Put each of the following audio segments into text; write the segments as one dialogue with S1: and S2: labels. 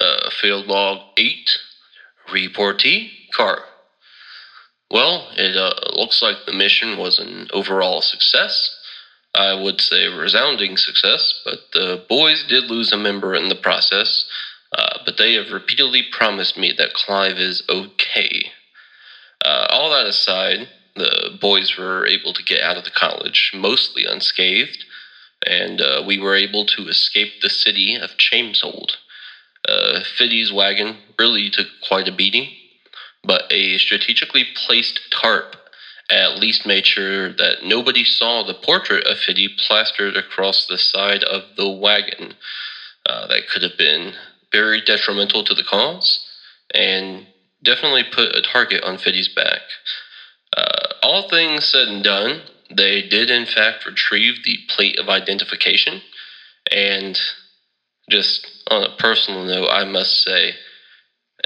S1: uh, field log 8, reportee car. Well, it uh, looks like the mission was an overall success. I would say resounding success, but the boys did lose a member in the process. Uh, but they have repeatedly promised me that Clive is okay. Uh, all that aside, the boys were able to get out of the college mostly unscathed, and uh, we were able to escape the city of Chameshold. Uh, Fiddy's wagon really took quite a beating, but a strategically placed tarp at least made sure that nobody saw the portrait of Fiddy plastered across the side of the wagon. Uh, that could have been very detrimental to the cause, and definitely put a target on Fiddy's back. Uh, all things said and done, they did in fact retrieve the plate of identification. And just on a personal note, I must say,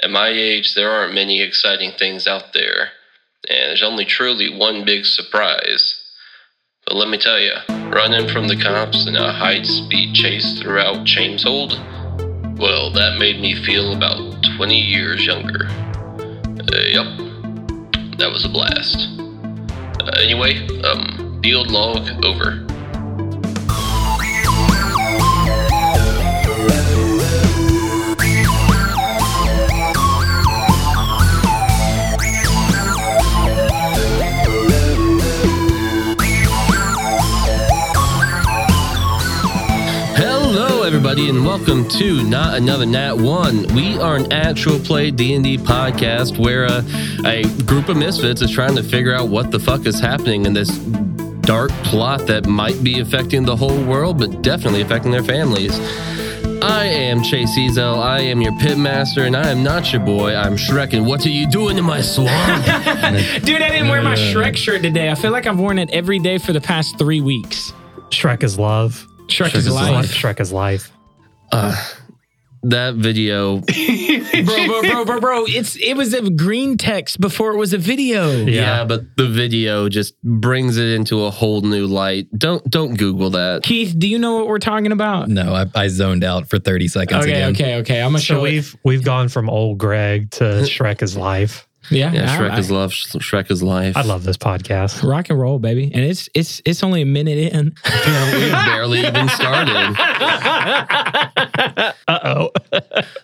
S1: at my age, there aren't many exciting things out there. And there's only truly one big surprise. But let me tell you, running from the cops in a high speed chase throughout Chameshold, well, that made me feel about 20 years younger. Uh, yep, that was a blast. Uh, anyway, um, field log over. Hello, everybody, and welcome to Not Another Nat One. We are an actual play D and D podcast where uh, a group of misfits is trying to figure out what the fuck is happening in this dark plot that might be affecting the whole world, but definitely affecting their families. I am Chase Ezel. I am your pit master, and I am not your boy. I'm Shrek. And what are you doing in my swamp?
S2: Dude, I didn't wear my Shrek shirt today. I feel like I've worn it every day for the past three weeks.
S3: Shrek is love.
S2: Shrek, is
S1: is
S2: life.
S1: life.
S3: Shrek is life.
S1: that video
S2: bro, bro, bro, bro, bro. It's it was a green text before it was a video.
S1: Yeah. but the video just brings it into a whole new light. Don't don't Google that.
S2: Keith, do you know what we're talking about?
S4: No, I, I zoned out for 30 seconds
S2: okay,
S4: again.
S2: okay, okay. I'm gonna
S3: So
S2: show it.
S3: we've we've gone from old Greg to Shrek is life.
S2: Yeah,
S1: Yeah,
S2: all
S1: Shrek
S2: right.
S1: is love. Sh- Shrek is life.
S3: I love this podcast.
S2: rock and roll, baby. And it's it's it's only a minute in.
S1: We barely even started.
S3: Uh oh.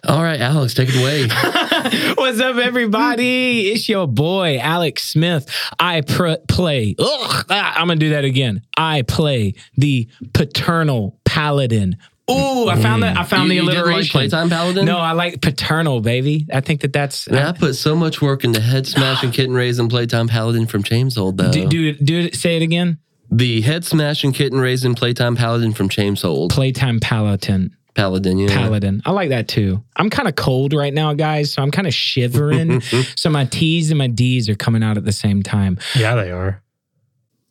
S1: All right, Alex, take it away.
S2: What's up, everybody? It's your boy, Alex Smith. I pr- play, ugh, ah, I'm going to do that again. I play the paternal paladin. Ooh, I found that. I found
S1: You-
S2: the
S1: you didn't like
S2: alliteration.
S1: Playtime Paladin?
S2: No, I like paternal, baby. I think that that's.
S1: Man, I put so much work into head smashing kitten raisin playtime paladin from Chameshold though.
S2: do, do, do it, say it again.
S1: the head smashing kitten raisin playtime paladin from Chameshold
S2: Playtime paladin.
S1: paladin. Yeah.
S2: Paladin. I like that too. I'm kind of cold right now, guys, so I'm kind of shivering. so my T's and my D's are coming out at the same time.
S3: Yeah, they are.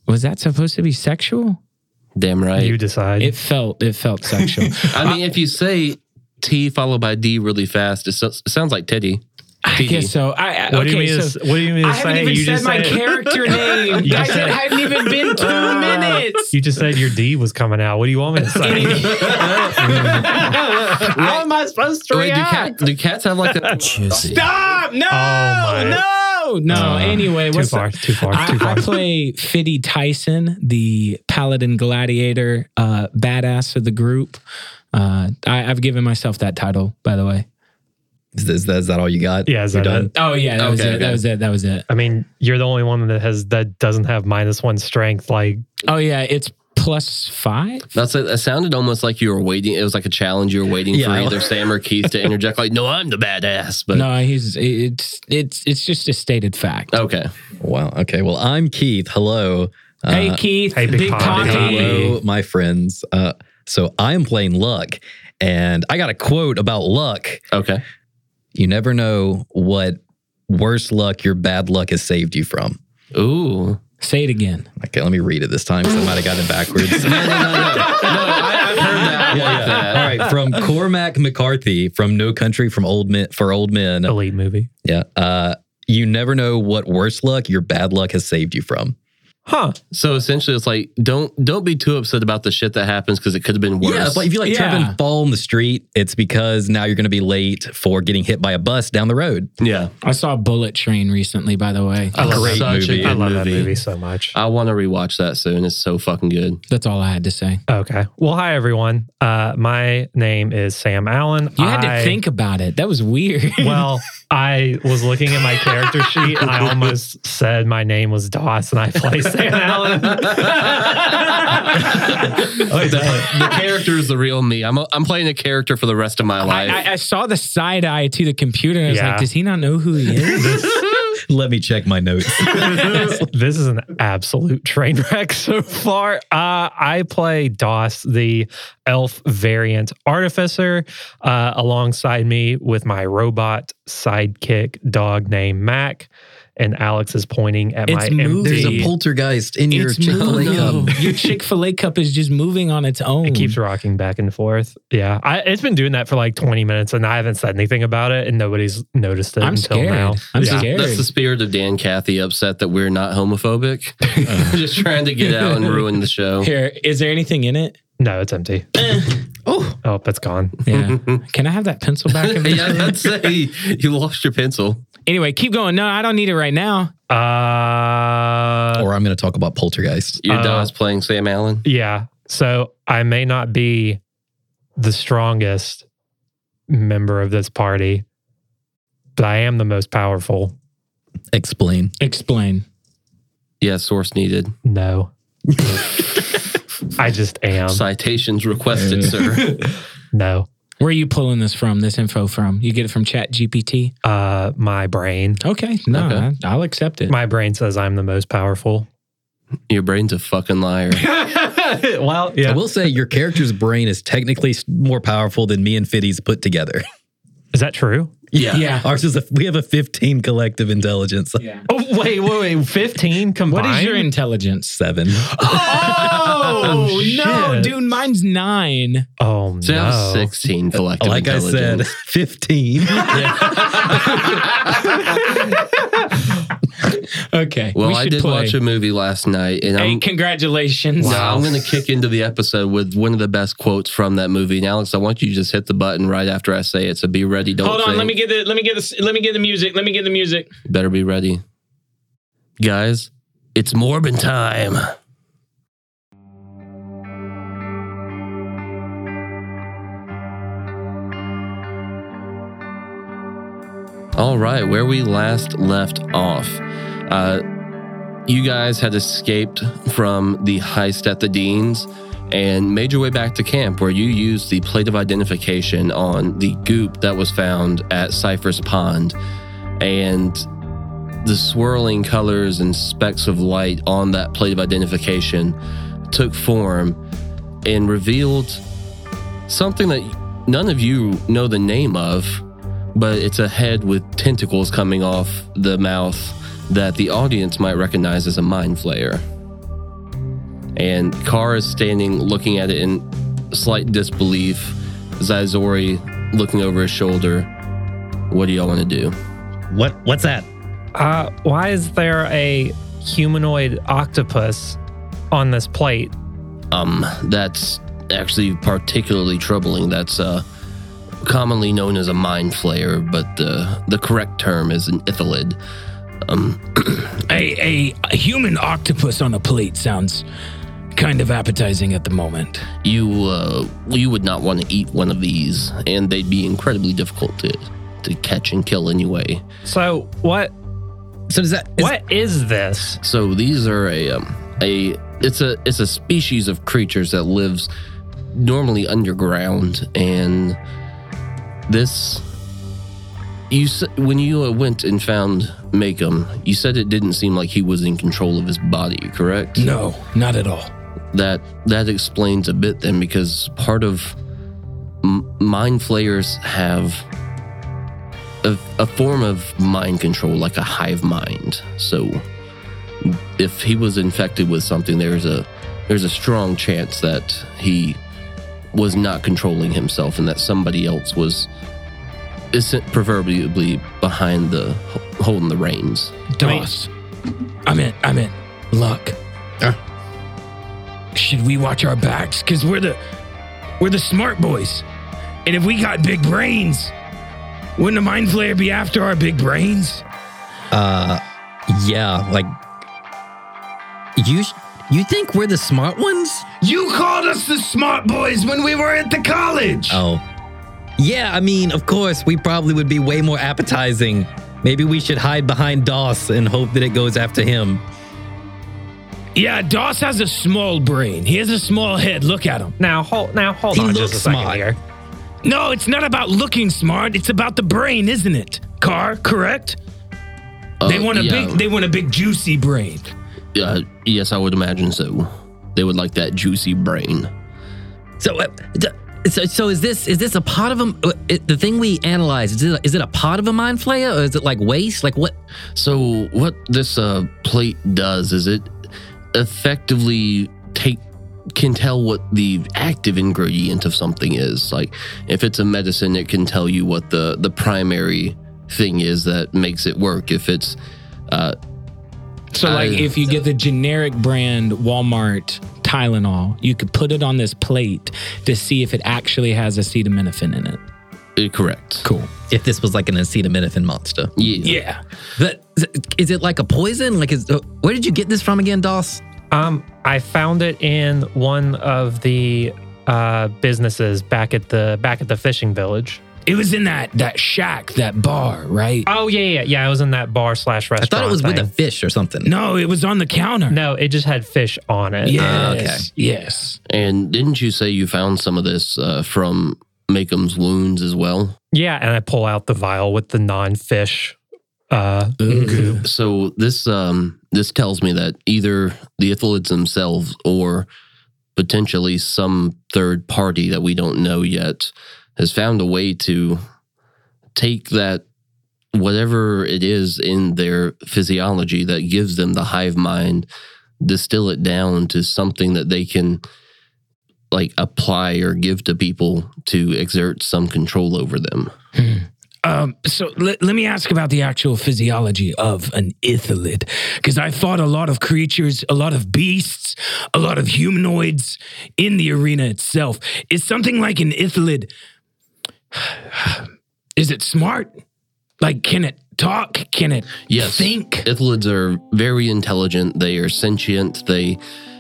S2: Was that supposed to be sexual?
S1: Damn right.
S3: You decide.
S2: It felt it felt sexual.
S1: I mean, if you say T followed by D really fast, it, so- it sounds like Teddy.
S2: I guess so. I, I
S3: what
S2: okay,
S3: do you mean?
S2: so
S3: to, what do you mean? To
S2: I
S3: say?
S2: haven't even
S3: you
S2: said
S3: just
S2: my
S3: said-
S2: character name.
S3: You
S2: Guys,
S3: just
S2: it
S3: said-
S2: hadn't even been two
S3: Uh,
S2: minutes.
S3: You just said your D was coming out. What do you want me to say? How am I supposed to
S1: Wait, do,
S3: react?
S1: cat, do cats have like that?
S2: Stop! No,
S3: my.
S2: no, no.
S3: Uh,
S2: anyway,
S3: Too
S2: what's the-
S3: far, too far, too
S2: I,
S3: far.
S2: I play Fiddy Tyson, the paladin gladiator, uh, badass of the group. Uh, I, I've given myself that title, by the way.
S4: Is, is that, is that all you got?
S3: Yeah, is
S4: You're
S3: that
S4: done?
S3: it?
S2: Oh yeah, that was it.
S1: Okay, okay.
S2: That was it. That was it.
S3: I mean, you're the only one that has that doesn't have minus one strength. Like,
S2: Oh yeah, it's plus five.
S1: That's it. It sounded almost like you were waiting. It was like a challenge. You were waiting for
S4: Yeah.
S1: either Sam or Keith to interject, like, "No, I'm the badass." But
S2: no, he's it's it's it's just a stated fact.
S3: Oh,
S1: okay,
S4: Wow. Okay. Well, I'm Keith. Hello. Uh,
S2: hey Keith,
S3: hey, Big
S2: Big Poppy.
S3: Poppy.
S4: Hello, my friends. Uh, so I'm playing Luck, and I got a quote about luck.
S1: okay.
S4: You never know what worse luck your bad luck has saved you from.
S1: Ooh,
S2: Say it again.
S4: Okay, let me read it this time. 'cause I might have gotten it backwards.
S1: no, no, no, no. no I, I've heard that. I like that.
S4: All right, from Cormac McCarthy from No Country from Old Men for Old Men.
S3: elite movie.
S4: Yeah. Uh, you never know what worse luck your bad luck has saved you from.
S3: huh?
S1: So essentially, it's like don't don't be too upset about the shit that happens because it could have been worse.
S4: Yeah, it's like if you like trip
S2: Yeah.
S4: and fall in the street, it's because now you're going to be late for getting hit by a bus down the road.
S1: yeah.
S2: I saw Bullet Train recently, by the way.
S3: Oh.
S1: I love
S4: Great
S1: such
S4: movie.
S1: a good
S3: I love
S1: movie.
S3: that movie so much.
S1: I want to rewatch that soon. It's so fucking good.
S2: That's all I had to say.
S3: Okay. Well, hi everyone. Uh, my name is Sam Allen.
S2: You had
S3: I-
S2: to think about it. That was weird.
S3: Well, I was looking at my character sheet and I almost said my name was Doss and I play Sam Allen.
S1: the, the character is the real me. I'm a, I'm playing a character for the rest of my life.
S2: I, I, I saw the side eye to the computer and I was
S3: Yeah.
S2: like, does he not know who he is?
S4: Let me check my notes.
S3: this is an absolute train wreck so far. Uh, I play Doss, the elf variant artificer, uh, alongside me with my robot sidekick dog named Mac. And Alex is pointing at
S2: It's
S3: my
S2: moving.
S4: There's a
S3: empty.
S4: poltergeist in your
S2: it's
S4: Chick fil
S2: moving.
S4: A cup.
S2: Your Chick fil A cup is just moving on its own.
S3: It keeps rocking back and forth. Yeah. I, it's been doing that for like 20 minutes and I haven't said anything about it and nobody's noticed it
S2: I'm
S3: until
S2: scared.
S3: now.
S2: I'm
S3: yeah.
S2: scared.
S1: That's the spirit of Dan Cathy, upset that we're not homophobic. Just trying to get out and ruin the show.
S2: Here, is there anything in it?
S3: No, it's empty.
S4: Oh,
S3: Oh, it's gone.
S2: Yeah. Can I have that pencil back? Of
S1: yeah, I'd say you lost your pencil.
S2: Anyway, keep going. No, I don't need it right now.
S3: Uh,
S4: or I'm going to talk about poltergeist.
S1: Your
S3: Uh,
S1: dad's playing Sam Allen.
S3: yeah. So I may not be the strongest member of this party, but I am the most powerful.
S4: Explain.
S2: Explain.
S1: Yeah, source needed.
S3: No. I just am.
S2: Um,
S1: Citations requested, sir.
S3: No.
S2: Where are you pulling this from? This info from? You get it from Chat GPT?
S3: Uh, my brain.
S2: Okay. No,
S1: Okay.
S2: I, I'll accept it.
S3: My brain says I'm the most powerful.
S1: Your brain's a fucking liar.
S3: well, yeah.
S4: I will say your character's brain is technically s- more powerful than me and Fiddy's put together.
S3: Is that true?
S2: yeah. yeah.
S4: Ours is a, we have a 15 collective intelligence.
S3: Oh, wait, wait, wait. 15 combined?
S2: What is your intelligence?
S4: Seven.
S2: Oh, no,
S3: shit.
S2: dude. Mine's nine.
S3: Oh,
S1: So I
S3: no.
S1: have 16 collective
S4: Like I said,
S1: intelligence.
S4: 15.
S2: Okay.
S1: Well,
S2: we
S1: I
S2: should
S1: did
S2: play.
S1: watch a movie last night, and
S2: Hey,
S1: I'm,
S2: congratulations.
S1: now I'm going to kick into the episode with one of the best quotes from that movie. And Alex, I want you to just hit the button right after I say it. So be ready. Don't
S2: Hold on,
S1: think.
S2: let me get the let me get the let me get the music. Let me get the music.
S1: Better be ready, guys. It's Morbin time. All right, where we last left off. Uh, you guys had escaped from the heist at the Dean's and made your way back to camp where you used the plate of identification on the goop that was found at Cypher's Pond. And the swirling colors and specks of light on that plate of identification took form and revealed something that none of you know the name of, but it's a head with tentacles coming off the mouth that the audience might recognize as a mind flayer. And Kara is standing looking at it in slight disbelief. Zizori looking over his shoulder. What do y'all want to do?
S4: What? What's that?
S3: Uh, why is there a humanoid octopus on this plate?
S1: Um, that's actually particularly troubling. That's uh, commonly known as a mind flayer, but the the correct term is an ithalid.
S2: A, a a human octopus on a plate sounds kind of appetizing at the moment.
S1: You uh, you would not want to eat one of these, and they'd be incredibly difficult to to catch and kill anyway.
S3: So what?
S4: So does that? is-
S3: What is this?
S1: So these are a um, a it's a it's a species of creatures that lives normally underground, and this you s- when you uh, went and found Makem, you said it didn't seem like he was in control of his body, correct?
S2: No, not at all.
S1: That that explains a bit then, because part of m- mind flayers have. A, a form of mind control, like a hive mind. So, if he was infected with something, there's a there's a strong chance that he was not controlling himself and that somebody else was isn't proverbially behind the holding the reins.
S2: Doss. I meant I meant luck. should we watch our backs? Because we're the we're the smart boys, and if we got big brains, wouldn't a mind flayer be after our big brains?
S4: Uh, yeah, like you. Sh- you think we're the smart ones?
S2: You called us the smart boys when we were at the college.
S4: Oh, yeah. I mean, of course, we probably would be way more appetizing. Maybe we should hide behind Doss and hope that it goes after him.
S2: Yeah, Doss has a small brain. He has a small head. Look at him.
S3: Now hold now hold
S4: He
S3: on just
S4: looks
S3: a second
S4: smart.
S3: here.
S2: No, it's not about looking smart. It's about the brain, isn't it? Car, correct? they
S1: Uh,
S2: want a
S1: yeah,
S2: big. They want a big juicy brain.
S1: uh, yes, I would imagine so. They would like that juicy brain.
S4: So, uh, d- so, so is this is this a pot of a uh, it- the thing we analyze? Is it, is it a pot of a mind flayer, or is it like waste? Like what?
S1: So, what this uh, plate does is it effectively take can tell what the active ingredient of something is. Like, if it's a medicine, it can tell you what the the primary thing is that makes it work. If it's uh,
S2: So, like,
S1: I-
S2: if you get the generic brand Walmart Tylenol, you could put it on this plate to see if it actually has acetaminophen in it.
S1: eh, correct,
S4: Cool. If this was like an acetaminophen monster,
S1: yeah,
S2: Yeah.
S4: that is it like a poison? Like, is uh, where did you get this from again, Doss?
S3: Um, I found it in one of the uh, businesses back at the back at the fishing village.
S2: It was in that that shack, that bar, right?
S3: Oh yeah, yeah, yeah. I was in that bar slash
S4: I
S3: restaurant.
S4: thought it was with a
S3: thing.
S4: fish or something.
S2: No, it was on the counter.
S3: No, Oh, it just had fish on it.
S2: Yes.
S4: Ah, okay.
S2: Yes.
S1: And didn't you say you found some of this uh, from Makeum's wounds as well?
S3: Yeah, and I pull out the vial with the non-fish. Uh,
S2: Ooh.
S1: So this um this tells me that either the Ithalids themselves or potentially some third party that we don't know yet has found a way to take that whatever it is in their physiology that gives them the hive mind distill it down to something that they can like apply or give to people to exert some control over them
S2: Um, so let, let me ask about the actual physiology of an ithalid, because I fought a lot of creatures, a lot of beasts, a lot of humanoids in the arena itself. Is something like an ithalid? Is it smart? Like, can it talk? Can it
S1: Yes.
S2: think?
S1: Ithalids are very intelligent. They are sentient. They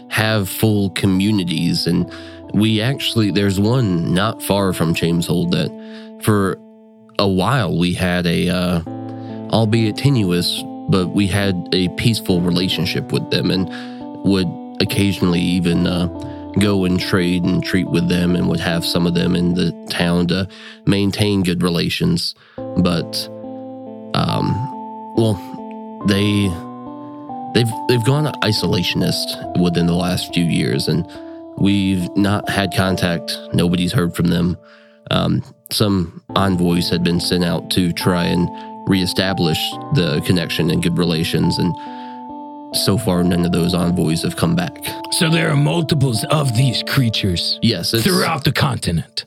S1: have full communities. And we actually, there's one not far from Chameshold that for a while we had a, uh, albeit tenuous, but we had a peaceful relationship with them and would occasionally even uh, go and trade and treat with them and would have some of them in the town to maintain good relations. But, um, well, they they've they've gone isolationist within the last few years and we've not had contact nobody's heard from them um, some envoys had been sent out to try and reestablish the connection and good relations and so far none of those envoys have come back
S2: So there are multiples of these creatures
S1: yes it's,
S2: throughout the continent.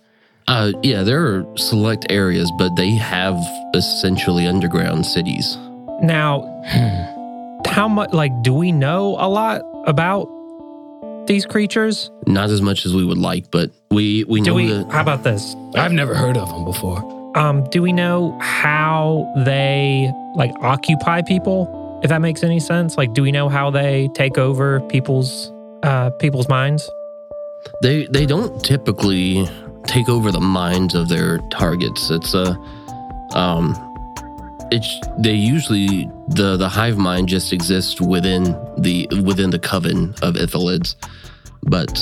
S1: uh, yeah there are select areas but they have essentially underground cities
S3: now, how much? Like, do we know a lot about these creatures?
S1: not as much as we would like but we we
S3: Do
S1: know
S3: we?
S1: that
S3: How about this?
S2: I've never heard of them before.
S3: Um, do we know how they like occupy people? If that makes any sense, like, do we know how they take over people's uh, people's minds?
S1: They they don't typically take over the minds of their targets. It's a um it's they usually the the hive mind just exists within the within the coven of Ithalids. But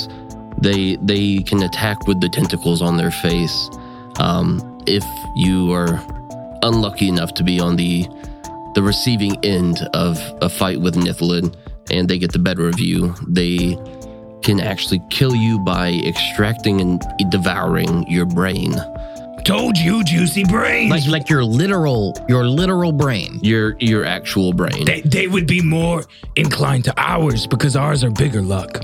S1: they they can attack with the tentacles on their face. Um if you are unlucky enough to be on the the receiving end of a fight with an Ithalid and they get the better of you, they can actually kill you by extracting and devouring your brain.
S2: Told you, juicy brains.
S4: Like, like your literal, your literal brain.
S1: Your your actual brain.
S2: they, they would be more inclined to ours because ours are bigger luck.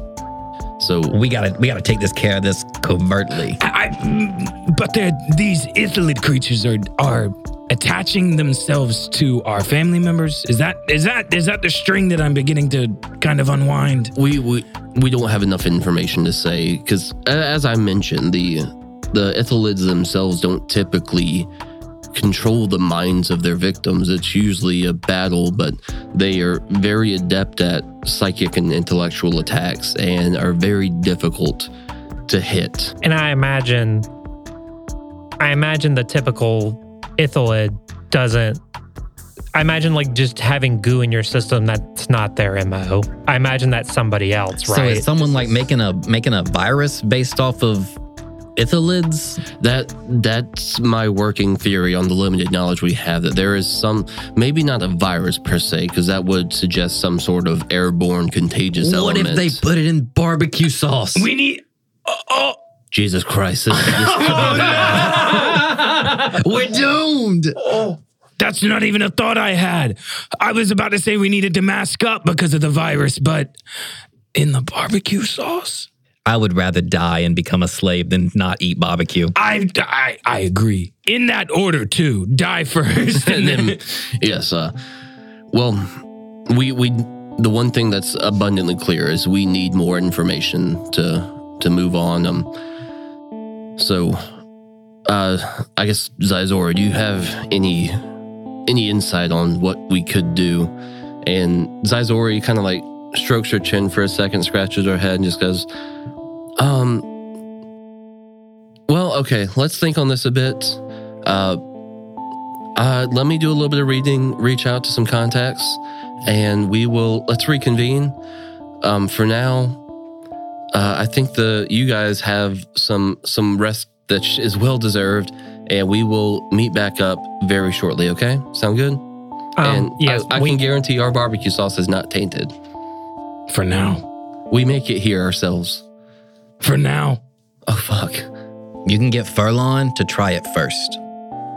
S1: So
S4: We gotta, we gotta take this care of this covertly.
S2: I, I- but they're, these Ithalid creatures are are attaching themselves to our family members? Is that is that is that the string that I'm beginning to kind of unwind?
S1: We we, we don't have enough information to say because, as I mentioned, the the Ethelids themselves don't typically control the minds of their victims. It's usually a battle, but they are very adept at psychic and intellectual attacks and are very difficult to hit.
S3: And I imagine, I imagine the typical Ithalid doesn't. I imagine like just having goo in your system. That's not their mo. I imagine that's somebody else,
S4: So
S3: right?
S4: is someone like making a making a virus based off of ithalids?
S1: That that's my working theory on the limited knowledge we have that there is some maybe not a virus per se because that would suggest some sort of airborne contagious
S4: What
S1: element.
S4: if they put it in barbecue sauce?
S2: We need oh,
S1: Jesus Christ! this- this-
S4: We're doomed.
S2: that's not even a thought I had. I was about to say we needed to mask up because of the virus, but in the barbecue sauce?
S4: I would rather die and become a slave than not eat barbecue.
S2: I I, I agree. In that order too. Die first and then
S1: yes. Uh, well, we we the one thing that's abundantly clear is we need more information to to move on. Um. So, uh, I guess Zizora, do you have any any insight on what we could do? And Zizori kind of like strokes her chin for a second, scratches her head, and just goes, um. Well, okay, let's think on this a bit. Uh, uh, let me do a little bit of reading, reach out to some contacts, and we will let's reconvene. Um, for now, uh, I think the you guys have some some rest that is well deserved, and we will meet back up very shortly. Okay, sound good?
S3: um,
S1: and
S3: yes,
S1: I, I
S3: we-
S1: can guarantee our barbecue sauce is not tainted.
S2: for now.
S1: We make it here ourselves.
S2: For now.
S1: Oh fuck!
S4: You can get furlong to try it first.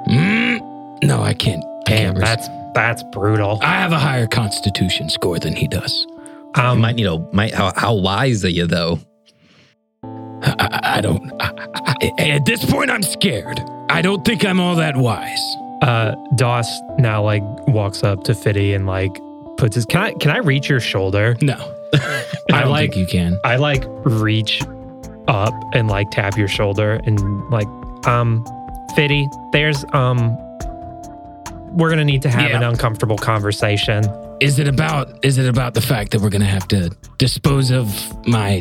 S2: Mm, no, I can't. I can't
S3: damn,
S2: risk-
S3: that's that's brutal.
S2: I have a higher constitution score than he does.
S4: You
S3: Um,
S4: might need a might. How, how wise are you though?
S2: I, I- I don't. I, I- I- at this point, I'm scared. I don't think I'm all that wise.
S3: uh Doss now like walks up to Fiddy and like puts his can I can I reach your shoulder?
S2: No,
S3: I
S2: don't
S3: like-
S2: think you can.
S3: I like reach up and like tap your shoulder and like um Fiddy, there's um we're gonna need to have
S2: Yeah.
S3: an uncomfortable conversation.
S2: Is it about? Is it about the fact that we're gonna have to dispose of my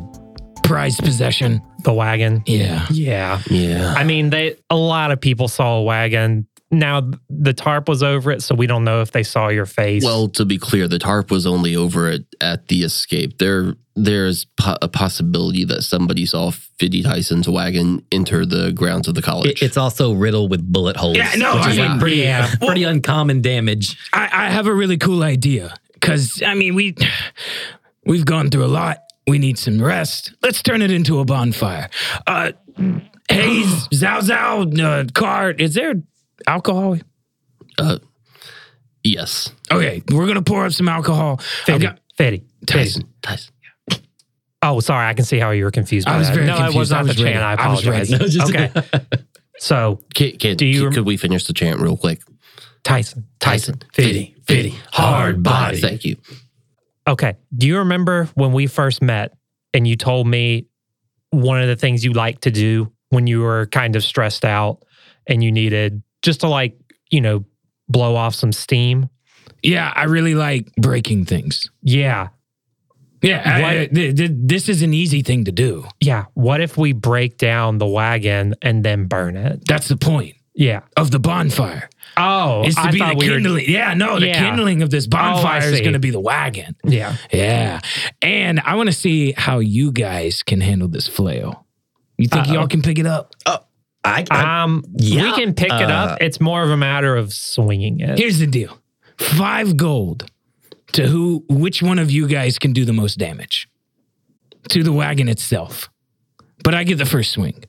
S2: prized possession?
S3: The wagon.
S2: Yeah.
S3: Yeah.
S1: Yeah,
S3: I mean they a lot of people saw a wagon. Now th- the tarp was over it, so we don't know if they saw your face.
S1: Well, to be clear, the tarp was only over at, at the escape. There, there's po- a possibility that somebody saw Fiddy Tyson's wagon enter the grounds of the
S4: It,
S1: college.
S4: it's also riddled with bullet holes.
S2: Yeah, no,
S4: which
S2: I
S4: is like
S2: mean,
S4: pretty,
S2: yeah.
S4: pretty uncommon damage.
S2: I, I have a really cool idea. Cause I mean, we we've gone through a lot. We need some rest. Let's turn it into a bonfire. Uh, Hayes, Zao Zao, uh, Card. Is there alcohol?
S1: Uh, yes,
S2: Okay, we're gonna pour up some alcohol. I've
S3: Fiddy,
S2: got-
S3: Fiddy, Fiddy.
S2: Tyson.
S1: Tyson.
S3: Oh, sorry. I can see how you were confused. By
S2: I was
S3: that.
S2: very
S3: no,
S2: confused.
S3: it was
S2: I
S3: not
S2: was
S3: the
S2: ready.
S3: chant. I
S2: I was
S3: apologize.
S2: ready.
S3: okay. So
S1: Can, can,
S3: Do you
S1: can-
S3: rem-
S1: could we finish the chant real quick?
S3: Tyson, Tyson, Fiddy.
S1: Fiddy,
S3: hard body.
S1: Thank you.
S3: Okay. Do you remember when we first met and you told me one of the things you like to do when you were kind of stressed out and you needed just to like, you know, blow off some steam?
S2: Yeah, I really like breaking things.
S3: Yeah.
S2: Yeah, I- I- th- th- this is an easy thing to do.
S3: Yeah. What if we break down the wagon and then burn it?
S2: That's the point
S3: Yeah.
S2: of the bonfire.
S3: Oh,
S2: It's to
S3: I
S2: be the
S3: thought we were-
S2: kindling. yeah, no, the
S3: Yeah. Oh,
S2: kindling of this bonfire is
S3: see.
S2: going to be the wagon.
S3: Yeah.
S2: Yeah, and I want to see how you guys can handle this flail. You think
S3: Uh-oh.
S2: y'all can pick it up?
S4: I,
S2: Uh,
S4: I
S3: Um,
S4: yeah,
S3: we can pick it
S4: uh,
S3: up. It's more of a matter of swinging it.
S2: Here's the deal: five gold to who? Which one of you guys can do the most damage to the wagon itself? But I get the first swing.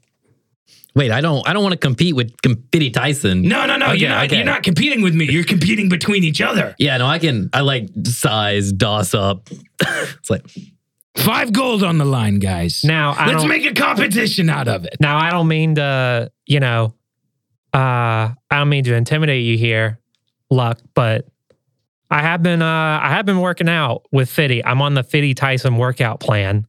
S4: wait. I don't. I don't want to compete with com- Fiddy Tyson.
S2: No, no, no.
S4: Okay,
S2: you're, not,
S4: okay.
S2: you're not competing with me. You're competing between each other.
S4: Yeah, no. I can. I like size DOS up. it's like
S2: Five gold on the line, guys.
S3: Now I
S2: Let's
S3: don't.
S2: make a competition out of it.
S3: now I don't mean to, you know, Uh, I don't mean to intimidate you here, Luck, but I have been uh, I have been working out with Fitty. I'm on the Fitty Tyson workout plan.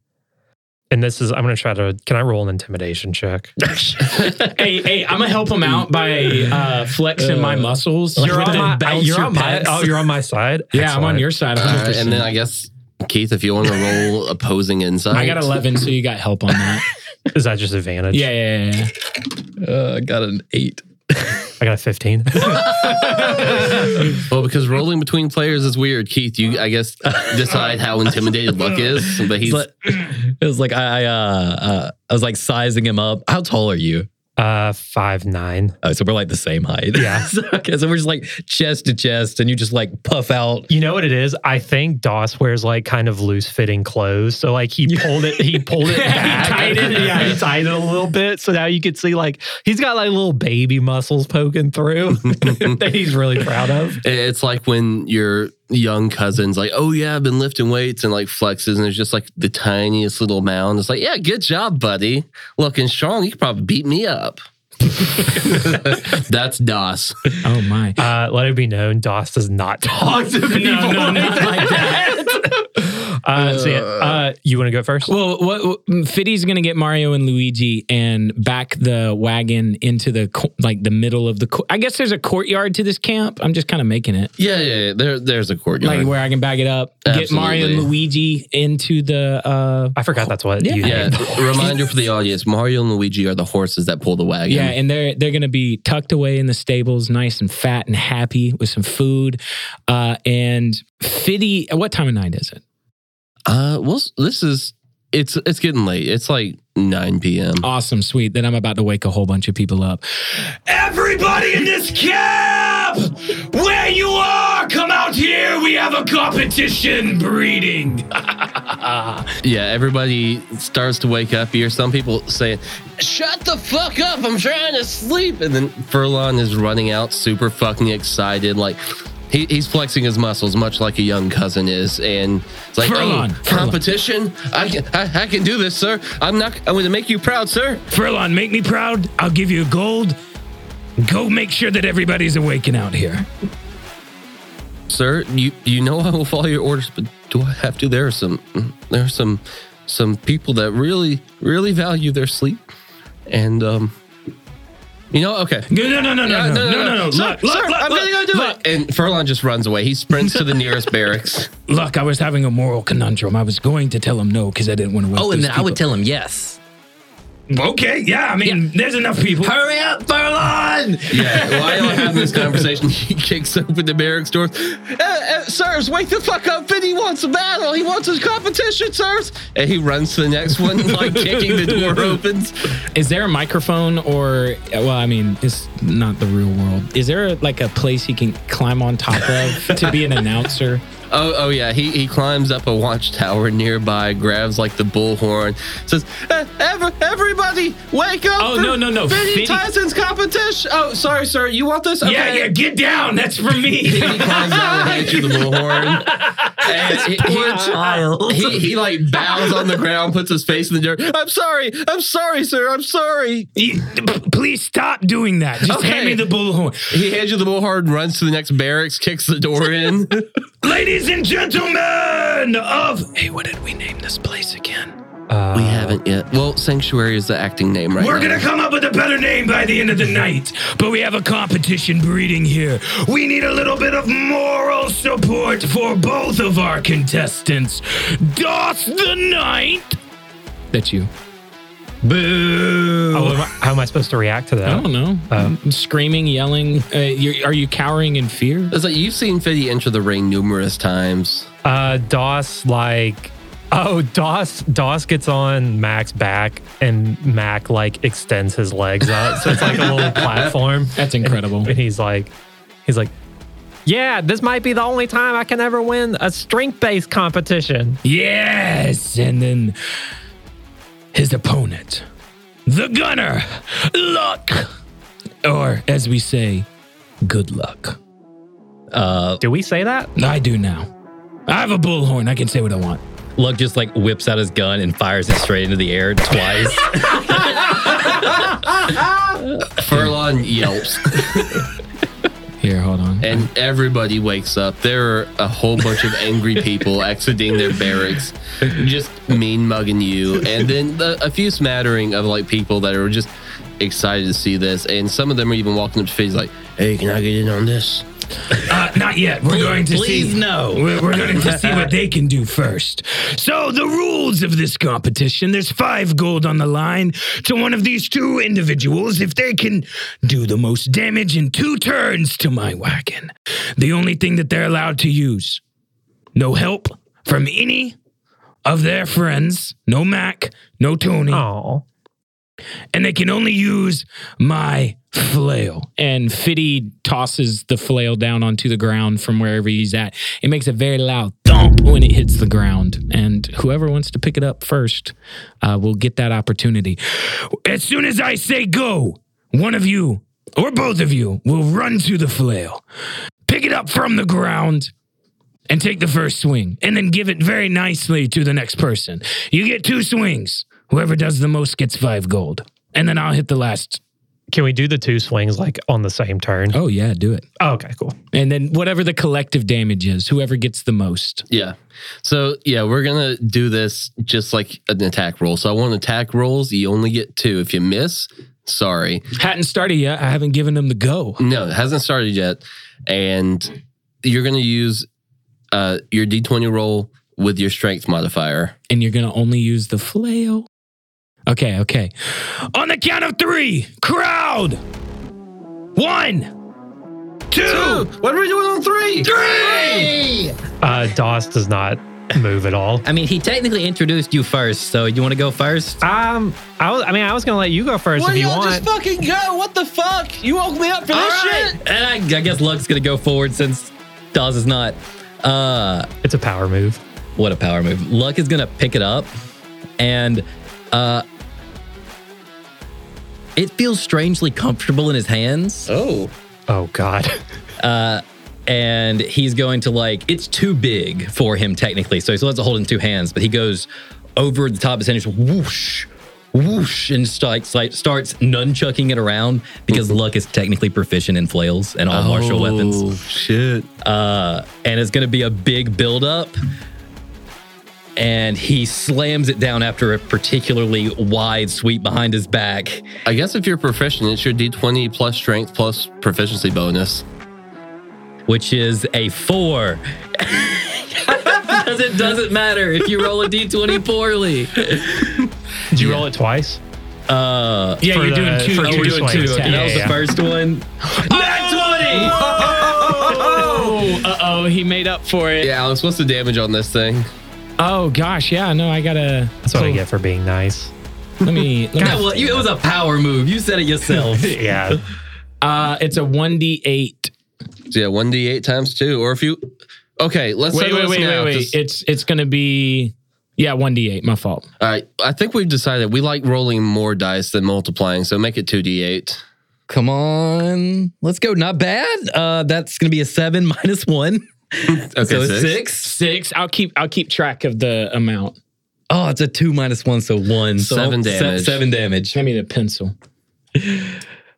S3: And this is I'm gonna try to can I roll an intimidation check?
S2: hey, hey, I'm gonna help him out by uh, flexing my muscles.
S4: Like
S3: You're
S4: with
S3: on
S4: the
S3: my oh,
S4: bounce
S3: you're
S4: your
S3: on my
S4: pecs.
S3: oh you're on my side.
S2: yeah, I'm on
S3: Excellent.
S2: your side. 100%.
S1: All right, and then I guess Keith, if you want to roll opposing insight,
S2: I got 11, so you got help on that.
S3: Is that just advantage?
S2: yeah, yeah, yeah, yeah.
S5: Uh, I got an eight.
S3: I got a 15.
S1: Well, because rolling between players is weird. Keith, you I guess decide how intimidated Luck is, but he's
S5: But it was like I I, uh, uh, I was like sizing him up. How tall are you?
S3: Uh five nine.
S5: Oh, so we're like the same height.
S3: Yeah.
S5: so, okay, so we're just like chest to chest, and you just like puff out.
S3: You know what it is? I think Doss wears like kind of loose fitting clothes. So like he pulled it, he pulled it back.
S2: tied it, yeah.
S3: he tied it a little bit. So now you can see like he's got like little baby muscles poking through that he's really proud of.
S1: it's like when your young cousin's like, Oh yeah, I've been lifting weights and like flexes, and there's just like the tiniest little mound. It's like, Yeah, good job, buddy. Looking strong, you could probably beat me up. That's DOS.
S2: Oh, my.
S3: Uh, let it be known, Doss does not talk to people.
S2: no, not like
S3: Uh, so yeah, uh, you want to go first?
S2: Well, what, what mm, Fiddy's gonna get Mario and Luigi and back the wagon into the co- like the middle of the. Co- I guess there's a courtyard to this camp. I'm just kind of making it
S1: Yeah, yeah, yeah. There, there's a courtyard.
S2: like where I can bag it up. Get Mario and
S1: Absolutely.
S2: Luigi into the. uh
S3: I forgot that's what
S2: Yeah.
S3: you
S1: yeah. Reminder for the audience: Mario and Luigi are the horses that pull the wagon.
S2: Yeah, and they're they're gonna be tucked away in the stables, nice and fat and happy with some food. Uh, and Fiddy, what time of night is it?
S1: Uh, well, s- this is it's it's getting late. It's like nine p.m.
S2: Awesome, sweet. Then I'm about to wake a whole bunch of people up.
S6: Everybody in this camp! Where you are, come out here! We have a competition breeding!
S1: Yeah, everybody starts to wake up. You hear some people saying, "Shut the fuck up! I'm trying to sleep." And then Furlon is running out, super fucking excited, like. He, he's flexing his muscles, much like a young cousin is, and it's like,
S2: Furlon,
S1: "Oh,
S2: Furlon."
S1: competition! I can, I, I can do this, sir. I'm not. I'm going to make you proud, sir.
S2: Furlon, make me proud. I'll give you gold. Go make sure that everybody's awaking out here.
S1: Sir, you you know I will follow your orders, but do I have to? There are some there are some some people that really really value their sleep, and um, you know, okay.
S2: No, no, no, no,
S1: Uh,
S2: no, no, no, no.
S1: Sir,
S2: Look, look,
S1: sir,
S2: look,
S1: I'm
S2: look,
S1: gonna go do
S2: look.
S1: it. And Furlon just runs away. He sprints to the nearest barracks.
S2: Look, I was having a moral conundrum. I was going to tell him no because I didn't want to wake
S4: Oh, and
S2: those
S4: then I would
S2: people.
S4: tell him yes.
S6: Okay, yeah, I mean, there's enough people.
S4: Hurry up, Furlon!
S1: Yeah, while y'all having this conversation, he kicks open the barracks door. Uh, uh, sirs, wake the fuck up! Vinny wants a battle. He wants his competition, sirs. And he runs to the next one, like kicking the door opens.
S2: Is there a microphone or, well, I mean, it's not the real world. Is there like a place he can climb on top of to be an announcer?
S1: Oh, oh yeah. He, he climbs up a watchtower nearby, grabs like the bullhorn, says, "Eh, ever, "Everybody, wake up!"
S2: Oh,
S1: for
S2: no, no, no,
S1: Vinny
S2: Vinny-
S1: Tyson's competition. Oh, sorry, sir. You want this?
S6: Yeah, yeah, get down! That's for me!
S1: He climbs down and hands you the bullhorn. And he,
S4: child.
S1: he, he, he, like bows on the ground, puts his face in the dirt. I'm sorry, I'm sorry, sir, I'm sorry.
S2: Y- p- Please stop doing that. Just hand
S1: Okay.
S2: me the bullhorn.
S1: He hands you the bullhorn, runs to the next barracks, kicks the door in.
S6: Ladies and gentlemen of.
S2: Hey, what did we name this place again?
S3: Uh,
S1: we haven't yet. Well, sanctuary is the acting name, right?
S6: We're
S1: now.
S6: gonna come up with a better name by the end of the night, but we have a competition breeding here. We need a little bit of moral support for both of our contestants. Doss the Knight!
S2: That's you.
S6: Boo! Um,
S3: oh, am I- how am I supposed to react to
S2: I
S3: that?
S2: don't know. Screaming, yelling. Uh, you're, are you cowering in fear?
S1: It's like you've seen Fiddy enter the ring numerous times.
S3: Uh, DOS like oh DOS DOS gets on Mac's back and Mac like extends his legs out, so it's like a little platform.
S2: That's incredible.
S3: And he's like, he's like, yeah, this might be the only time I can ever win a strength based competition.
S2: Yes, and then his opponent, the gunner, luck, or as we say, good luck.
S5: Uh,
S3: Do we say that?
S2: I do now. I have a bullhorn. I can say what I want.
S5: Lug just like whips out his gun and fires it straight into the air twice.
S1: Furlon yelps,
S2: Here, hold on.
S1: and everybody wakes up. There are a whole bunch of angry people exiting their barracks, just mean mugging you, and then the, a few smattering of like people that are just excited to see this, and some of them are even walking up to Fizz like, "Hey, can I get in on this?"
S6: Uh, not yet. We're going to
S4: please
S6: see.
S4: no.
S6: We're, we're going to see what they can do first. So the rules of this competition: there's five gold on the line to one of these two individuals if they can do the most damage in two turns to my wagon. The only thing that they're allowed to use: no help from any of their friends, no Mac, no Tony,
S2: Mm.
S3: Oh,
S6: and they can only use my flail.
S2: And Fiddy tosses the flail down onto the ground from wherever he's at. It makes a very loud thump when it hits the ground. And whoever wants to pick it up first uh, will get that opportunity.
S6: As soon as I say go, one of you or both of you will run to the flail, pick it up from the ground, and take the first swing, and then give it very nicely to the next person. You get two swings. Whoever does the most gets five gold. And then I'll hit the last.
S3: can we do the two swings like on the same turn?
S2: Oh, yeah, do it.
S3: Oh, okay, cool.
S2: And then whatever the collective damage is, whoever gets the most.
S1: Yeah. So yeah, we're gonna do this just like an attack roll. So I want attack rolls. You only get two. If you miss, sorry.
S2: Hadn't started yet. I haven't given them the go.
S1: No, it hasn't started yet. And you're gonna use uh, your D20 roll with your strength modifier.
S2: And you're going to only use the flail. Okay, okay.
S6: On the count of three, crowd. One, two,
S1: What are we doing on three?
S6: three.
S3: Uh, Doss does not move at all.
S4: I mean, he technically introduced you first, so you want to go first?
S3: Um, I was. I mean, I was gonna let you go first if you want.
S1: fucking go? What the fuck? You woke me up for
S4: All right. And I, I guess Luck's gonna go forward since Dawes is not. Uh,
S3: It's a power move.
S4: what a power move! Luck is gonna pick it up, and uh, it feels strangely comfortable in his hands.
S1: Oh,
S3: Oh God.
S4: and he's going to like it's too big for him technically, so he still has to hold it in two hands. But he goes over the top of his hand, just whoosh, whoosh, and starts like starts nunchucking it around because Luck is technically proficient in flails and all martial weapons.
S1: Oh, shit.
S4: Uh, and it's going to be a big buildup. And he slams it down after a particularly wide sweep behind his back.
S1: I guess if you're proficient, it's your D20 plus strength plus proficiency bonus.
S4: which is a four. Because it doesn't matter if you roll a d20 poorly.
S3: Did you roll it twice?
S4: Uh,
S3: Yeah,
S2: you're doing two-
S6: Oh,
S3: For
S2: you're
S3: two
S2: doing
S3: swings.
S2: two,
S3: Yeah,
S2: okay.
S4: that was
S3: yeah, yeah.
S4: the first one.
S2: Oh, uh oh, he made up for it.
S1: Yeah, Alex, what's the damage on this thing?
S2: Oh gosh, yeah, no, I gotta.
S3: That's what I
S2: pull-
S3: get for being nice.
S2: Let me. Let
S4: That
S2: me
S4: was, you, it was a power move. You said it yourself.
S3: Yeah.
S2: uh, it's a one d eight.
S1: So yeah, one d eight times two, or if you. Okay, let's
S2: Wait,
S1: settle
S2: wait,
S1: this
S2: wait,
S1: now,
S2: wait, wait.
S1: 'cause-
S2: It's it's gonna be. Yeah, one d eight. My fault.
S1: all right, I think we've decided we like rolling more dice than multiplying, so make it two d eight.
S4: Come on. Let's go. Not bad. Uh, that's going to be a seven minus one.
S1: Okay,
S4: so it's
S1: six.
S4: six.
S2: Six. I'll keep I'll keep track of the amount.
S4: Oh, it's a two minus one. So one. So
S1: Seven
S4: se-
S1: damage.
S4: seven damage.
S2: Hand me the pencil.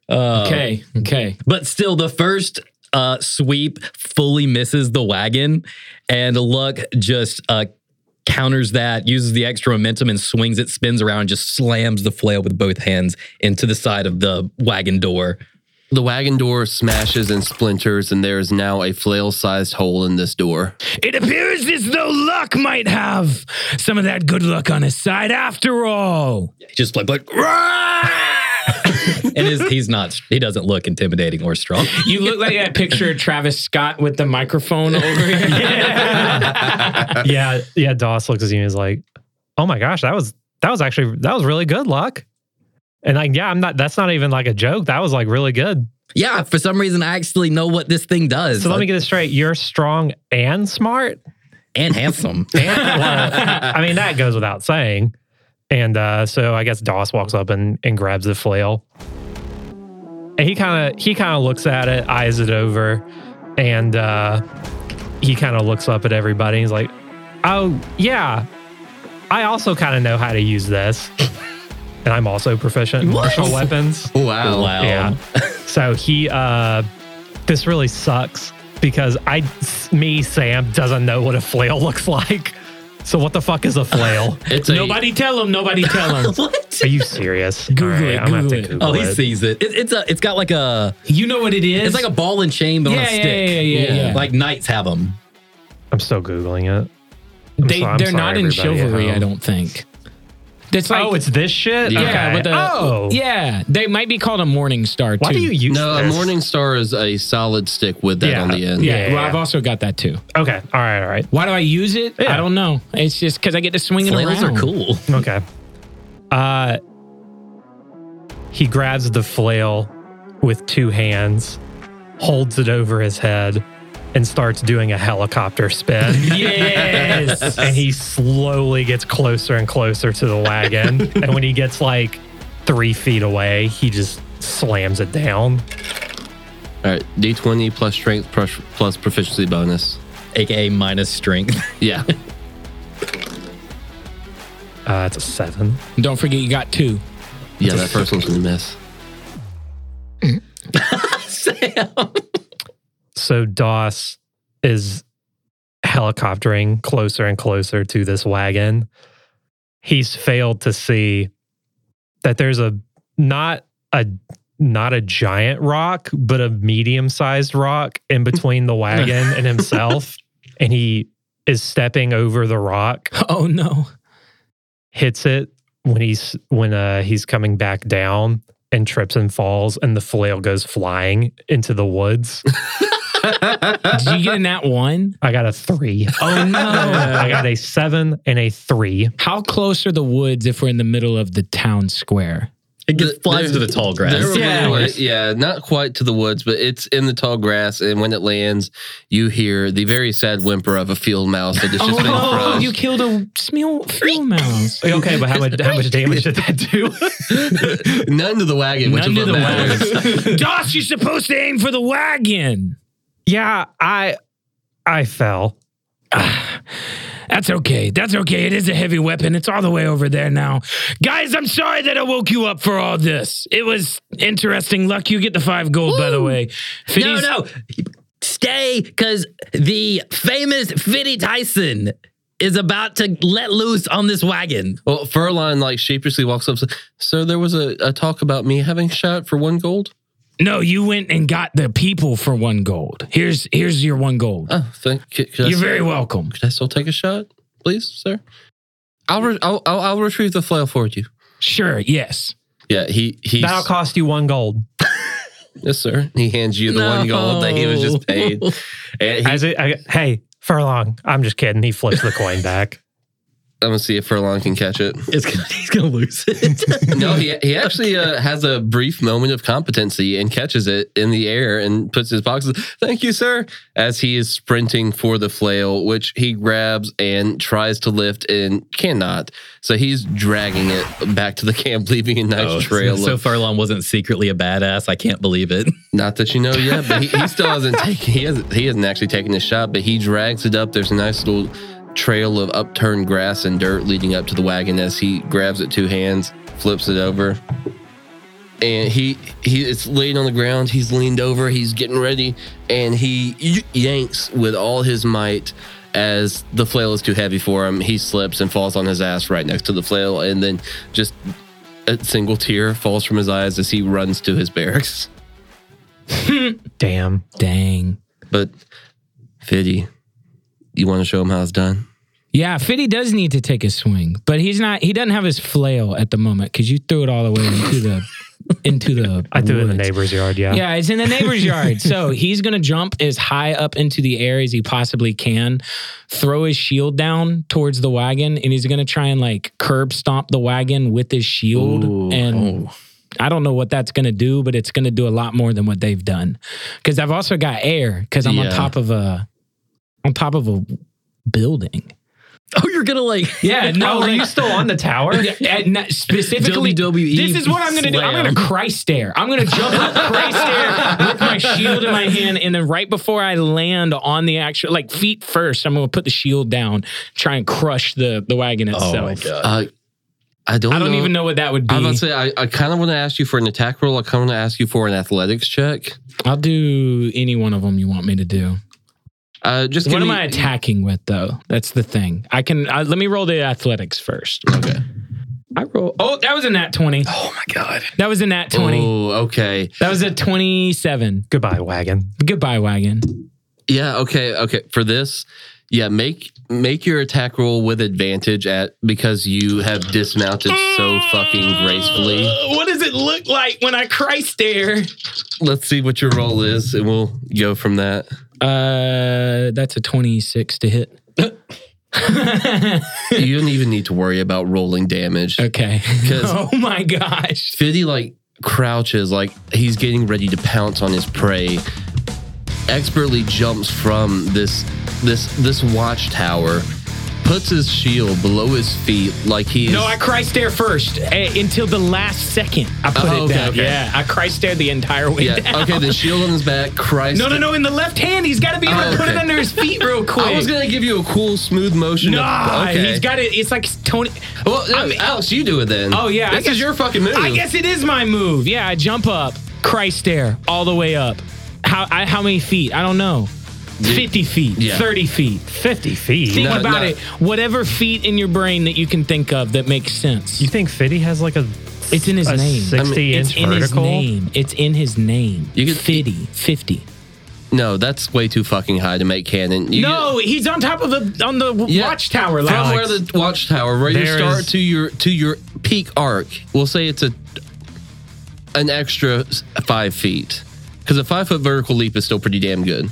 S4: Uh,
S2: Okay, okay.
S4: But still, the first uh, sweep fully misses the wagon, and Luck just uh, counters that, uses the extra momentum, and swings it, spins around, and just slams the flail with both hands into the side of the wagon door.
S1: The wagon door smashes and splinters, and there is now a flail-sized hole in this door.
S6: It appears as though luck might have some of that good luck on his side after all.
S4: He just like, like and his, he's not, he doesn't look intimidating or strong.
S2: You look like that picture of Travis Scott with the microphone over here.
S3: Uh, yeah, yeah. Doss looks at you and is like, "Oh my gosh, that was that was actually that was really good luck." And like, yeah, I'm not. That's not even like a joke. That was like really good.
S4: yeah, for some reason, I actually know what this thing does.
S3: So let me get this straight. You're strong and smart.
S4: and handsome.
S3: I mean, that goes without saying. And uh, so I guess Doss walks up and, and grabs the flail. And he kind of he kind of looks at it, eyes it over, and uh, he kind of looks up at everybody. He's like, "Oh yeah, I also kind of know how to use this." and I'm also proficient in martial weapons.
S2: Oh,
S1: Oh, Wow.
S5: Wow.
S3: Yeah. Um, so he, uh, this really sucks because I, me, Sam doesn't know what a flail looks like. So what the fuck is a flail?
S1: It's
S2: Nobody tell him. Nobody tell him.
S5: What?
S3: Are you serious?
S2: Google
S3: All
S2: it,
S3: I'm gonna have to
S2: Google it.
S3: Google
S5: Oh, he
S3: it.
S5: sees it. it. It's a. It's got like a.
S2: you know what it is?
S5: It's like a ball and chain, but on
S2: Yeah,
S5: a
S2: yeah,
S5: stick.
S2: yeah, yeah, yeah.
S5: Like knights have them.
S3: I'm still googling it. I'm
S2: they
S3: so- I'm
S2: they're
S3: sorry,
S2: not in
S3: everybody at
S2: chivalry. I
S3: home.
S2: don't think. That's like
S3: oh, it's this shit.
S1: Yeah,
S2: yeah,
S3: okay.
S2: with a-
S3: oh,
S2: yeah. They might be called a morning star too.
S3: Why do you use
S1: No, a
S3: this?
S1: morning star is a solid stick with that
S3: Yeah.
S1: on the end.
S2: Yeah,
S3: Yeah,
S2: well,
S3: yeah.
S2: I've also got that too.
S3: Okay. All right. All right.
S2: Why do I use it?
S3: Yeah.
S2: I don't know. It's just because I get to swing it
S5: Flails
S2: around.
S5: are cool.
S3: Okay. Uh he grabs the flail with two hands, holds it over his head, and starts doing a helicopter spin.
S2: Yes.
S3: and he slowly gets closer and closer to the wagon. and when he gets like three feet away, he just slams it down.
S1: All right. D20 plus strength plus, plus proficiency bonus.
S5: AKA minus strength.
S1: Yeah.
S3: Uh, it's a seven.
S2: don't forget, you got two.
S1: yeah, that first one's going to miss.
S3: So Doss is helicoptering closer and closer to this wagon. He's failed to see that there's a not a not a giant rock, but a medium-sized rock in between the wagon and himself, and he is stepping over the rock,
S2: Oh no.
S3: hits it when he's when uh, he's coming back down and trips and falls and the flail goes flying into the woods.
S2: Did you get in that one?
S3: I got a 3.
S2: Oh no.
S3: I got a seven and a three.
S2: How close are the woods if we're in the middle of the town square?
S5: It gets
S1: Th-
S5: flies
S1: there-
S5: to the tall grass.
S1: There were
S2: Yeah.
S1: little- yeah, not quite to the woods, but it's in the tall grass. And when it lands, you hear the very sad whimper of a field mouse that it's just been
S2: Oh,
S1: crushed.
S2: you killed a small field mouse.
S3: Okay, but how much how much damage did that do?
S1: None to the wagon, which
S2: None
S1: is what
S2: to the
S1: matters.
S2: Doss, you're supposed to aim for the wagon.
S3: yeah, I I fell.
S2: That's okay. That's okay. It is a heavy weapon. It's all the way over there now. Guys, I'm sorry that I woke you up for all this. It was interesting. Luck, you get the five gold, by the way.
S5: No,
S2: Fiddy's-
S5: no. Stay, because the famous Fitty Tyson is about to let loose on this wagon.
S1: Well, Furline like sheepishly walks up. So there was a, a talk about me having shot for one gold.
S2: No, you went and got the people for one gold. Here's here's your one
S5: Uh,
S2: gold.
S1: Oh, thank could, could I,
S2: You're
S1: s-
S2: very welcome.
S1: could I still take a shot, please, sir? I'll re- I'll, I'll I'll retrieve the flail for you.
S2: Sure, yes.
S1: Yeah, he he.
S3: That'll cost you one gold.
S1: Yes, sir. He hands you the one gold that he was just paid. And he, I'm
S3: As it, I, hey, furlong. I'm just kidding. He flips the coin back.
S1: gonna see if Furlong can catch it.
S5: It's gonna, he's gonna lose it.
S1: No, he he actually uh, has a brief moment of competency and catches it in the air and puts his boxes. Thank you, sir. As he is sprinting for the flail, which he grabs and tries to lift and cannot, so he's dragging it back to the camp, leaving a nice
S5: Oh,
S1: trail.
S5: so
S1: of,
S5: Furlong wasn't secretly a badass. I can't believe it.
S1: not that you know yet, but he, he still hasn't taken. He hasn't he hasn't actually taken his shot, but he drags it up. There's a nice little trail of upturned grass and dirt leading up to the wagon as he grabs it two hands, flips it over and he he it's laying on the ground. He's leaned over. He's getting ready, and he y- yanks with all his might as the flail is too heavy for him. He slips and falls on his ass right next to the flail, and then just a single tear falls from his eyes as he runs to his barracks.
S3: Damn.
S2: Dang.
S1: But Fiddy, you want to show him how it's done?
S2: Yeah, Fiddy does need to take a swing, but he's not he doesn't have his flail at the moment because you threw it all the way into the into the
S3: I threw it in the
S2: woods.
S3: neighbor's yard. Yeah.
S2: Yeah, it's in the neighbor's yard. So he's going to jump as high up into the air as he possibly can, throw his shield down towards the wagon, and he's going to try and like curb stomp the wagon with his shield. and I don't know what that's going to do, but it's going to do a lot more than what they've done. Because I've also got air because I'm on
S1: Yeah.
S2: top of a on top of a building.
S5: Oh, you're gonna like
S2: Yeah, no,
S3: Oh, are
S2: like-
S3: you still on the tower?
S2: yeah, and not- specifically
S1: E
S5: WWE
S2: This is what I'm gonna do. I'm
S5: slam.
S2: gonna Christ stare. I'm gonna jump up Christ stare with my shield in my hand, and then right before I land on the actual like feet
S1: Oh
S2: Oh first, I'm gonna put the shield down, try and crush the the wagon itself.
S5: God.
S1: Uh, I don't.
S2: I don't
S1: know.
S2: even know what that would be.
S1: I'm about to say I, I kind of want to ask you for an attack roll. I kind of want to ask you for an athletics check.
S2: I'll do any one of them you want me to do.
S1: Uh, just
S2: What
S1: give
S2: am
S1: me-
S2: I attacking with, though? That's the thing. I can I, let me roll the athletics first. Okay. I roll. Oh, that was a nat twenty.
S1: Oh my god.
S2: That was a nat twenty.
S1: Oh, okay.
S2: That was a twenty-seven.
S3: Goodbye, wagon.
S2: Goodbye, wagon.
S1: Yeah. Okay. Okay. For this, yeah. Make make your attack roll with advantage at because you have dismounted so fucking gracefully.
S2: Uh, what does it look like when I cry stare?
S1: Let's see what your roll is, and we'll go from that.
S2: Uh, that's a twenty-six to hit.
S1: You don't even need to worry about rolling damage.
S2: Okay.
S1: 'Cause-
S2: Oh my gosh.
S1: Fiddy like crouches, like he's getting ready to pounce on his prey. Expertly jumps from this this this watchtower, puts his shield below his feet, like he is.
S2: No, I cry stare first eh, until the last second. I put
S1: Oh,
S2: it
S1: okay,
S2: down.
S1: okay.
S2: Yeah, I cry stared the entire way down.
S1: yeah. Okay, the shield on his back. Christ.
S2: No, no, no! In the left hand, he's got to be able
S1: Oh,
S2: to put it
S1: okay.
S2: under his feet real quick.
S1: I was gonna give you a cool, smooth motion. to-
S2: Nah,
S1: okay.
S2: he's got it. It's like Tony.
S1: Well, no, Alex, you do it then.
S2: Oh, yeah, I
S1: this
S2: guess-
S1: is your fucking move.
S2: I guess it is my move. Yeah, I jump up, Christ there, all the way up. How I, how many feet? I don't know. Fifty feet,
S1: Yeah.
S2: thirty feet.
S3: Fifty feet.
S2: Think
S1: No,
S2: about
S1: no.
S2: it. Whatever feet in your brain that you can think of that makes sense.
S3: You think Fiddy has like a?
S2: It's in his
S3: a
S2: name.
S3: Sixty
S2: it's
S3: inch
S2: in his
S3: vertical.
S2: name. It's in his name.
S1: You could-
S2: 50, 50.
S1: No, that's way too fucking high to make canon. You
S2: no, he's on top of the on the w-
S1: Yeah.
S2: watchtower.
S1: From
S2: Alex.
S1: where the watchtower, where you
S3: There
S1: start
S3: is-
S1: to your to your peak arc, we'll say it's a an extra s- five feet because a five foot vertical leap is still pretty damn good.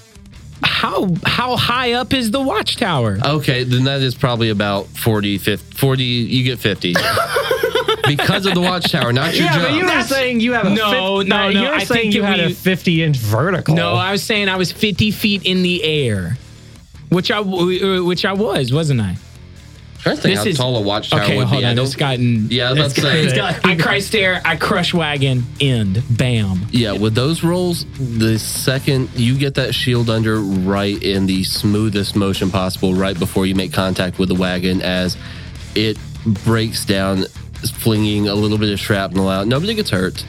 S2: how how high up is the watchtower?
S1: Okay, then that is probably about 40, 50, 40 you get fifty because of the watchtower, not your
S3: Yeah, but
S1: jump.
S3: you were
S2: That's-
S3: saying you have a
S2: No,
S3: fif-
S2: no, no,
S3: You were
S2: I
S3: saying
S2: think
S3: you
S2: it
S3: had a
S2: we-
S3: fifty-inch
S6: Oh.
S3: vertical.
S2: No, I was saying I was 50 feet in the air, which I w- which I was, wasn't I?
S1: trying to think
S2: this
S1: how
S2: is-
S1: tall a watchtower
S2: Okay,
S1: would
S2: hold
S1: be. I
S2: on.
S1: don't.
S2: It's gotten.
S1: yeah, I was about to say.
S3: it's got-
S2: I cry stare. I crush wagon. End. Bam.
S1: Yeah, with those rolls, the second you get that shield under right in the smoothest motion possible, right before you make contact with the wagon, as it breaks down, flinging a little bit of shrapnel out. Nobody gets hurt,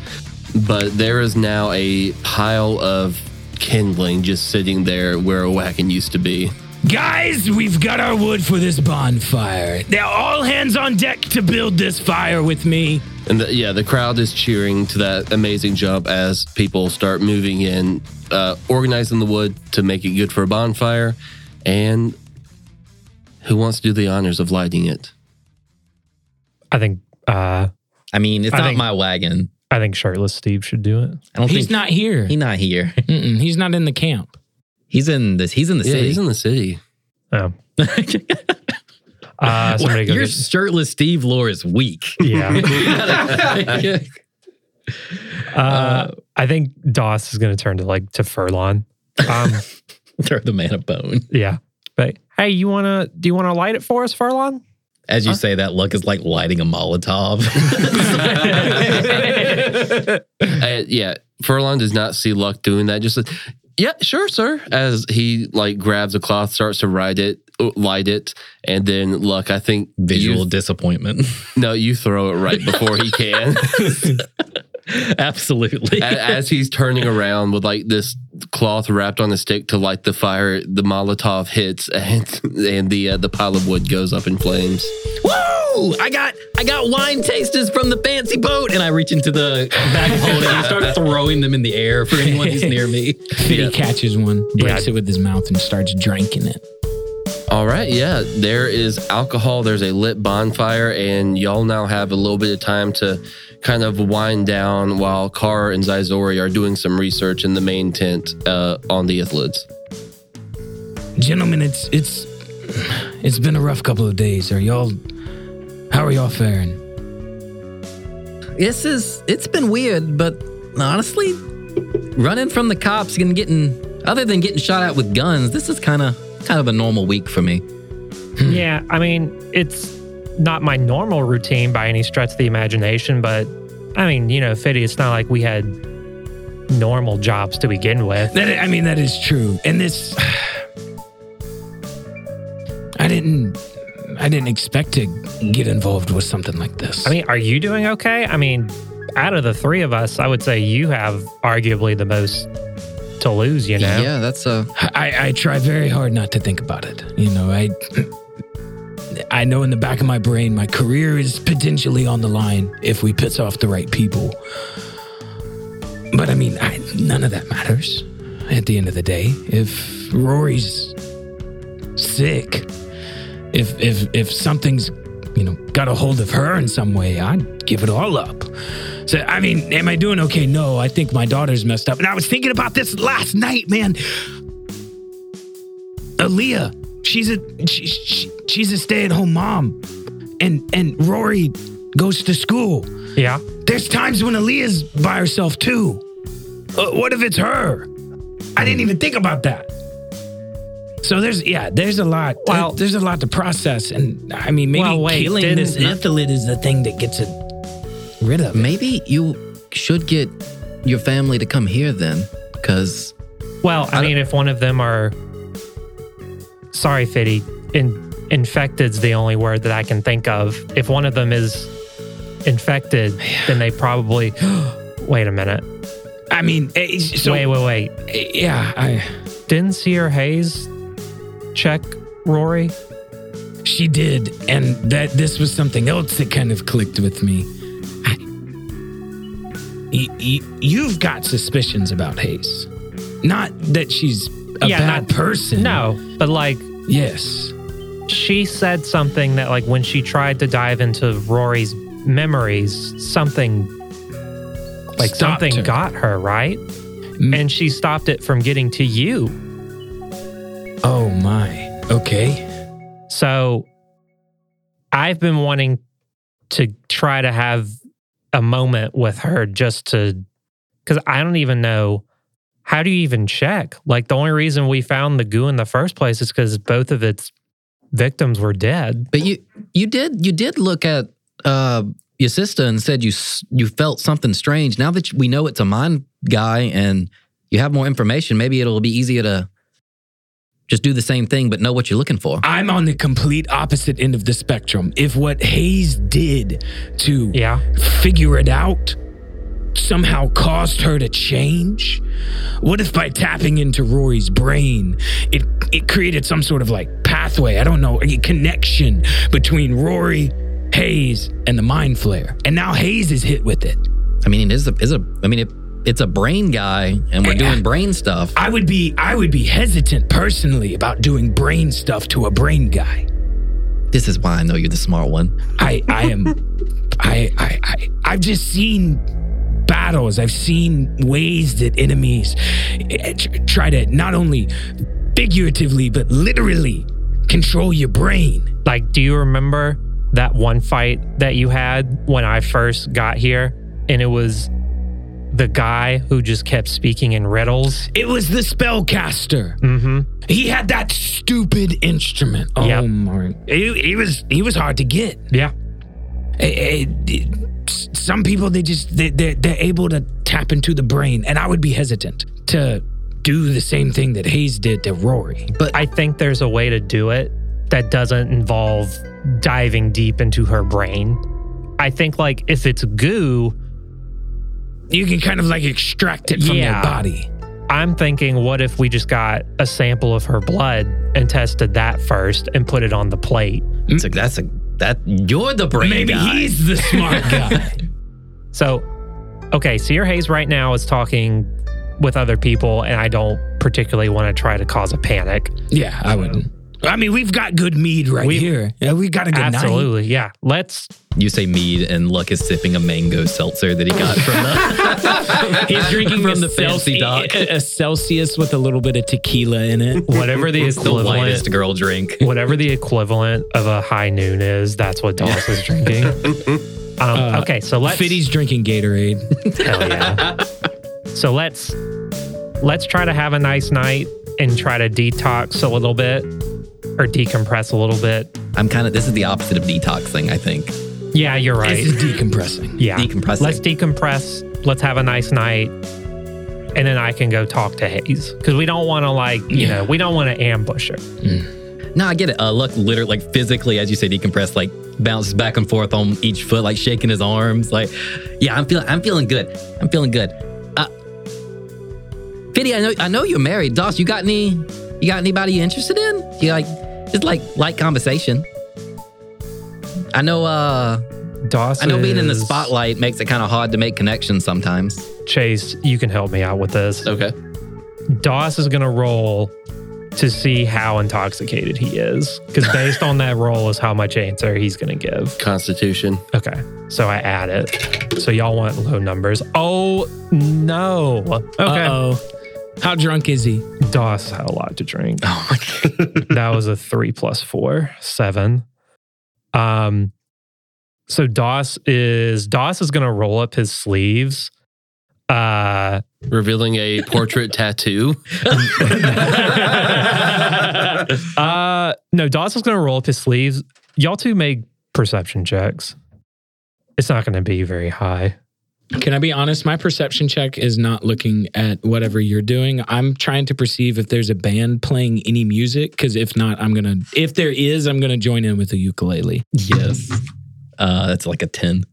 S1: but there is now a pile of kindling just sitting there where a wagon used to be.
S6: Guys, we've got our wood for this bonfire. Now, all hands on deck to build this fire with me.
S1: And the, yeah, the crowd is cheering to that amazing jump as people start moving in, uh, organizing the wood to make it good for a bonfire. And who wants to do the honors of lighting it?
S3: I think. Uh,
S4: I mean, it's
S3: I
S4: not
S3: think-
S4: my wagon.
S3: I think shirtless Steve should do it.
S4: I don't
S2: He's
S4: think
S2: not here.
S4: he's not here.
S2: Mm-mm, he's not in the camp.
S4: He's in this. He's in the
S1: Yeah,
S4: city.
S1: he's in the city.
S3: Oh. uh, somebody go
S4: Your
S3: get-
S4: shirtless Steve lore is weak.
S3: yeah.
S4: yeah.
S3: Uh, I think Doss is going to turn to like to Furlon. Um,
S4: Throw the man a bone.
S3: yeah. But hey, you wanna do you wanna light it for us, Furlon?
S4: As you say that, look is like lighting a Molotov.
S1: Uh, yeah, Furlong does not see Luck doing that. Just says, yeah, sure, sir. As he like grabs a cloth, starts to ride it, uh, light it, and then Luck, I think
S4: Visual
S1: You,
S4: disappointment.
S1: no, you throw it right before he can.
S4: Absolutely.
S1: A- as he's turning around with like this cloth wrapped on a stick to light the fire, the Molotov hits and and the uh, the pile of wood goes up in flames.
S4: Woo! I got I got wine tasters from the fancy boat, and I reach into the bag of holding and I start throwing them in the air for anyone who's near me.
S2: Fitty catches one, breaks
S3: Yeah.
S2: it with his mouth, and starts drinking it.
S1: All right, yeah, there is alcohol. There's a lit bonfire, and y'all now have a little bit of time to kind of wind down while Carr and Zizori are doing some research in the main tent uh, on the Ithlids.
S6: Gentlemen, it's it's it's been a rough couple of days. Are y'all how are y'all faring?
S5: This is it's been weird, but honestly, running from the cops and getting other than getting shot at with guns, this is kind of kind of a normal week for me.
S3: yeah, I mean, it's not my normal routine by any stretch of the imagination, but I mean, you know, Fiddy, it's not like we had normal jobs to begin with.
S6: That I mean that is true. And this I didn't I
S2: I didn't expect to get involved with something like this.
S3: I mean, are you doing okay? I mean, out of the three of us, I would say you have arguably the most to lose, you know?
S5: Yeah, that's uh, a.
S2: I, I try very hard not to think about it. You know, I I know in the back of my brain my career is potentially on the line if we piss off the right people. But I mean, I, none of that matters at the end of the day. If Rory's sick, if if if something's you know got a hold of her in some way, I'd give it all up. So I mean, am I doing okay? No, I think my daughter's messed up. And I was thinking about this last night, man. Aaliyah, she's a she, she, she's a stay-at-home mom, and and Rory goes to school.
S3: Yeah.
S2: There's times when Aaliyah's by herself too. Uh, what if it's her? I didn't even think about that. So there's yeah, there's a lot.
S3: Well-
S2: there's a lot to process, and I mean maybe
S3: Well, wait,
S2: killing
S3: didn't-
S2: this infilid is the thing that gets it rid of. it.
S5: Maybe you should get your family to come here then, because
S3: Well, I,
S5: I
S3: mean, if one of them are. Sorry, Fiddy. In, infected's the only word that I can think of. If one of them is infected, then they probably. wait a minute.
S2: I mean, eh, so
S3: wait, wait, wait.
S2: eh, yeah, I,
S3: Didn't Seer Hayes check Rory?
S2: she did, and that this was something else that kind of clicked with me. I- y- y- you've got suspicions about Hayes, not that she's a
S3: Yeah,
S2: bad
S3: not-
S2: person.
S3: No, but like
S2: Yes.
S3: she said something that like when she tried to dive into Rory's memories, something like
S2: Stopped
S3: something
S2: her.
S3: got her, right?
S2: Mm.
S3: And she stopped it from getting to you.
S2: Oh my. Okay.
S3: So I've been wanting to try to have a moment with her just to cuz I don't even know how do you even check? Like the only reason we found the goo in the first place is cuz both of its victims were dead.
S5: but you you did you did look at uh, your sister and said you s- you felt something strange. Now that we know it's a mind guy and you have more information, maybe it'll be easier to just do the same thing but know what you're looking for.
S2: I'm on the complete opposite end of the spectrum. If what Hayes did to
S3: Yeah.
S2: figure it out somehow caused her to change, what if by tapping into Rory's brain, it it created some sort of like pathway, I don't know, a connection between Rory, Hayes, and the mind flare. And now Hayes is hit with it.
S5: I mean, it is a, is a I mean, it, it's a brain guy, and we're
S2: Yeah.
S5: doing brain stuff.
S2: I would be I would be hesitant personally about doing brain stuff to a brain guy.
S5: This is why I know you're the smart one.
S2: I I am I, I I I've just seen battles. I've seen ways that enemies eh, tr- try to not only figuratively but literally control your brain.
S3: Like, do you remember that one fight that you had when I first got here? And it was the guy who just kept speaking in riddles.
S2: It was the spellcaster.
S3: hmm
S2: He had that stupid instrument. Oh
S3: Yep.
S2: my! He, he was he was hard to get.
S3: Yeah.
S2: Eh, eh, eh, s- some people they just they they're, they're able to tap into the brain, and I would be hesitant to do the same thing that Hayes did to Rory.
S3: I think there's a way to do it that doesn't involve diving deep into her brain. I think, like, if it's goo,
S2: you can kind of like extract it from
S3: Yeah.
S2: their body.
S3: I'm thinking, what if we just got a sample of her blood and tested that first and put it on the plate?
S5: It's a, that's a that you're the brain
S2: Maybe
S5: guy.
S2: he's the smart guy.
S3: So, okay, Seer Hayes right now is talking with other people, and I don't particularly want to try to cause a panic.
S2: yeah, I wouldn't. I mean, we've got good mead right
S3: We-
S2: here. Yeah, we got a good night.
S3: Absolutely, yeah. Let's.
S4: You say mead, and Luck is sipping a mango seltzer that he got from the.
S2: He's drinking
S4: from the fancy dock.
S2: a Celsius with a little bit of tequila in it.
S3: Whatever the
S4: It's the
S3: equivalent,
S4: lightest girl drink.
S3: whatever the equivalent of a high noon is, that's what Doss is drinking. Um, okay, so let's.
S2: Uh, Fiddy's drinking Gatorade.
S3: Hell yeah. so let's let's try to have a nice night and try to detox a little bit or decompress a little bit.
S5: I'm kind of this is the opposite of detoxing. I think
S3: Yeah, you're right.
S2: This is decompressing.
S3: Yeah.
S5: Decompressing.
S3: Let's decompress. Let's have a nice night. And then I can go talk to Hayes because we don't want to, like, you know, we don't want to ambush her.
S4: No, I get it. Uh, Luck literally, like physically, as you said, decompressed, like bounces back and forth on each foot, like shaking his arms. Like, yeah, I'm feeling, I'm feeling good. I'm feeling good. Uh, Kitty, I know, I know you're married. Doss, you got any, you got anybody you interested in? You like, just like light conversation. I know, uh,
S3: Doss.
S4: I know being in the
S3: is-
S4: spotlight makes it kind of hard to make connections sometimes.
S3: Chase, you can help me out with this.
S1: Okay.
S3: Doss is going to roll to see how intoxicated he is. Because based on that roll is how much answer he's going to give.
S1: Constitution.
S3: Okay. So I add it. So y'all want low numbers. Oh, no. Okay.
S2: Uh oh. How drunk is he?
S3: Doss had a lot to drink. Oh my god. that was a three plus four, seven. Um so Doss is Doss is gonna roll up his sleeves. Uh
S1: Revealing a portrait tattoo.
S3: uh no, Doss is gonna roll up his sleeves. Y'all two make perception checks. It's not gonna be very high.
S2: Can I be honest? My perception check is not looking at whatever you're doing. I'm trying to perceive if there's a band playing any music, because if not, I'm gonna. If there is, I'm gonna join in with the ukulele.
S4: Yes. Uh, that's like a 10.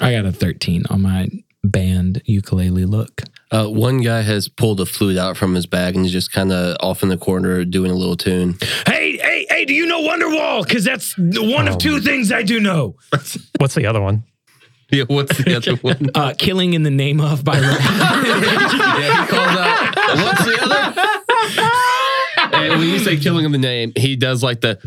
S2: I got a 13 on my band ukulele look.
S1: Uh, one guy has pulled a flute out from his bag and is just kind of off in the corner doing a little tune.
S6: Hey, hey, hey, do you know Wonderwall? Because that's the one
S3: Oh.
S6: of two things I do know.
S3: What's the other one?
S1: Yeah, what's the other one?
S2: Uh, Killing in the Name of by
S1: yeah, he calls out, what's the other? And when you say killing him the name, he does like the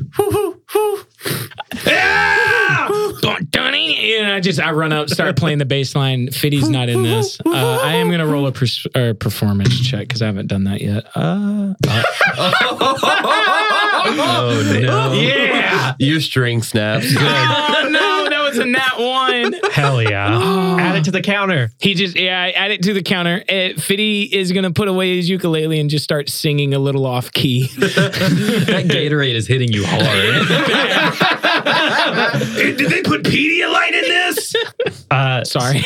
S2: Donnie, and I just I run up, start playing the bass line. Fitty's not in this. Uh, I am gonna roll a pers- or performance check because I haven't done that yet. Uh,
S4: Oh, no.
S2: yeah.
S1: your string snaps.
S2: oh no, that was a nat one.
S3: Hell yeah. Add it to the counter.
S2: He just yeah, I add it to the counter. Uh, Fitty is gonna put away his ukulele and just start singing a little off key.
S4: that Gatorade is hitting you hard.
S6: Hey, Did they put Pedialyte in this?
S3: Uh
S2: Sorry.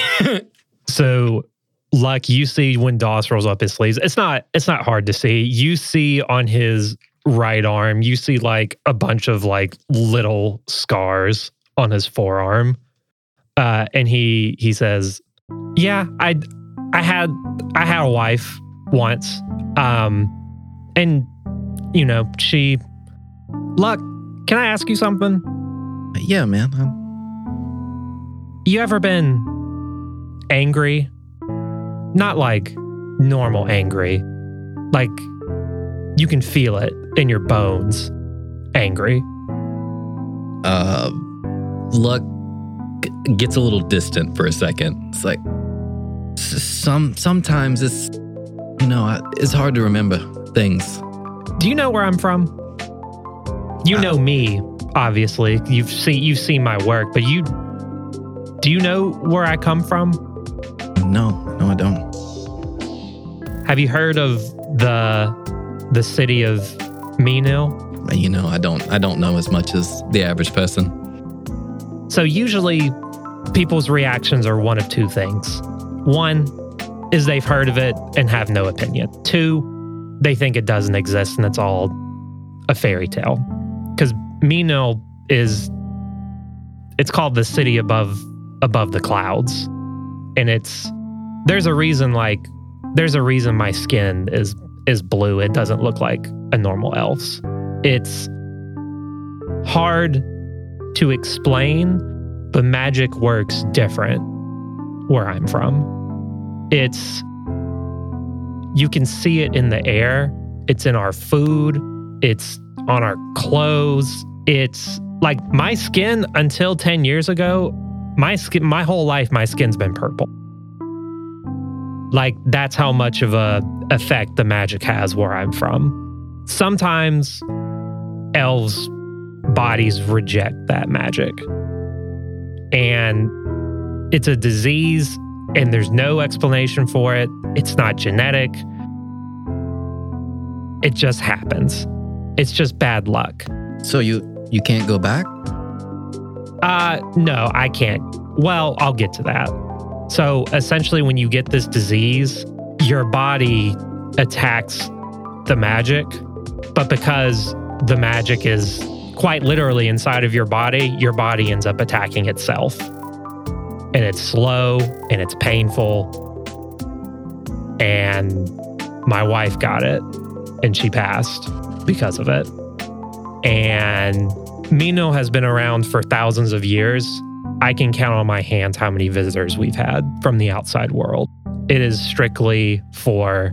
S3: So, like you see when Doss rolls up his sleeves, it's not it's not hard to see. You see on his right arm, you see like a bunch of like little scars on his forearm, uh, and he he says, "Yeah, I I had I had a wife once, um, and you know she, Luck, can I ask you something?
S5: Yeah, man. I'm,
S3: you ever been angry? Not like normal angry. Like you can feel it in your bones. Angry.
S5: uh,
S4: Luck g- gets a little distant for a second. It's like,
S5: s- some sometimes it's you know I, it's hard to remember things.
S3: Do you know where I'm from? You
S5: Uh.
S3: know me, obviously. You've seen you've seen my work, but you do you know where I come from?
S5: No, no, I don't.
S3: Have you heard of the the city of Menil?
S5: You know, I don't. I don't know as much as the average person.
S3: So usually people's reactions are one of two things. One is they've heard of it and have no opinion. Two, they think it doesn't exist and it's all a fairy tale. Cuz Mino is it's called the city above above the clouds. And it's there's a reason like there's a reason my skin is is blue. It doesn't look like a normal elf's. It's hard to explain, but magic works different where I'm from. It's you can see it in the air, it's in our food, it's on our clothes, it's like my skin until 10 years ago, my skin my whole life my skin's been purple. Like that's how much of a effect the magic has where I'm from. Sometimes elves bodies reject that magic. And it's a disease, and there's no explanation for it. It's not genetic, it just happens. It's just bad luck.
S5: So you you can't go back.
S3: Uh, no, I can't. Well, I'll get to that. So essentially, when you get this disease, your body attacks the magic, but because the magic is quite literally inside of your body, your body ends up attacking itself. And it's slow and it's painful. And my wife got it and she passed because of it. And Mino has been around for thousands of years. I can count on my hands how many visitors we've had from the outside world. It is strictly for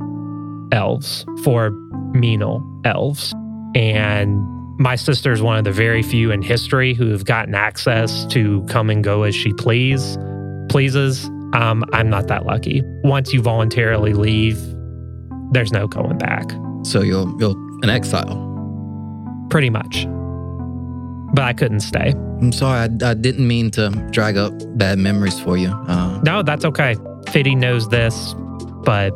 S3: elves, for Mino elves. And my sister is one of the very few in history who have gotten access to come and go as she please pleases. Um, I'm not that lucky. Once you voluntarily leave, there's no going back,
S5: So you're you're an exile.
S3: pretty much. But I couldn't stay.
S5: I'm sorry, I, I didn't mean to drag up bad memories for you. Uh,
S3: No, that's okay. Fiddy knows this, but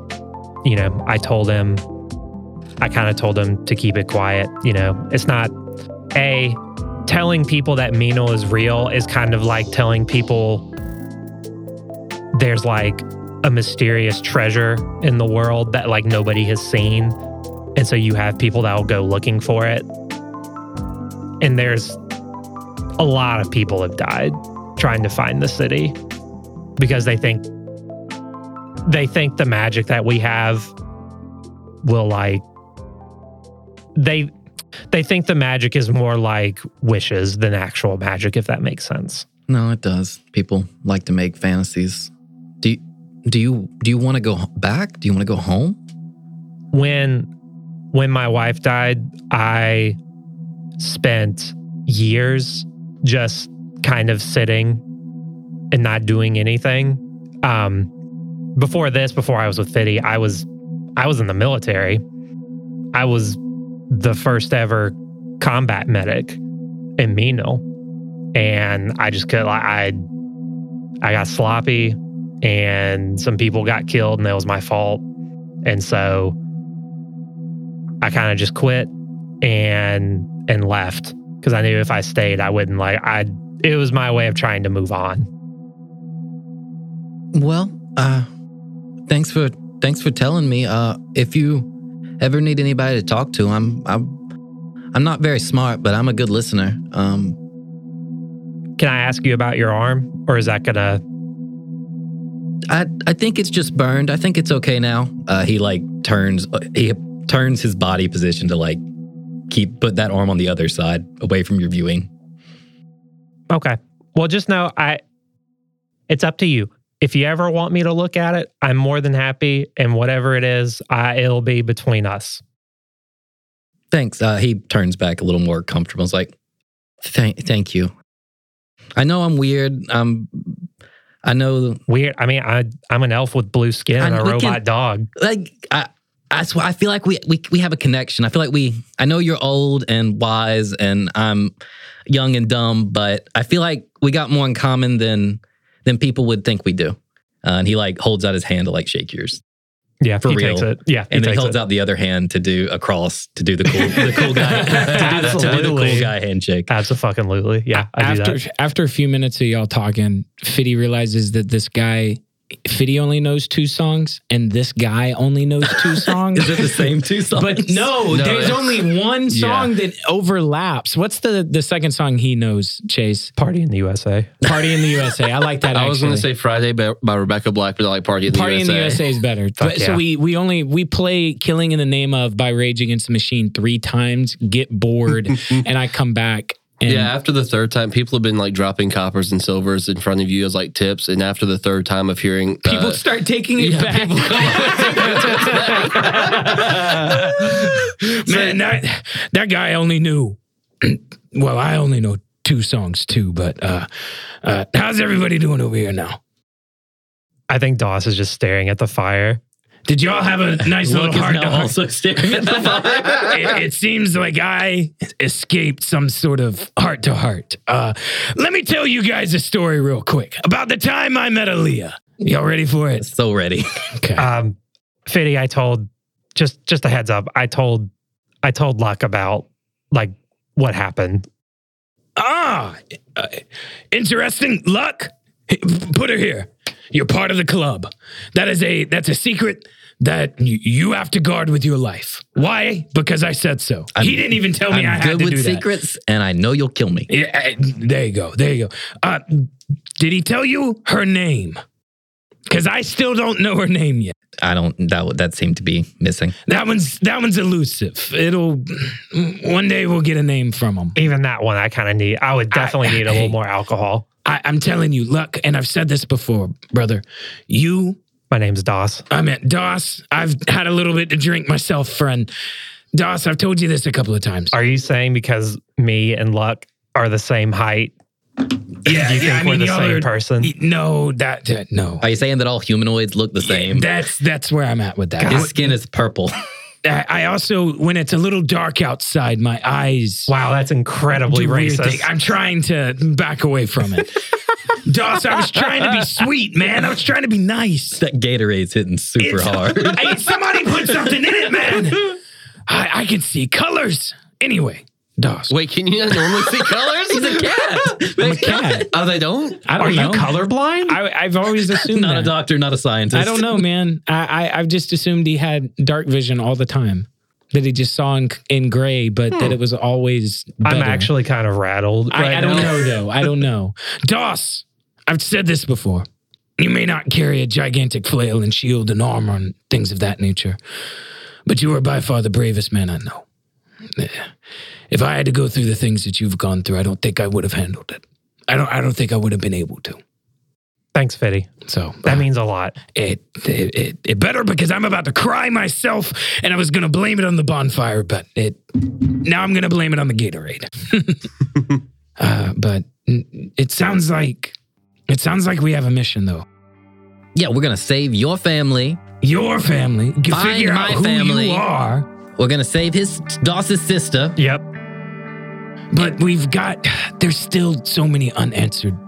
S3: you know, I told him I kind of told him to keep it quiet, you know. It's not a telling people that Mino is real is kind of like telling people there's like a mysterious treasure in the world that like nobody has seen. And so you have people that will go looking for it. And there's a lot of people have died trying to find the city because they think they think the magic that we have will like they they think the magic is more like wishes than actual magic if that makes sense
S5: no, it does. People like to make fantasies. Do you, do you do you want to go h- back? Do you want to go home?
S3: when when my wife died i spent years just kind of sitting and not doing anything um before this before i was with fiddy i was i was in the military i was the first ever combat medic in mino and i just could like i i got sloppy and some people got killed and that was my fault and so I kind of just quit and and left because I knew if I stayed, I wouldn't like I. It was my way of trying to move on.
S5: Well, uh, thanks for thanks for telling me. Uh, if you ever need anybody to talk to, I'm I'm I'm not very smart, but I'm a good listener. Um,
S3: Can I ask you about your arm, or is that gonna?
S5: I I think it's just burned. I think it's okay now.
S4: Uh, he like turns
S5: uh,
S4: he turns his body position to like keep put that arm on the other side away from your viewing.
S3: Okay. Well, just know I. It's up to you. If you ever want me to look at it, I'm more than happy. And whatever it is, I, it'll be between us.
S4: Thanks. Uh, he turns back a little more comfortable. It's like
S5: Thank thank you. I know I'm weird. Um, I know
S3: Weird. I mean, I I'm an elf with blue skin and,
S5: And
S3: a
S5: we can-
S3: robot dog.
S5: like I, that's why I feel like we, we we have a connection. I feel like we I know you're old and wise and I'm young and dumb, but I feel like we got more in common than than people would think we do.
S4: uh, and he like holds out his hand to like shake yours,
S3: Yeah,
S4: For
S3: he
S4: real.
S3: Takes it. Yeah,
S4: and then he
S3: takes
S4: holds
S3: it.
S4: out the other hand to do a cross to do the cool the cool guy to, do the, to do the
S3: Absolutely.
S4: cool guy handshake.
S3: Absolutely. Yeah, I do that.
S2: after after a few minutes of y'all talking, Fiddy realizes that this guy, Fiddy only knows two songs, and this guy only knows two songs.
S4: Is it the same two songs?
S2: But no, there's
S4: it's-
S2: only one song that overlaps. What's the the second song he knows, Chase?
S3: Party in the USA.
S2: Party in the USA. I like that.
S1: I was going to
S2: actually.
S1: say Friday by, by Rebecca Black, but I like Party in the
S2: Party
S1: USA.
S2: in the USA is better. But- So
S3: yeah.
S2: we we only we play Killing in the Name of by Rage Against the Machine three times, get bored, and I come back. And
S1: Yeah, after the third time, people have been like dropping coppers and silvers in front of you as like tips. And after the third time of hearing, uh,
S2: people start taking it back. Man, that that guy only knew. well, I only know two songs too. But uh, uh, how's everybody doing over here now?
S3: I think Doss is just staring at the fire.
S6: Did y'all have a nice little
S4: Look is
S6: hard
S4: now
S6: time?
S4: also staring at the
S6: it, it seems like I escaped some sort of heart to heart. Uh, Let me tell you guys a story real quick about the time I met Aaliyah. Y'all ready for it?
S4: so ready.
S2: Okay.
S3: Um, Fiddy, I told just just a heads up. I told I told Luck about like what happened.
S6: Ah, uh, interesting. Luck, put her here. You're part of the club. That is a that's a secret
S2: that you- you have to guard with your life. Why? Because I said so. he didn't even tell me
S4: I'm
S2: I had
S4: good
S2: to
S4: with
S2: do that.
S4: secrets, and I know you'll kill me.
S2: Yeah, uh, there you go. There you go. Uh, did he tell you her name? Because I still don't know her name yet.
S4: I don't. That would- that seemed to be missing.
S2: That one's that one's elusive. It'll one day we'll get a name from him.
S3: Even that one, I kind of need. I would definitely need a little more alcohol.
S2: I, I'm telling you, luck. And I've said this before, brother. You
S3: My name's Doss.
S2: I meant Doss. I've had a little bit to drink myself, friend. Doss, I've told you this a couple of times.
S3: Are you saying because me and Luck are the same height?
S2: Yeah,
S3: Do you think we're the
S2: y'all
S3: same
S2: are-
S3: person?
S2: No, that, that- no.
S4: Are you saying that all humanoids look the same?
S2: That's that's where I'm at with that.
S4: His skin is purple.
S2: I I also, when it's a little dark outside, my eyes
S3: Wow, that's incredibly
S2: do weird
S3: racist.
S2: thing- I'm trying to back away from it. Doss, I was trying to be sweet, man. I was trying to be nice.
S4: that Gatorade's hitting super hard.
S2: Hey, somebody put something in it, man. I, I can see colors. Anyway, Doss.
S1: Wait, can you not normally see colors? He's a cat.
S7: I'm a cat.
S1: Oh, they don't?
S7: I don't
S3: Are
S7: know.
S3: you colorblind?
S7: I, I've always assumed
S8: Not
S7: that.
S8: a doctor, not a scientist.
S7: I don't know, man. I, I I've just assumed he had dark vision all the time. That he just saw in, in gray, but that it was always.
S3: Hmm. I'm
S7: better.
S3: actually kind of rattled
S7: I,
S3: right
S7: I don't
S3: now.
S7: know though. I don't know.
S2: Doss, I've said this before. You may not carry a gigantic flail and shield and armor and things of that nature, but you are by far the bravest man I know. If I had to go through the things that you've gone through, I don't think I would have handled it. I don't. I don't think I would have been able to.
S3: Thanks, Fiddy.
S2: So
S3: That means a lot.
S2: it, it, it, it better because I'm about to cry myself, and I was gonna blame it on the bonfire, but it now I'm gonna blame it on the Gatorade. uh, but n- it sounds like it sounds like we have a mission though.
S4: yeah, we're gonna save your family.
S2: Your family, you
S4: Find
S2: figure
S4: my
S2: out who
S4: family.
S2: you are,
S4: We're gonna save his Doss's sister.
S3: Yep.
S2: but we've got there's still so many unanswered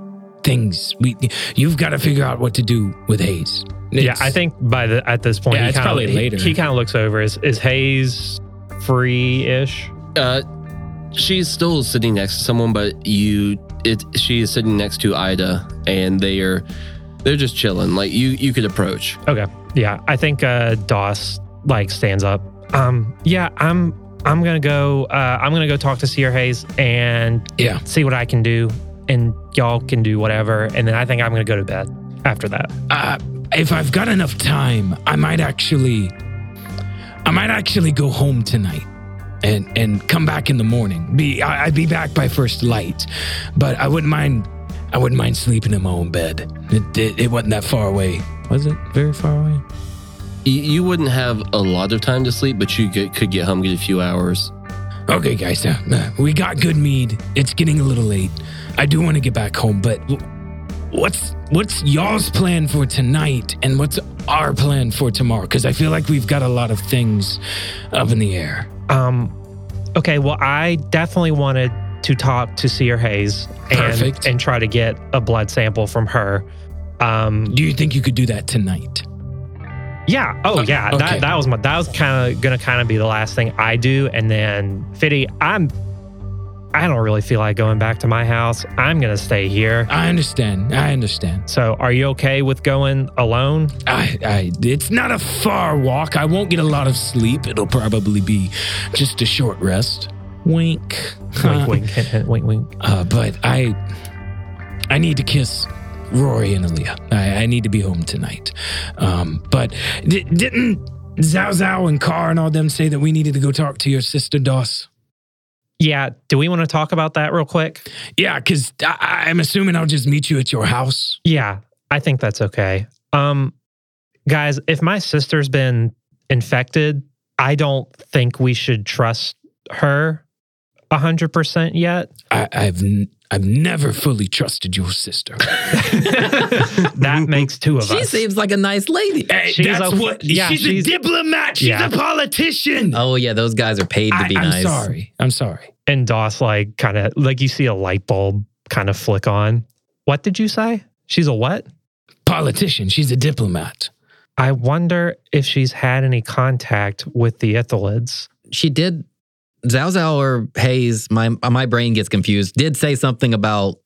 S2: things. We you've got to figure out what to do with Hayes.
S3: yeah,
S2: It's-
S3: I think by the at this point,
S7: Yeah,
S3: he
S7: it's
S3: kinda,
S7: probably
S3: he-
S7: later.
S3: He kind of looks over. Is is Hayes free ish?
S1: Uh, she's still sitting next to someone, but you, it, she is sitting next to Ida, and they are, they're just chilling. Like you, you could approach.
S3: Okay. Yeah, I think uh, Doss like stands up. Um, yeah, I'm I'm gonna go. Uh, I'm gonna go talk to Seer Hayes and
S2: Yeah.
S3: see what I can do, and y'all can do whatever. And then I think I'm gonna go to bed after that.
S2: uh, if I've got enough time, I might actually, I might actually go home tonight and and come back in the morning. Be I, I'd be back by first light, but I wouldn't mind. I wouldn't mind sleeping in my own bed. It, it, it wasn't that far away.
S7: Was it very far away?
S1: You, you wouldn't have a lot of time to sleep, but you could, could get home get a few hours.
S2: Okay, guys, uh, uh, we got good mead. It's getting a little late. I do want to get back home, but w- what's what's y'all's plan for tonight, and what's our plan for tomorrow? Because I feel like we've got a lot of things up in the air.
S3: Um, okay. Well, I definitely wanted to talk to Seer Hayes and,
S2: Perfect.
S3: and try to get a blood sample from her. Um,
S2: Do you think you could do that tonight?
S3: yeah. Oh, yeah.
S2: okay.
S3: That, that was my. That was kind of gonna kind of be the last thing I do, and then Fiddy, I'm. I don't really feel like going back to my house. I'm gonna stay here.
S2: I understand. I understand.
S3: So, are you okay with going alone?
S2: I, I, it's not a far walk. I won't get a lot of sleep. It'll probably be just a short rest. Wink.
S3: wink, wink, hint, hint, wink, wink.
S2: Uh, but I, I need to kiss Rory and Aaliyah. I, I need to be home tonight. Um, but di- didn't Zhao Zhao and Car and all them say that we needed to go talk to your sister Doss?
S3: Yeah. Do we want to talk about that real quick?
S2: Yeah, because I'm assuming I'll just meet you at your house.
S3: Yeah, I think that's okay. Um guys, if my sister's been infected, I don't think we should trust her 100% yet.
S2: I, I've, n- I've never fully trusted your sister.
S3: that makes two of
S4: She
S3: us.
S4: seems like a nice lady.
S2: Hey,
S3: She's
S2: Eh, that's
S3: a-
S2: what.
S3: yeah,
S2: she's,
S3: she's-
S2: a diplomat. She's
S3: yeah.
S2: a politician.
S4: Oh yeah, those guys are paid to
S2: I,
S4: be
S2: am
S4: nice.
S2: sorry. I'm sorry.
S3: and Doss like kind of like you see a light bulb kind of flick on. What did you say? She's a what?
S2: Politician. She's a diplomat.
S3: I wonder if she's had any contact with the Ithalids.
S4: She did. Zhao Zhao or Hayes, my my brain gets confused. Did say something about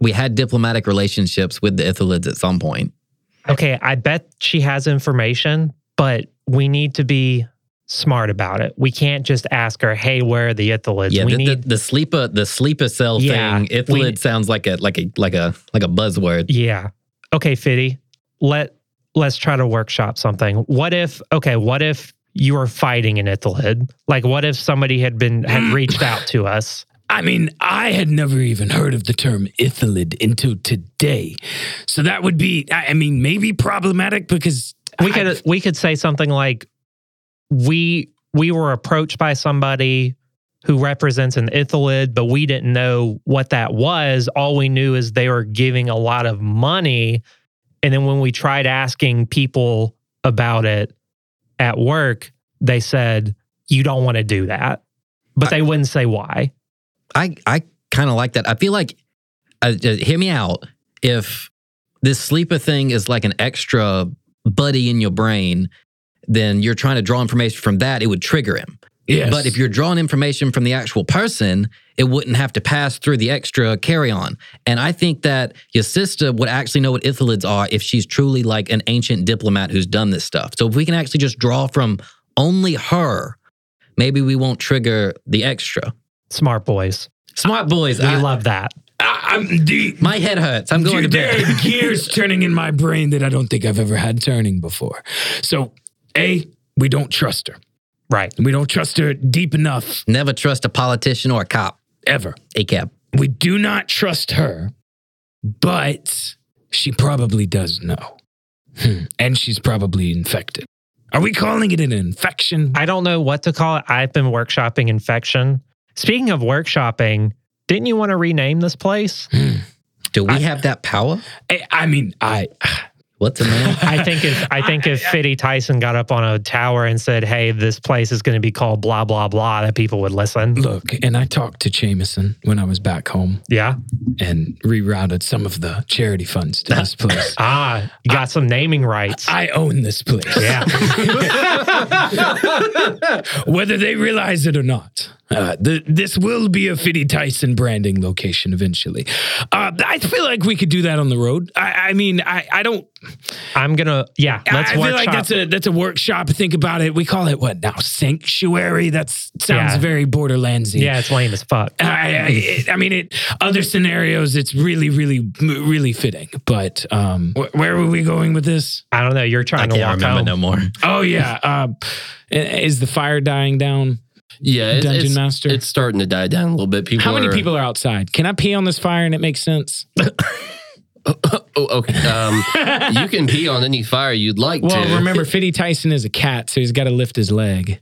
S4: we had diplomatic relationships with the Ithalids at some point.
S3: Okay, I bet she has information, but we need to be smart about it. We can't just ask her, "Hey, where are the ithylids?"
S9: Yeah,
S3: we
S9: the,
S3: need
S9: the, the sleeper the sleeper cell
S3: Yeah,
S9: thing. Ithlid
S3: we-
S9: sounds like a like a like a like a buzzword.
S3: Yeah. Okay, Fiddy. Let let's try to workshop something. What if okay, what if you were fighting an Ithalid? Like what if somebody had been had reached out to us?
S2: I mean, I had never even heard of the term ithalid until today. So that would be, I I mean, maybe problematic because
S3: We
S2: I-
S3: could we could say something like we we were approached by somebody who represents an Ithalid, but we didn't know what that was. All we knew is they were giving a lot of money. And then when we tried asking people about it at work, they said, You don't want to do that. But they wouldn't say why.
S4: I I kind of like that. I feel like, uh, uh, hear me out. If this sleeper thing is like an extra buddy in your brain, then you're trying to draw information from that. It would trigger him.
S2: Yes.
S4: But if you're drawing information from the actual person, it wouldn't have to pass through the extra carry on. And I think that your sister would actually know what Ithalids are if she's truly like an ancient diplomat who's done this stuff. So if we can actually just draw from only her, maybe we won't trigger the extra.
S3: Smart boys.
S4: Smart boys.
S3: We
S4: I,
S3: love that.
S2: I, I'm the.
S4: my head hurts. I'm going to
S2: Dude,
S4: bed.
S2: there are gears turning in my brain that I don't think I've ever had turning before. So, A, we don't trust her.
S3: Right.
S2: We don't trust her deep enough
S4: Never trust a politician or a cop.
S2: ever.
S4: A cab.
S2: We do not trust her, but she probably does know. Hmm. And she's probably infected. Are we calling it an infection?
S3: I don't know what to call it. I've been workshopping infection. Speaking of workshopping, didn't you want to rename this place?
S4: Do we have that power?
S2: I, Eh, I mean, I.
S4: What's a man?
S3: I think if I think if Fitty Tyson got up on a tower and said, "Hey, this place is going to be called blah blah blah," that people would listen.
S2: Look, and I talked to Jameson when I was back home
S3: Yeah.
S2: and rerouted some of the charity funds to this place.
S3: Ah, you got some naming rights.
S2: I own this place.
S3: yeah.
S2: Whether they realize it or not, uh, th- this will be a Fitty Tyson branding location eventually. Uh, I feel like we could do that on the road. I, I mean, I, I don't.
S3: I'm gonna. Yeah. Let's
S2: I, I feel
S3: workshop.
S2: like that's a that's a workshop. Think about it. We call it what now? Sanctuary. That sounds
S3: Yeah.
S2: very Borderlandsy.
S3: yeah, it's lame as fuck.
S2: I, I, it, I mean, it, other scenarios, it's really, really, really fitting. But um, wh- where were we going with this?
S3: I don't know. You're
S4: I
S3: trying to
S4: can't
S3: walk
S4: remember
S3: home.
S4: no more.
S2: Oh yeah, uh, is the fire dying down?
S1: Yeah, it's,
S2: Dungeon
S1: it's-
S2: Master.
S1: It's starting to die down a little bit. People.
S2: How many
S1: are-
S2: people are outside? Can I pee on this fire and it makes sense?
S1: Oh, okay. Um, you can pee on any fire you'd like
S2: Well,
S1: to.
S2: remember, Fiddy Tyson is a cat, so he's got to lift his leg.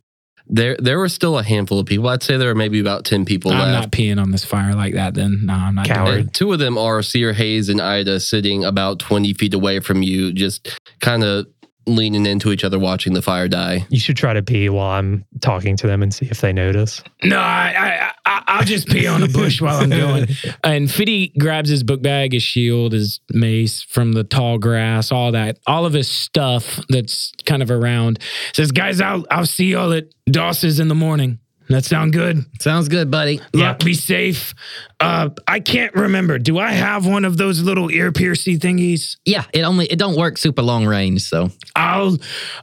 S1: there, there were still a handful of people. I'd say there are maybe about ten people
S2: I'm
S1: left.
S2: not peeing on this fire like that. Then no, I'm not. doing
S3: Coward.
S2: it.
S1: And two of them are Seer Hayes and Ida sitting about 20 feet away from you, just kind of leaning into each other, watching the fire die.
S3: You should try to pee while I'm talking to them and see if they notice.
S2: No, I, I, I, I'll just pee on a bush while I'm going. And Fiddy grabs his book bag, his shield, his mace from the tall grass, all that, all of his stuff that's kind of around. Says, guys, I'll, I'll see y'all at Doss's in the morning. That sound good?
S4: Sounds good, buddy.
S2: Luck, be safe. Uh, I can't remember. Do I have one of those little ear piercy thingies?
S4: Yeah, it only it don't work super long range, so
S2: I'll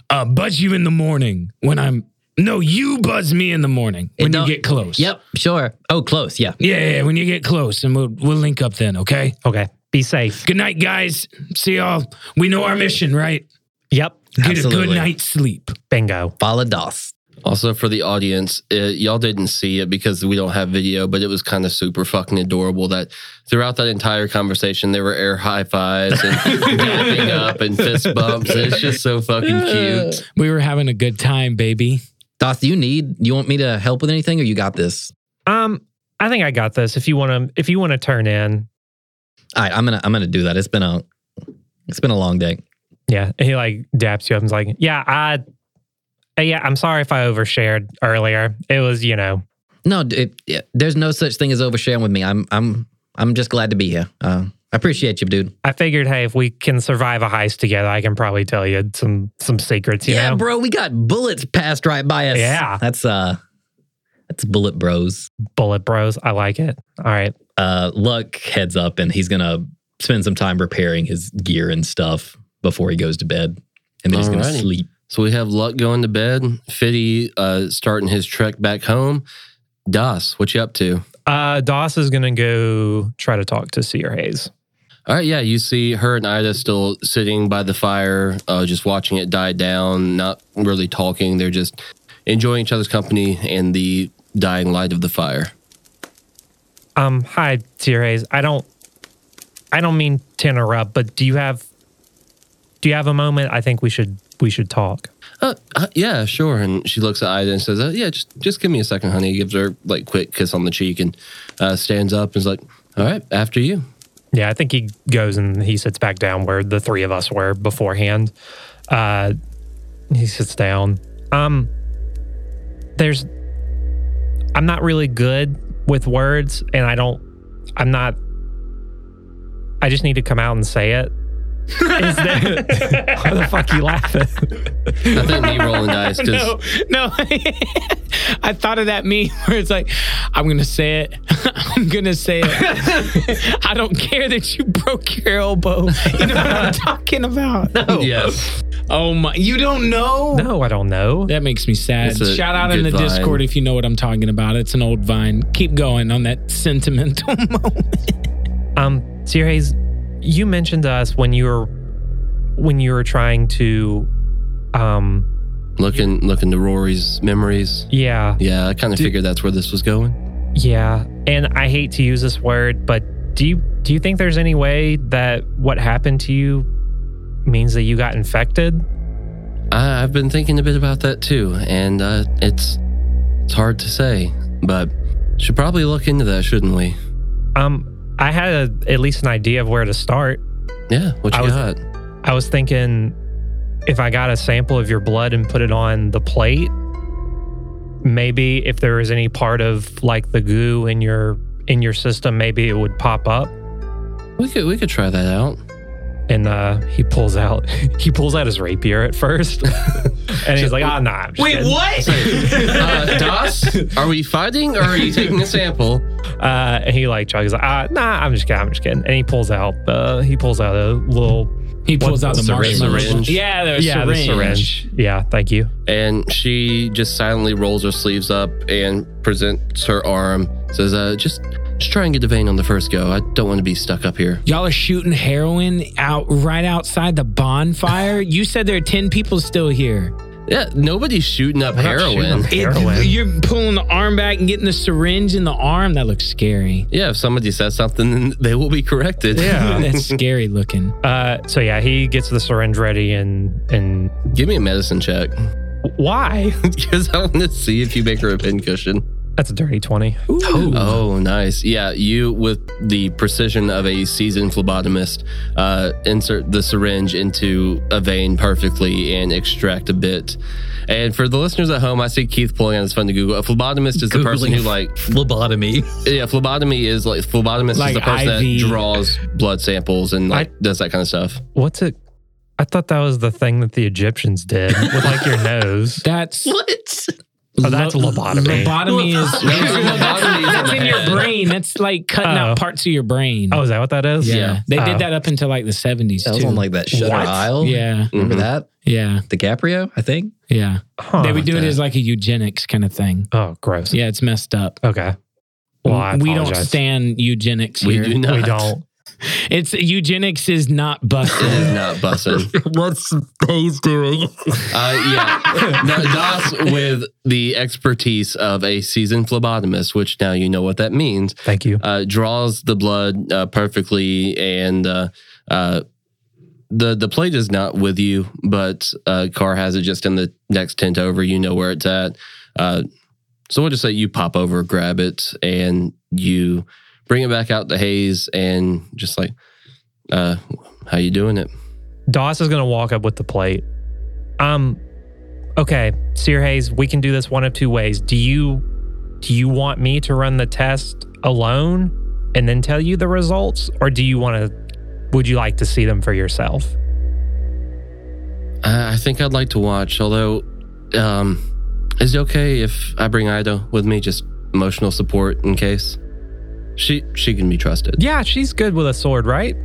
S2: uh, buzz you in the morning when I'm. No, you buzz me in the morning when you
S4: don't-
S2: get close.
S4: yep, sure. Oh, close, yeah.
S2: Yeah, yeah, yeah, when you get close, and we'll we'll link up then. Okay.
S3: Okay. Be safe.
S2: Good night, guys. See y'all. We know our mission, right?
S3: Yep.
S2: Get a
S4: Absolutely.
S2: good night's sleep.
S3: Bingo.
S4: Follow DOS.
S1: Also, for the audience, uh y'all didn't see it because we don't have video, but it was kind of super fucking adorable that throughout that entire conversation, there were air high fives and dapping up and fist bumps. It's just so fucking cute.
S2: We were having a good time, baby.
S4: DOS, do you need you want me to help with anything or you got this?
S3: Um, I think I got this. If you want to, if you want to turn in,
S4: All right, I'm gonna I'm gonna do that. It's been a it's been a long day.
S3: yeah. And he like daps you up and's like, yeah, I, uh, yeah, I'm sorry if I overshared earlier. It was, you know,
S4: No, d- it, yeah, there's no such thing as oversharing with me. I'm I'm I'm just glad to be here. Uh, I appreciate you, dude.
S3: I figured, hey, if we can survive a heist together, I can probably tell you some some secrets. You
S4: yeah,
S3: know,
S4: bro, we got bullets passed right by us.
S3: Yeah.
S4: that's uh, that's bullet bros.
S3: bullet bros. I like it. All right,
S4: Uh, Luck heads up and he's gonna spend some time repairing his gear and stuff before he goes to bed, and then he's gonna
S1: Alrighty.
S4: sleep.
S1: So we have Luck going to bed, Fitty uh, starting his trek back home. Das, what you up to?
S3: Uh, Doss is gonna go try to talk to Seer Hayes.
S1: All right, yeah, you see her and Ida still sitting by the fire, uh, just watching it die down, not really talking. They're just enjoying each other's company and the dying light of the fire.
S3: Um, hi, Seer Hayes. I don't, I don't mean to interrupt, but do you have, do you have a moment? I think we should we should talk.
S1: Uh, uh, yeah, sure. And she looks at Ida and says, uh, "Yeah, just just give me a second, honey." Gives her like quick kiss on the cheek and uh, stands up and is like, "All right, after you."
S3: Yeah, I think he goes and he sits back down where the three of us were beforehand. Uh, he sits down. Um, there's, I'm not really good with words, and I don't, I'm not. I just need to come out and say it. Is there, why the fuck you laughing?
S1: I think me rolling dice because
S2: No, no. I thought of that meme where it's like, I'm going to say it. I'm going to say it. I don't care that you broke your elbow. You know what I'm talking about.
S1: yes,
S2: Oh my. You don't know?
S3: No, I don't know.
S2: That makes me sad.
S1: It's a
S2: Shout out in
S1: good
S2: the
S1: vine.
S2: Discord if you know what I'm talking about. It's an old vine. Keep going on that sentimental moment.
S3: Um, Sir Hayes, you mentioned to us when you were when you were trying to, um,
S1: looking looking to Rory's memories.
S3: yeah,
S1: Yeah, I kind of figured that's where this was going.
S3: Yeah, and I hate to use this word, but do you do you think there's any way that what happened to you means that you got infected?
S1: I, I've been thinking a bit about that too, and uh, it's it's hard to say, but should probably look into that, shouldn't we?
S3: Um, I had a, at least an idea of where to start.
S1: Yeah, what you
S3: I was-
S1: got?
S3: I was thinking if I got a sample of your blood and put it on the plate, maybe if there was any part of like the goo in your in your system, maybe it would pop up.
S1: We could we could try that out.
S3: And uh, he pulls out he pulls out his rapier at first, and he's like, "Ah, nah." I'm just kidding."
S1: Uh, das, are we fighting or are you taking a sample?
S3: Uh, and he like chugs. Uh, nah, I'm just kidding. I'm just kidding. And he pulls out. Uh, he pulls out a little.
S2: He pulls out the
S1: Syringe.
S2: marshmallow.
S1: Syringe.
S2: Yeah, the
S3: yeah, the syringe. Yeah, thank you.
S1: and she just silently rolls her sleeves up and presents her arm. Says, "Uh, just, just try and get the vein on the first go. I don't want to be stuck up here."
S2: Y'all are shooting heroin out right outside the bonfire. you said there are 10 people still here.
S1: Yeah, nobody's shooting up
S3: not shooting
S1: heroin.
S3: up- Heroin.
S2: you're pulling the arm back and getting the syringe in the arm. That looks scary.
S1: yeah, if somebody says something, then they will be corrected.
S2: That's scary looking.
S3: Uh, so yeah, he gets the syringe ready and and
S1: Give me a medicine check
S3: why?
S1: because I want to see if you make her a pincushion.
S3: That's a dirty twenty.
S1: Oh, nice. Yeah, you with the precision of a seasoned phlebotomist, uh, insert the syringe into a vein perfectly and extract a bit. And for the listeners at home, I see Keith pulling out his phone to Google. A phlebotomist is the person
S4: Googling
S1: who like
S4: Phlebotomy.
S1: Yeah, phlebotomy is like phlebotomist
S2: Like
S1: is the person
S2: IV.
S1: that draws blood samples and like
S3: I-
S1: does that kind of stuff.
S3: What's it? I thought that was the thing that the Egyptians did with like your nose.
S2: That's
S4: What?
S3: Oh, that's
S2: lo-
S3: lobotomy.
S2: Lobotomy is
S1: No, lobotomy is
S2: that's
S1: in
S2: in
S1: the
S2: your
S1: head.
S2: brain. That's like cutting
S3: Oh.
S2: out parts of your brain.
S3: oh, is that what that is?
S2: yeah. They
S3: Oh.
S2: did that up until like the 70s
S5: That was
S2: too.
S5: on like that Shutter
S3: What?
S5: Isle.
S2: yeah,
S5: Remember
S1: Mhm.
S5: that?
S2: yeah,
S5: DiCaprio, I think.
S2: yeah.
S3: Huh.
S2: they would do it
S1: that.
S2: as like a eugenics kind of thing.
S3: oh, gross.
S2: Yeah, it's messed up.
S3: Okay. Well, I
S2: we don't
S3: apologize.
S2: stand eugenics
S1: We
S2: here.
S1: do not.
S3: We don't.
S2: It's eugenics is not
S1: It
S2: busted.
S1: is not bussing.
S4: What's Hayes doing?
S1: Uh, yeah. Now, Das with the expertise of a seasoned phlebotomist, which now you know what that means,
S3: Thank you.
S1: uh, draws the blood uh, perfectly. And uh, uh, the, the plate is not with you, but uh, Carr has it just in the next tent over. You know where it's at. Uh, so we'll just say you pop over, grab it, and you bring it back out to Hayes and just like, uh, how you doing it?
S3: Doss is gonna walk up with the plate. Um, okay, Sear Hayes, we can do this one of two ways. Do you do you want me to run the test alone and then tell you the results, or do you want to? Would you like to see them for yourself?
S1: Uh, I think I'd like to watch, although, um, is it okay if I bring Ida with me? Just emotional support in case she she can be trusted.
S3: Yeah, she's good with a sword, right?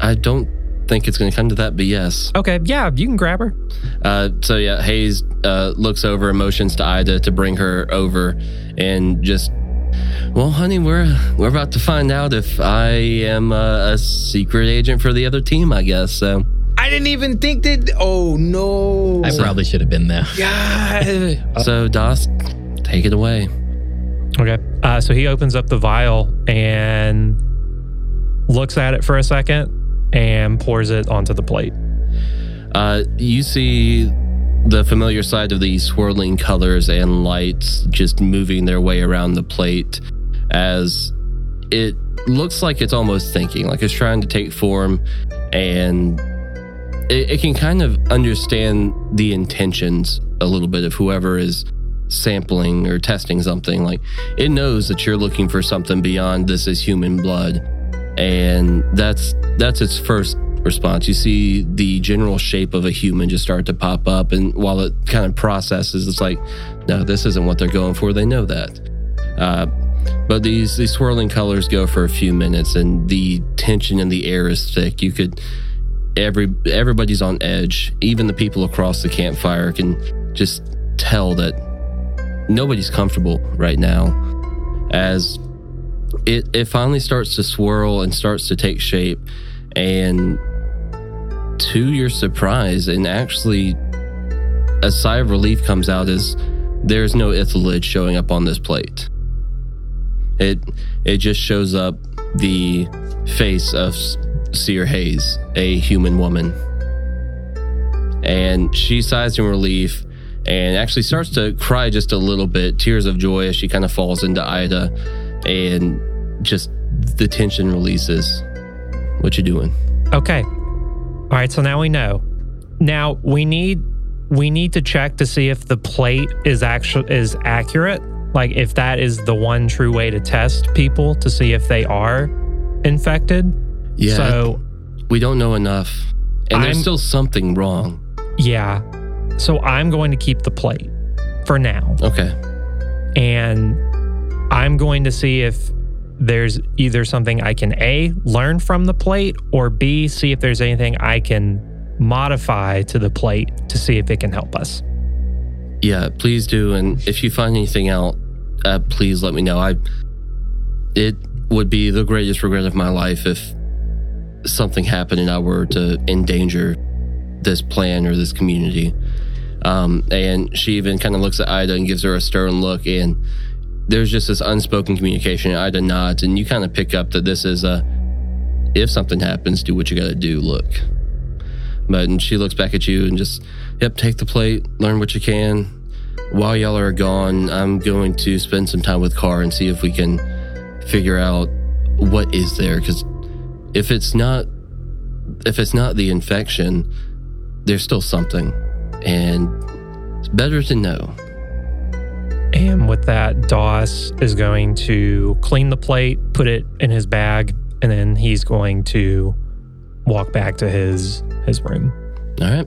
S1: I don't think it's going to come to that, but yes.
S3: Okay, yeah, you can grab her.
S1: Uh, so yeah, Hayes uh, looks over and motions to Ida to bring her over, and just, well, honey, we're we're about to find out if I am uh, a secret agent for the other team, I guess. So
S10: I didn't even think that. Oh no!
S4: I probably should have been there.
S10: God.
S1: so Dost, take it away.
S3: Okay. Uh, so he opens up the vial and looks at it for a second and pours it onto the plate.
S1: Uh, you see the familiar sight of the swirling colors and lights just moving their way around the plate as it looks like it's almost thinking, like it's trying to take form, and it, it can kind of understand the intentions a little bit of whoever is sampling or testing something. Like it knows that you're looking for something beyond this is human blood and that's that's its first response. You see the general shape of a human just start to pop up, and while it kind of processes, it's like, no, this isn't what they're going for. They know that. Uh, but these these swirling colors go for a few minutes, and the tension in the air is thick. You could every everybody's on edge. Even the people across the campfire can just tell that nobody's comfortable right now. As it it finally starts to swirl and starts to take shape and to your surprise and actually a sigh of relief comes out as there's no ithalid showing up on this plate it it just shows up the face of S- seer hayes a human woman and she sighs in relief and actually starts to cry just a little bit tears of joy as she kind of falls into ida and just the tension releases. What you doing?
S3: Okay. All right, so now we know. Now we need we need to check to see if the plate is actually is accurate, like if that is the one true way to test people to see if they are infected.
S1: Yeah,
S3: So
S1: we don't know enough, and there's
S3: I'm-
S1: still something wrong.
S3: yeah. So I'm going to keep the plate for now.
S1: Okay,
S3: and I'm going to see if there's either something I can A, learn from the plate, or B, see if there's anything I can modify to the plate to see if it can help us.
S1: yeah, please do, and if you find anything out, uh, please let me know. I, it would be the greatest regret of my life if something happened and I were to endanger this plan or this community. Um, and she even kind of looks at Ida and gives her a stern look, and there's just this unspoken communication. Ida nods, and you kind of pick up that this is a if something happens, do what you got to do. Look, but and she looks back at you and just, yep, take the plate, learn what you can. While y'all are gone, I'm going to spend some time with Carr and see if we can figure out what is there. Because if it's not, if it's not the infection, there's still something, and it's better to know.
S3: And with that, Doss is going to clean the plate, put it in his bag, and then he's going to walk back to his his room.
S1: All right.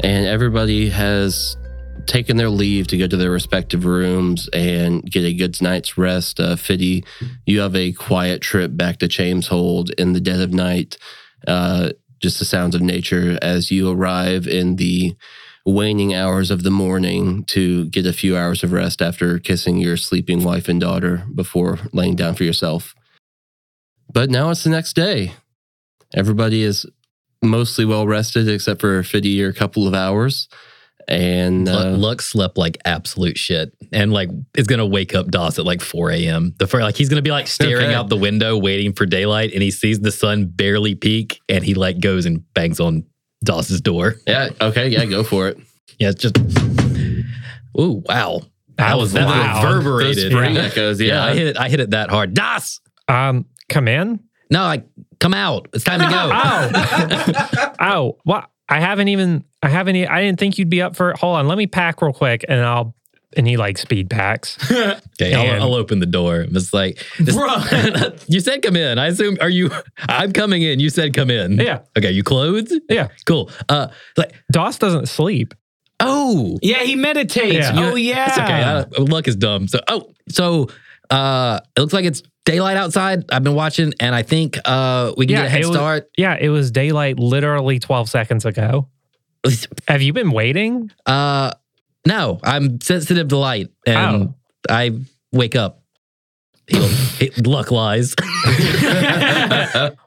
S1: And everybody has taken their leave to go to their respective rooms and get a good night's rest. Uh, Fiddy, you have a quiet trip back to James Hold in the dead of night. Uh, just the sounds of nature as you arrive in the waning hours of the morning to get a few hours of rest after kissing your sleeping wife and daughter before laying down for yourself. But now it's the next day. Everybody is mostly well rested except for 50 or a couple of hours and
S4: Lu-
S1: uh,
S4: Lux slept like absolute shit, and like is gonna wake up Doss at like 4 a.m. The first, like he's gonna be like staring
S1: Okay.
S4: out the window, waiting for daylight, and he sees the sun barely peak, and he like goes and bangs on Doss's door.
S1: yeah okay yeah go for it
S4: Yeah, it's just. Ooh, wow! That was that
S3: Wow.
S1: those
S4: reverberated.
S1: spring
S4: Yeah.
S1: echoes
S4: Yeah, I
S1: yeah,
S4: hit it. I hit it that hard. Das.
S3: Um, come in.
S4: No, like come out. It's time to go.
S3: Oh, oh, well, I haven't even, I haven't, e- I didn't think you'd be up for it. Hold on, let me pack real quick, and I'll, and he like speed packs.
S4: okay,
S3: Damn.
S4: I'll, I'll open the door. It's like, this- you said come in. I assume are you? I'm coming in. You said come in.
S3: Yeah.
S4: Okay, you clothed?
S3: Yeah.
S4: Cool. Uh, like
S3: Doss doesn't sleep.
S4: oh,
S2: Yeah, he meditates.
S3: Yeah.
S2: Oh yeah.
S4: It's okay. I, luck is dumb. So, oh, so uh, it looks like it's
S5: daylight outside. I've been watching, and I think uh, we can
S3: Yeah,
S5: get a head
S3: it was-
S5: start.
S3: Yeah, it was daylight literally 12 seconds ago. Have you been waiting?
S5: Uh, no, I'm sensitive to light, and
S3: Oh.
S5: I wake up. He'll- it- luck lies.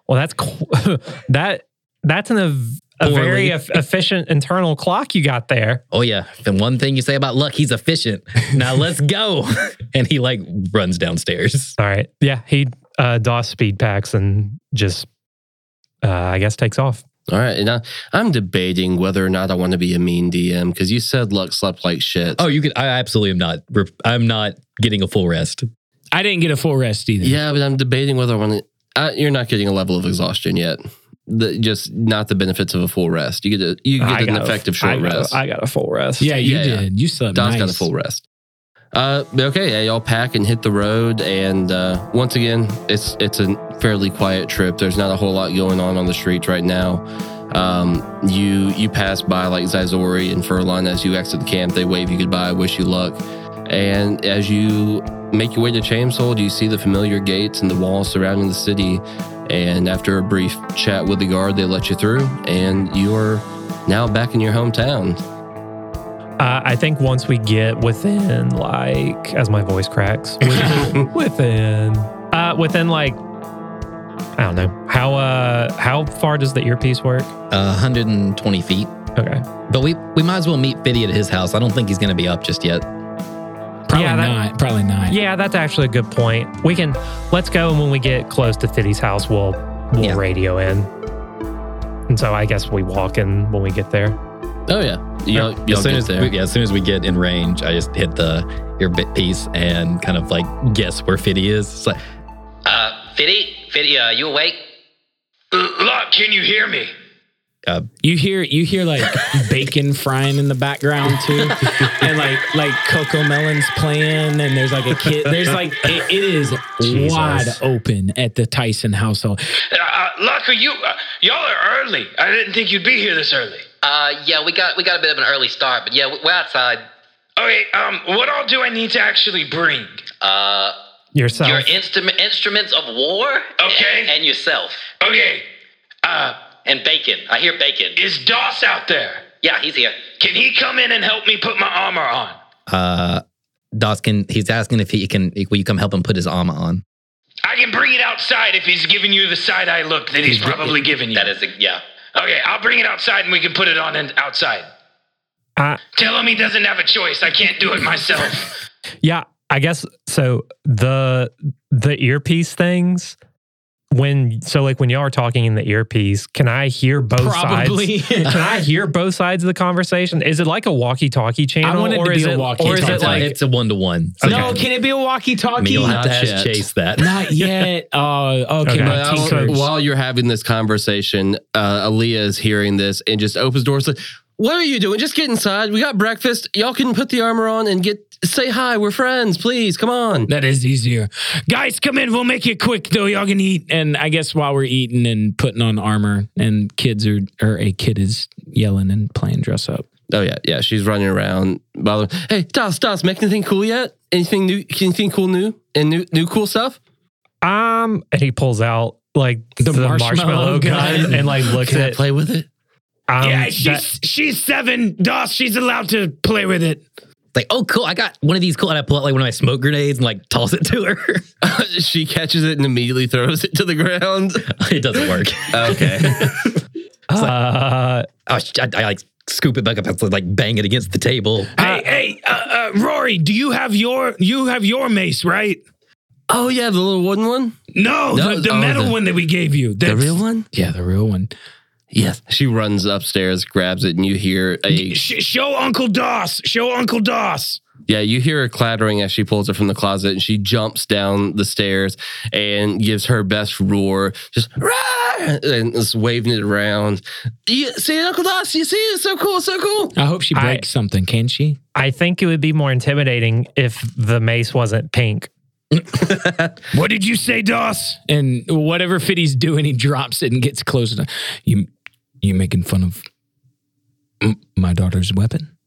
S3: Well, that's qu- that that's an ev- a
S5: Poorly.
S3: very eff- efficient internal clock you got there.
S5: oh yeah, and one thing you say about luck, he's efficient. Now let's go, and he like runs downstairs.
S3: All right. Yeah, he uh DOS speed packs and just uh I guess takes off.
S1: All right, and I, I'm debating whether or not I want to be a mean DM because you said luck slept like shit.
S4: Oh, you could. I absolutely am not. re- I'm not getting a full rest.
S2: I didn't get a full rest either.
S1: yeah, but I'm debating whether I want to. I, you're not getting a level of exhaustion yet. The, just not the benefits of a full rest. You get a, you
S3: I
S1: get an
S3: got a-
S1: effective short
S3: I got a-
S1: rest.
S3: I got a full rest.
S2: Yeah, you
S1: Yeah, yeah.
S2: did. You slept
S1: Don's
S2: nice.
S1: got a full rest. Uh, but okay, yeah, y'all pack and hit the road, and uh, once again, it's it's a fairly quiet trip. There's not a whole lot going on on the streets right now. Um, you you pass by like Zizori and Furlan as you exit the camp. They wave you goodbye, wish you luck, and as you make your way to Chamsold, you see the familiar gates and the walls surrounding the city. And after a brief chat with the guard, they let you through, and you are now back in your hometown.
S3: Uh, I think once we get within like as my voice cracks within, within uh within like I don't know. How uh how far does the earpiece work?
S5: Uh, 120 feet.
S3: Okay.
S5: But we we might as well meet Fiddy at his house. I don't think he's gonna be up just yet.
S2: Probably
S3: Yeah, that-
S2: not. Probably not.
S3: Yeah, that's actually a good point. We can let's go, and when we get close to Fiddy's house, we'll we'll
S5: Yeah.
S3: radio in. And so I guess we walk in when we get there.
S1: Oh yeah, y'all, y'all
S4: as soon
S1: get
S4: as
S1: there.
S4: we, yeah, as soon as we get in range, I just hit the ear bit piece and kind of like guess where Fiddy is. It's like,
S11: Uh, Fiddy, Fiddy, uh, you awake?
S6: Locke, can you hear me?
S2: You hear you hear like bacon frying in the background too, and like like cocoa melons playing, and there's like a kid. There's like it, it is wide open at the Tyson household.
S6: Uh, uh, Locke, are you? Uh, y'all are early. I didn't think you'd be here this early.
S11: Uh, yeah, we got we got a bit of an early start, but yeah, we're outside.
S6: Okay, um, what all do I need to actually bring?
S11: Uh,
S3: Yourself.
S11: your instrument instruments of war.
S6: Okay.
S11: And, yourself
S6: Okay, uh,
S11: and bacon. I hear bacon.
S6: is Doss out there?
S11: Yeah, he's here.
S6: Can he come in and help me put my armor on?
S5: Uh, Dos can he's asking if he can will you come help him put his armor on?
S6: I can bring it outside if he's giving you the side eye look that he's probably giving you.
S11: That is a, yeah.
S6: Okay, I'll bring it outside and we can put it on in, outside.
S3: I-
S6: Tell him he doesn't have a choice. I can't do it myself.
S3: yeah, I guess so. The the earpiece things when so like when y'all are talking in the earpiece, can I hear both sides?
S2: Probably.
S3: Can I hear both sides of the conversation? Is it like a walkie-talkie channel,
S2: want it
S3: or
S2: to be
S3: is
S2: a
S3: it or is
S2: walkie-talkie.
S3: it like
S4: it's a one to one.
S2: No, can it be a
S4: I mean,
S2: walkie-talkie?
S4: you'll have to
S1: Not
S4: ask
S1: yet.
S4: Chase that.
S2: Not yet. Oh, okay.
S3: Okay.
S2: My
S1: But
S2: teeth
S1: I-
S2: hurts.
S1: while you're having this conversation, uh, Aaliyah is hearing this and just opens doors. Like, what are you doing? Just get inside. We got breakfast. Y'all can put the armor on and get say hi. We're friends. Please come on.
S2: That is easier. Guys, come in. We'll make it quick though. Y'all can eat. And I guess while we're eating and putting on armor, and kids are or a kid is yelling and playing dress up.
S1: Oh yeah, yeah. She's running around. Bothering. Hey, Das, Das, make anything cool yet? Anything new? Anything cool new and new new cool stuff?
S3: um? And he pulls out like
S2: The
S3: the,
S2: marshmallow
S3: marshmallow, gun,
S2: gun.
S3: and like looks
S1: Can I
S3: at
S1: play with it?
S3: um,
S6: yeah,
S3: that-
S6: she's she's seven. Doss, she's allowed to play with it.
S4: It's like, oh, cool. I got one of these cool. And I pull out like one of my smoke grenades and like toss it to her.
S1: she catches it and immediately throws it to the ground.
S4: it doesn't work.
S1: Okay.
S3: uh,
S4: I, I, I like scoop it back up, I have to, like bang it against the table.
S6: hey, hey, uh, uh, Rory, do you have your you have your mace right?
S1: oh yeah, the little wooden one.
S6: No,
S1: No,
S6: the, the
S1: oh,
S6: metal
S1: the-
S6: one that we gave you. That's,
S1: one.
S2: Yeah, the real one.
S1: Yes. She runs upstairs, grabs it, and you hear a
S6: Sh- show Uncle Doss. Show Uncle Doss.
S1: Yeah, you hear her clattering as she pulls it from the closet and she jumps down the stairs and gives her best roar, just "Rah!" and is waving it around. You see it, Uncle Doss, you see it? It's so cool, so cool.
S2: I hope she
S3: I-
S2: breaks something. Can she?
S3: I think it would be more intimidating if the mace wasn't pink.
S6: What did you say, Doss?
S2: And whatever Fiddy's doing, he drops it and gets closer. To, you, you making fun of m- my daughter's weapon?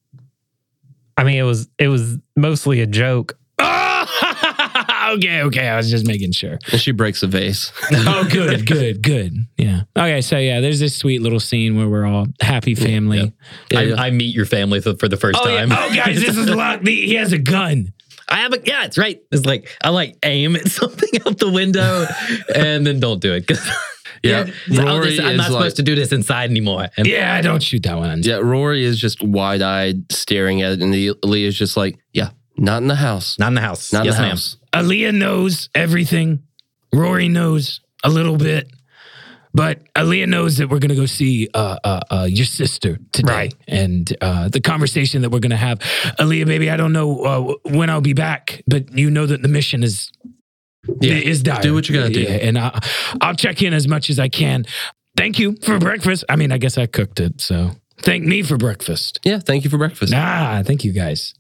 S3: I mean, it was it was mostly a joke.
S6: Ah!
S2: okay, okay. I was just making sure.
S1: And she breaks a vase.
S2: Oh, good, good, good. Yeah. Okay, so yeah, there's this sweet little scene where we're all happy family.
S12: I, I meet your family for, for the first
S2: Oh, yeah.
S12: time.
S2: oh, guys, this is locked. He has a gun.
S12: I have a yeah, it's right. It's like I like aim at something out the window, and then don't do it 'Cause-
S1: Yeah,
S12: I'll
S1: Rory
S12: just- oh, I'm not
S1: is like-
S12: supposed to do this inside anymore. And
S2: Yeah, don't shoot that one.
S1: Yeah, Rory is just wide eyed staring at it, and Leah's just like, yeah, not in the house.
S12: not in the house.
S1: Not in
S12: yes,
S1: the
S12: ma'am.
S1: house.
S2: Aaliyah knows everything. Rory knows a little bit, but Aaliyah knows that we're gonna go see uh, uh, uh, your sister today,
S3: Right.
S2: and uh, the conversation that we're gonna have. Aaliyah, baby, I don't know uh, when I'll be back, but you know that the mission is
S1: Yeah,
S2: is dire.
S1: do what you gotta do.
S2: Yeah, and I, I'll check in as much as I can. Thank you for breakfast. I mean, I guess I cooked it, so thank me for breakfast.
S1: Yeah, thank you for breakfast.
S2: Ah, thank you guys.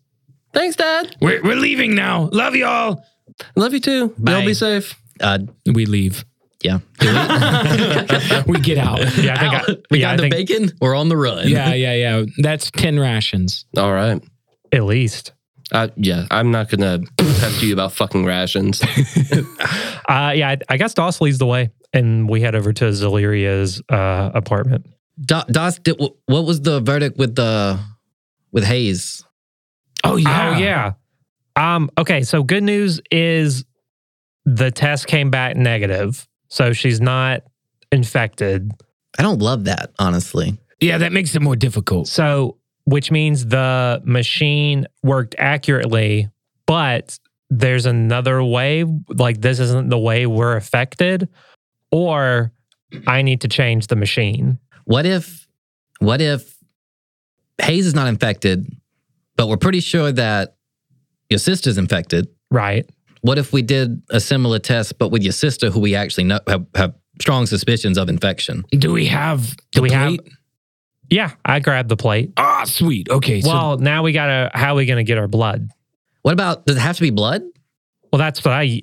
S1: Thanks, Dad.
S2: We're we're leaving now. Love y'all.
S1: Love you too.
S12: Bye.
S1: Y'all be safe.
S12: Uh,
S2: We leave.
S12: yeah,
S2: We get out.
S3: Yeah, I think I,
S12: we
S3: yeah,
S12: got
S3: I
S12: the
S3: think
S12: bacon. We're on the run.
S2: yeah, yeah, yeah. That's 10 rations.
S1: All right.
S3: at least.
S1: Uh, yeah, I'm not gonna pester you about fucking rations.
S3: Uh, yeah, I, I guess Doss leads the way, and we head over to Zeliria's uh, apartment.
S4: Do- Doss, did, wh- what was the verdict with the with Hayes?
S2: Oh, yeah.
S3: Oh yeah. Um. Okay. So good news is the test came back negative, so she's not infected.
S4: I don't love that, honestly.
S2: Yeah, that makes it more difficult.
S3: So, which means the machine worked accurately, but there's another way. Like, this isn't the way we're affected, or I need to change the machine.
S4: What if what if Hayes is not infected, but we're pretty sure that your sister's infected?
S3: Right.
S4: What if we did a similar test, but with your sister, who we actually know have, have strong suspicions of infection?
S2: Do we have
S3: Do we have- Yeah. I grabbed the plate.
S2: Ah, sweet. Okay. so,
S3: well, now we gotta. How are we gonna get our blood?
S4: What about does it have to be blood?
S3: Well, that's what I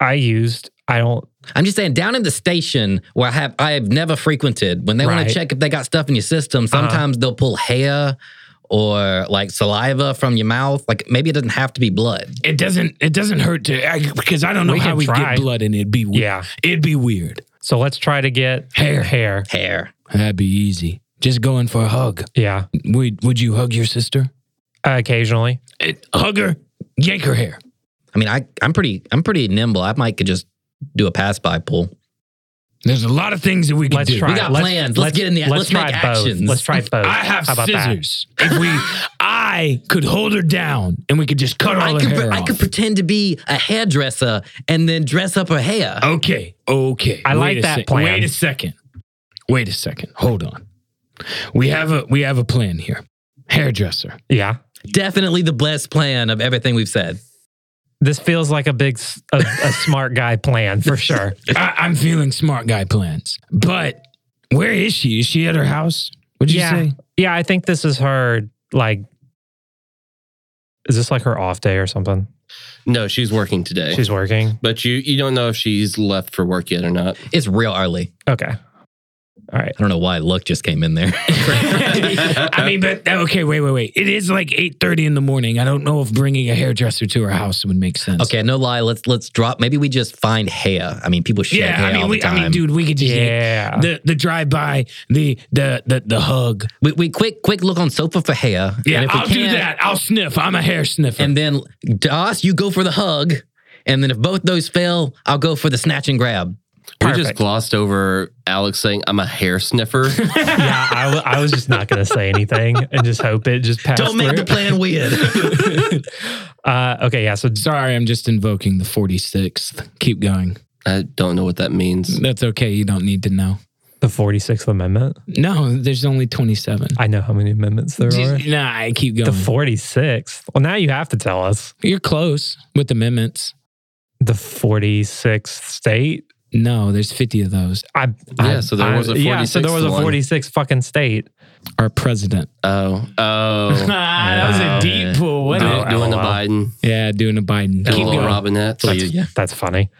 S3: I used. I don't.
S4: I'm just saying, down in the station where I have I have never frequented, when they want
S3: Right.
S4: to check if they got stuff in your system,
S2: Uh-huh.
S4: sometimes they'll pull hair or like saliva from your mouth. Like maybe it doesn't have to be blood.
S2: it doesn't it doesn't hurt to I, because I don't know
S3: We
S2: how
S3: can
S2: we
S3: try.
S2: get blood and it'd be weird.
S3: Yeah.
S2: It'd be weird.
S3: So let's try to get
S2: Hair.
S3: Hair.
S4: Hair.
S2: That'd be easy. Just going for a hug.
S3: Yeah.
S2: Would would you hug your sister?
S3: Uh, occasionally.
S2: hug her. Yank her hair.
S4: I mean, I I'm pretty I'm pretty nimble. I might could just do a pass by pull.
S2: There's a lot of things that we can
S3: Let's
S2: do.
S3: try.
S4: We got
S3: it. let's,
S4: plans. Let's get in the- let's
S3: try
S4: make
S3: both.
S4: actions.
S3: Let's try both.
S2: I have
S3: How about that?
S2: scissors. If we, I could hold her down and we could just cut all
S4: I
S2: her
S4: could
S2: hair
S4: I
S2: off.
S4: could pretend to be a hairdresser and then dress up her hair.
S2: Okay. Okay.
S3: I like
S2: a
S3: that
S2: sec-
S3: plan.
S2: Wait a second. Wait a second. Hold on. We have a we have a plan here. Hairdresser.
S3: Yeah.
S4: Definitely the best plan of everything we've said.
S3: This feels like a big, s- a, a smart guy plan for sure.
S2: I, I'm feeling smart guy plans. But where is she? Is she at her house? What'd you
S3: yeah.
S2: say?
S3: Yeah. I think this is her, like, is this like her off day or something?
S1: No, she's working today.
S3: She's working.
S1: but you you don't know if she's left for work yet or not.
S4: It's real early.
S3: Okay. All right.
S4: I don't know why luck just came in there.
S2: I mean, but uh, okay, wait, wait, wait. It is like 8:30 in the morning. I don't know if bringing a hairdresser to her house would make sense.
S4: Okay, no lie. Let's let's drop. Maybe we just find hair. I mean, people shave
S2: Yeah,
S4: hair
S2: I mean,
S4: all
S2: we,
S4: the time.
S2: I mean, dude, we could just
S3: Yeah.
S2: the the drive by, the the the the hug.
S4: we, we quick quick look on sofa for hair.
S2: Yeah,
S4: and if we
S2: I'll do
S4: can't-
S2: that. I'll sniff. I'm a hair sniffer.
S4: And then Doss, you go for the hug, and then if both those fail, I'll go for the snatch and grab.
S1: We just
S3: Perfect.
S1: glossed over Alex saying I'm a hair sniffer.
S3: yeah. I, w- I was just not going to say anything and just hope it just passed
S4: Don't make
S3: through.
S4: the plan weird.
S3: uh, okay. Yeah. So
S2: Sorry, I'm just invoking the 46th. Keep going.
S1: I don't know what that means.
S2: That's okay. You don't need to know.
S3: the 46th Amendment.
S2: No, there's only 27.
S3: I know how many amendments there are.
S2: Just- nah, I keep
S3: The
S2: going.
S3: 46th. Well, now you have to tell us.
S2: You're close with amendments.
S3: The 46th state.
S2: No, there's 50 of those.
S3: I,
S1: Yeah, so there was a
S3: yeah, so there was a
S1: 46th one.
S3: 46 fucking state.
S2: Our president.
S1: Oh, oh.
S2: Ah, that
S3: was a
S4: deep
S2: pool. What
S1: Do-
S3: Oh,
S1: doing the
S3: LOL.
S1: Biden,
S2: yeah, doing a Biden.
S1: the
S2: Keep
S1: little
S2: going.
S1: Robinette.
S3: That's funny.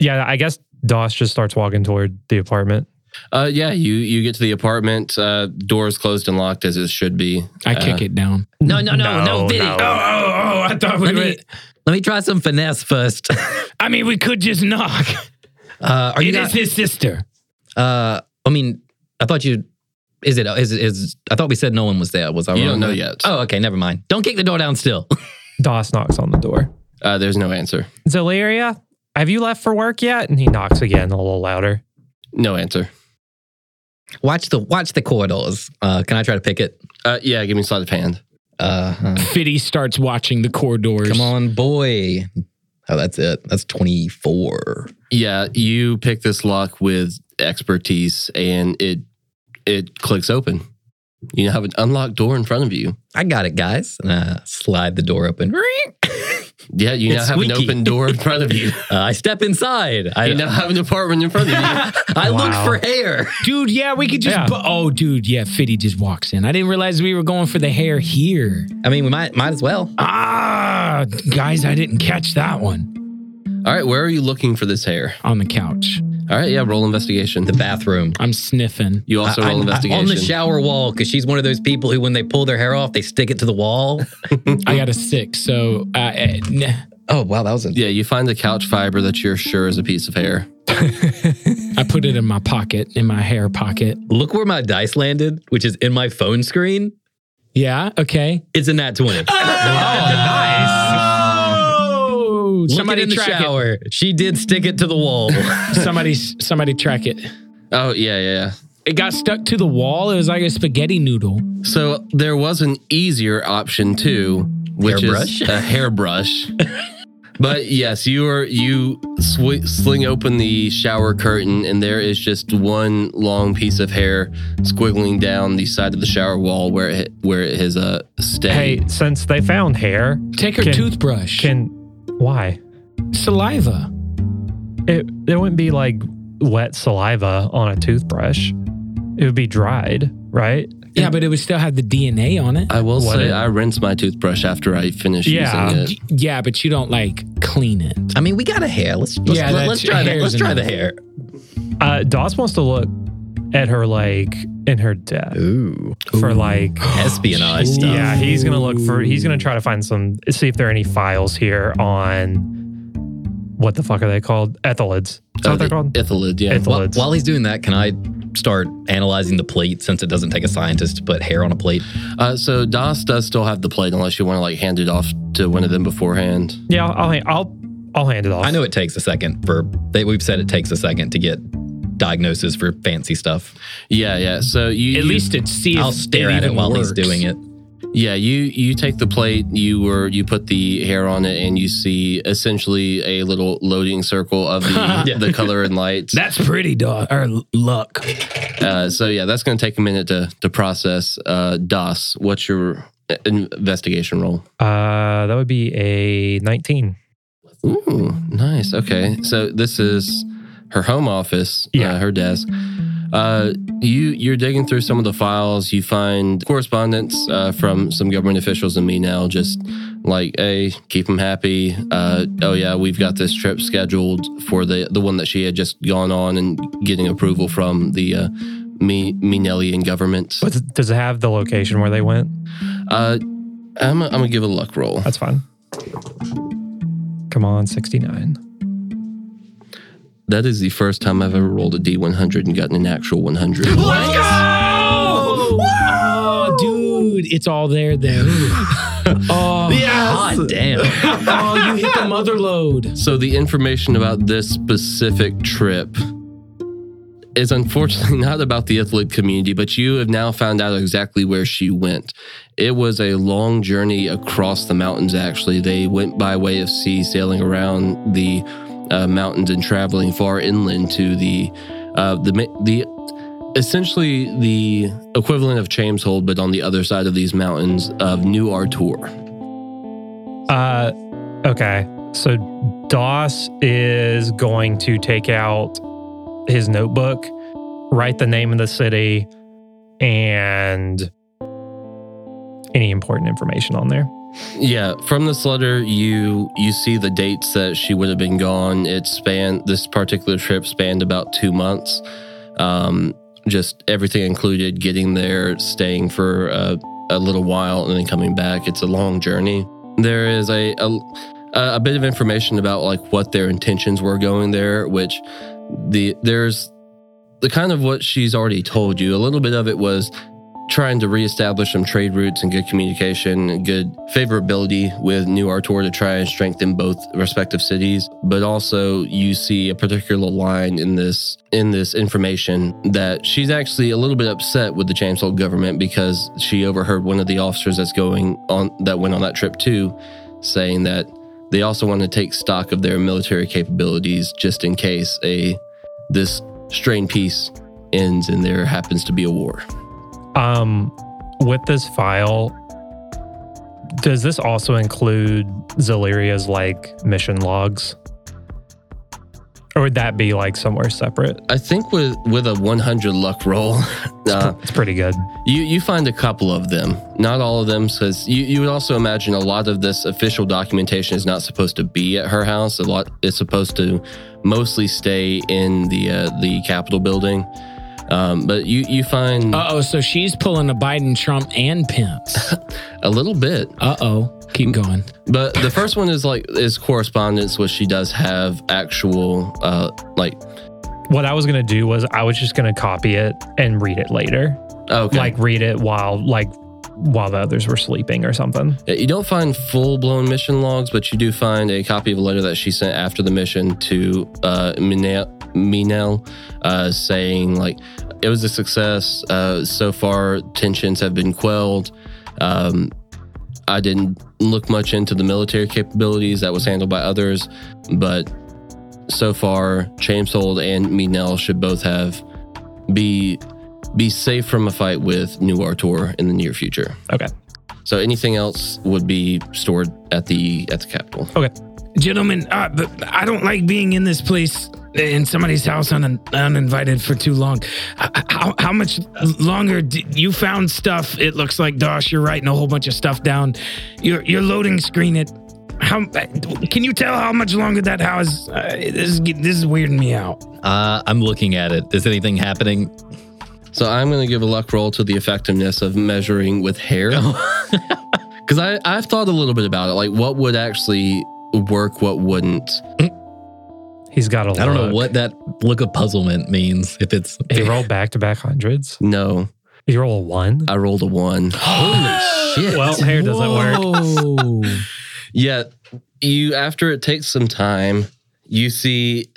S3: Yeah, I guess Doss just starts walking toward the apartment.
S1: Uh, yeah, you you get to the apartment, uh, doors closed and locked as it should be.
S2: I kick it down.
S4: No, no, no, no,
S3: No,
S4: Biddy.
S3: no.
S2: Oh, oh,
S6: I thought we
S5: Let
S6: would.
S5: me, let me try some finesse first.
S4: Uh,
S6: I mean, we could just knock.
S5: Uh, are
S6: It
S5: you
S6: is
S5: guys,
S6: his sister.
S5: uh, I mean, I thought you. Is it? Is it? Is I thought we said no one was there. Was I
S1: You
S5: wrong?
S1: don't know Uh, yet.
S5: Oh, okay. Never mind. Don't kick the door down. Still.
S3: Doss knocks on the door.
S1: Uh, there's no answer.
S3: Zeleria, have you left for work yet? And he knocks again a little louder.
S1: No answer.
S5: watch the watch the corridors. Uh, can I try to pick it?
S1: Uh, yeah, give me sleight of hand.
S5: Uh, huh.
S2: Fitty starts watching the corridors.
S5: come on, boy. Oh, that's it. That's twenty four.
S1: Yeah, you pick this lock with expertise, and it it clicks open. You have an unlocked door in front of you.
S5: I got it, guys. And I slide the door open. Uh,
S1: Yeah, you
S5: It's
S1: now have
S5: squeaky.
S1: an open door in front of you.
S5: Uh, I step inside. I,
S1: you now have an apartment in front of you.
S5: I
S3: Wow.
S5: look for hair.
S2: Dude, yeah, we could just.
S3: Yeah.
S2: bu- oh, dude, yeah, Fitty just walks in. I didn't realize we were going for the hair here.
S5: I mean, we might might as well.
S2: Ah, guys, I didn't catch that one
S1: All right, where are you looking for this hair?
S2: on the couch.
S1: All right, yeah, roll investigation.
S5: The bathroom.
S2: I'm sniffing.
S1: You also
S5: I-
S1: roll
S5: I-
S1: investigation.
S5: on the shower wall because she's one of those people who, when they pull their hair off, they stick it to the wall.
S2: I got a six, so uh, eh, nah.
S5: oh wow, that was a
S1: yeah, you find the couch fiber that you're sure is a piece of hair.
S2: I put it in my pocket, in my hair pocket.
S4: Look where my dice landed, which is in my phone screen.
S2: Yeah, okay.
S4: It's in that 20.
S2: Oh,
S4: Look
S2: somebody
S4: it in the
S2: track it.
S4: shower. She did stick it to the wall.
S2: Somebody, somebody track it.
S1: Oh, yeah, yeah, yeah.
S2: It got stuck to the wall. It was like a spaghetti noodle.
S1: So there was an easier option too, which
S4: Hairbrush?
S1: is a hairbrush. but yes, you are you sw- sling open the shower curtain, and there is just one long piece of hair squiggling down the side of the shower wall where it where it has uh, stayed.
S3: Hey, since they found hair,
S2: Take her
S3: Can-
S2: toothbrush.
S3: can why?
S2: Saliva.
S3: It it wouldn't be like wet saliva on a toothbrush. It would be dried, right?
S2: Yeah, but it would still have the DNA on it.
S1: I will
S3: What
S1: say
S3: it-
S1: I rinse my toothbrush after I finish
S3: Yeah.
S1: using it.
S2: Yeah, but you don't like clean it.
S5: I mean, we got a hair. Let's let's,
S2: Yeah,
S5: let, us
S2: that's-
S5: try that.
S2: hair's
S5: Let's try the
S2: enough.
S5: hair.
S3: Uh, Doss wants to look at her like in her death
S5: Ooh,
S3: for like
S5: espionage stuff.
S4: Um,
S3: Yeah, he's gonna look for. He's gonna try to find some. See if there are any files here on what the fuck are they called? Ethelids. Is that
S1: Oh,
S3: what they're
S1: the
S3: called?
S1: Ithalid, yeah.
S5: While,
S3: Ethelids.
S5: while he's doing that, can I start analyzing the plate since it doesn't take a scientist to put hair on a plate?
S1: Uh, so Das does still have the plate, unless you want to like hand it off to one of them beforehand.
S3: yeah, I'll hand- I'll I'll hand it off.
S4: I know it takes a second for, they, we've said it takes a second to get diagnosis for fancy stuff.
S1: Yeah, yeah. So you
S2: At
S1: you-
S2: least it's see. if
S4: I'll stare at it
S2: even
S4: while
S2: works.
S4: he's doing it.
S1: Yeah, you you take the plate, you were you put the hair on it, and you see essentially a little loading circle of the, the color and lights.
S6: That's pretty, dog. Or luck.
S1: Uh, so yeah, that's going to take a minute to to process. Uh, das, what's your in- investigation roll?
S3: Uh, that would be a nineteen.
S1: Ooh, nice. Okay, so this is her home office.
S3: Yeah.
S1: uh, her desk. Uh, you you're digging through some of the files. You find correspondence uh, from some government officials and me now. Just like, hey, keep them happy. Uh, oh yeah, we've got this trip scheduled for the the one that she had just gone on and getting approval from the uh, me Minellian government.
S3: But does it have the location where they went?
S1: Uh, I'm I'm gonna give a luck roll.
S3: That's fine. Come on, sixty nine.
S1: That is the first time I've ever rolled a D100 and gotten an actual 100.
S2: Oh, dude, it's all there then. oh,
S4: God damn.
S2: oh, you hit the mother load.
S1: So the information about this specific trip is unfortunately not about the Ithalid community, but you have now found out exactly where she went. It was a long journey across the mountains, actually. They went by way of sea, sailing around the uh, mountains and traveling far inland to the uh, the ma- the essentially the equivalent of Chameshold, but on the other side of these mountains of New Artur.
S3: Uh, okay. So Doss is going to take out his notebook, write the name of the city, and any important information on there.
S1: Yeah, from this letter, you you see the dates that she would have been gone. It spanned this particular trip spanned about two months. Um, just everything included: getting there, staying for a, a little while, and then coming back. It's a long journey. there is a, a a bit of information about like what their intentions were going there, which the there's the kind of what she's already told you. A little bit of it was trying to reestablish some trade routes and good communication and good favorability with New Artor to try and strengthen both respective cities. But also you see a particular line in this in this information that she's actually a little bit upset with the Jameshold government because she overheard one of the officers that's going on that went on that trip too saying that they also want to take stock of their military capabilities just in case a this strained peace ends and there happens to be a war.
S3: Um, with this file, does this also include Zeliria's like mission logs? Or would that be like somewhere separate?
S1: I think with with a 100 luck roll, uh,
S3: It's pretty good.
S1: you you find a couple of them. Not all of them, because you you would also imagine a lot of this official documentation is not supposed to be at her house. A lot it's supposed to mostly stay in the uh, the Capitol building. Um, but you you find
S2: Uh oh, so she's pulling a Biden, Trump, and Pence.
S1: a little bit.
S2: Uh oh, keep
S6: Mm.
S2: going.
S1: But the first one is like is correspondence, which she does have actual uh like
S3: What I was gonna do was I was just gonna copy it and read it later.
S1: okay.
S3: Like read it while like while the others were sleeping or something.
S1: you don't find full blown mission logs, but you do find a copy of a letter that she sent after the mission to uh Minel, Minel uh saying like it was a success. Uh so far tensions have been quelled. Um I didn't look much into the military capabilities that was handled by others, but so far, Chamsold and Minel should both have be be safe from a fight with New Artor in the near future.
S3: Okay.
S1: So anything else would be stored at the at the capital.
S6: Gentlemen, uh, but I don't like being in this place uh, in somebody's house un- uninvited for too long. H- How, how much longer d you found stuff? It looks like Dosh. You're writing a whole bunch of stuff down. Your your loading screen. It. How uh, can you tell how much longer that house? Uh, this is get- this is weirding me out.
S4: Uh, I'm looking at it. Is anything happening?
S1: So I'm going to give a luck roll to the effectiveness of measuring with hair.
S4: Oh.
S1: Cuz I I've thought a little bit about it like what would actually work what wouldn't.
S3: He's got a
S4: I don't know what that look of puzzlement means. If it's
S3: he rolled back to back hundreds.
S1: No,
S3: He rolled a one.
S1: I rolled a 1.
S4: holy shit,
S3: Well, hair doesn't work.
S2: Whoa.
S1: Yeah, you after it takes some time, you see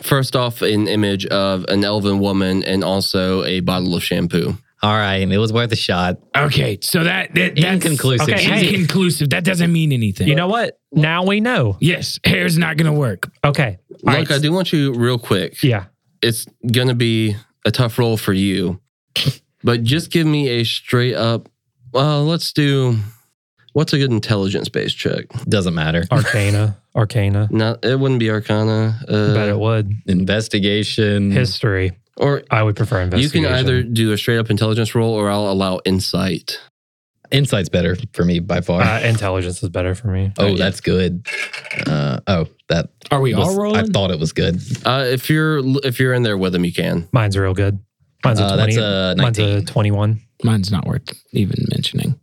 S1: first off an image of an elven woman and also a bottle of shampoo.
S4: all right, it was worth a shot.
S6: Okay, so that, that that's
S4: Inconclusive.
S3: okay,
S4: She's-
S3: hey.
S6: inconclusive. That doesn't mean anything.
S3: You know what? Now we know.
S6: Yes, hair's not gonna work.
S3: Okay. All
S1: Look, I
S3: right.
S1: do want you real quick.
S3: Yeah.
S1: It's going to be a tough roll for you. but just give me a straight up well, let's do what's a good intelligence based check?
S4: Doesn't matter.
S3: Arcana. Arcana.
S1: Not it wouldn't be arcana.
S3: Bet
S1: Uh,
S3: it would.
S4: Investigation.
S3: History.
S1: or
S3: I would prefer
S1: you
S3: investigation.
S1: can either do a straight up intelligence roll or I'll allow insight.
S4: Insight's better for me by far.
S3: uh, intelligence is better for me.
S4: oh, that's good. Uh, oh, that
S2: Are we
S4: was,
S2: all
S4: I
S2: rolling?
S4: thought it was good.
S1: Uh, if you're if you're in there with them, you can.
S3: Mine's real good. Mine's a
S4: Uh, that's
S3: twenty.
S4: a
S3: Mine's a
S4: 19.
S3: twenty-one.
S2: Mine's not worth even mentioning.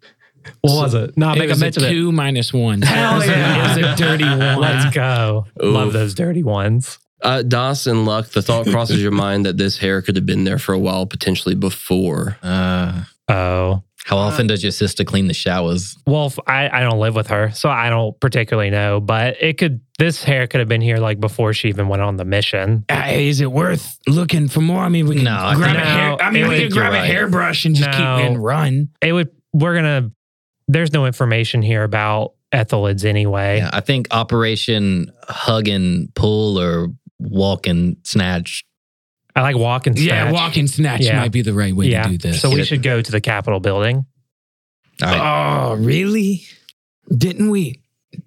S3: What was it? No, I
S2: it
S3: make a
S2: was a
S3: mention. of it.
S2: two minus one.
S3: Hell
S2: it was
S3: yeah.
S2: A, it was a dirty one.
S3: Let's go. Love
S1: Oof.
S3: those dirty ones.
S1: Uh, Das and Luck, the thought crosses your mind that this hair could have been there for a while, potentially before.
S4: Uh,
S3: Oh
S4: how often does your sister clean the showers?
S3: well, f- I, I don't live with her, so I don't particularly know. But it could. This hair could have been here like before she even went on the mission.
S6: Uh, is it worth looking for more? I mean, we can
S4: No, I
S6: grab
S3: think-
S6: a hair.
S3: No,
S6: I mean,
S3: I
S6: we
S3: think
S6: can grab
S4: you're
S6: a
S4: right.
S6: hairbrush and just
S3: No.
S6: keep and run.
S3: It would. We're gonna. There's no information here about Ethelids anyway.
S4: Yeah, I think Operation Hug and Pull or Walk and Snatch.
S3: I like walk and snatch.
S6: Yeah, walk and snatch
S3: Yeah.
S2: might be the right way to do this.
S3: So we should go to the Capitol building.
S4: All
S3: Uh,
S4: right.
S6: Oh, really? Didn't we?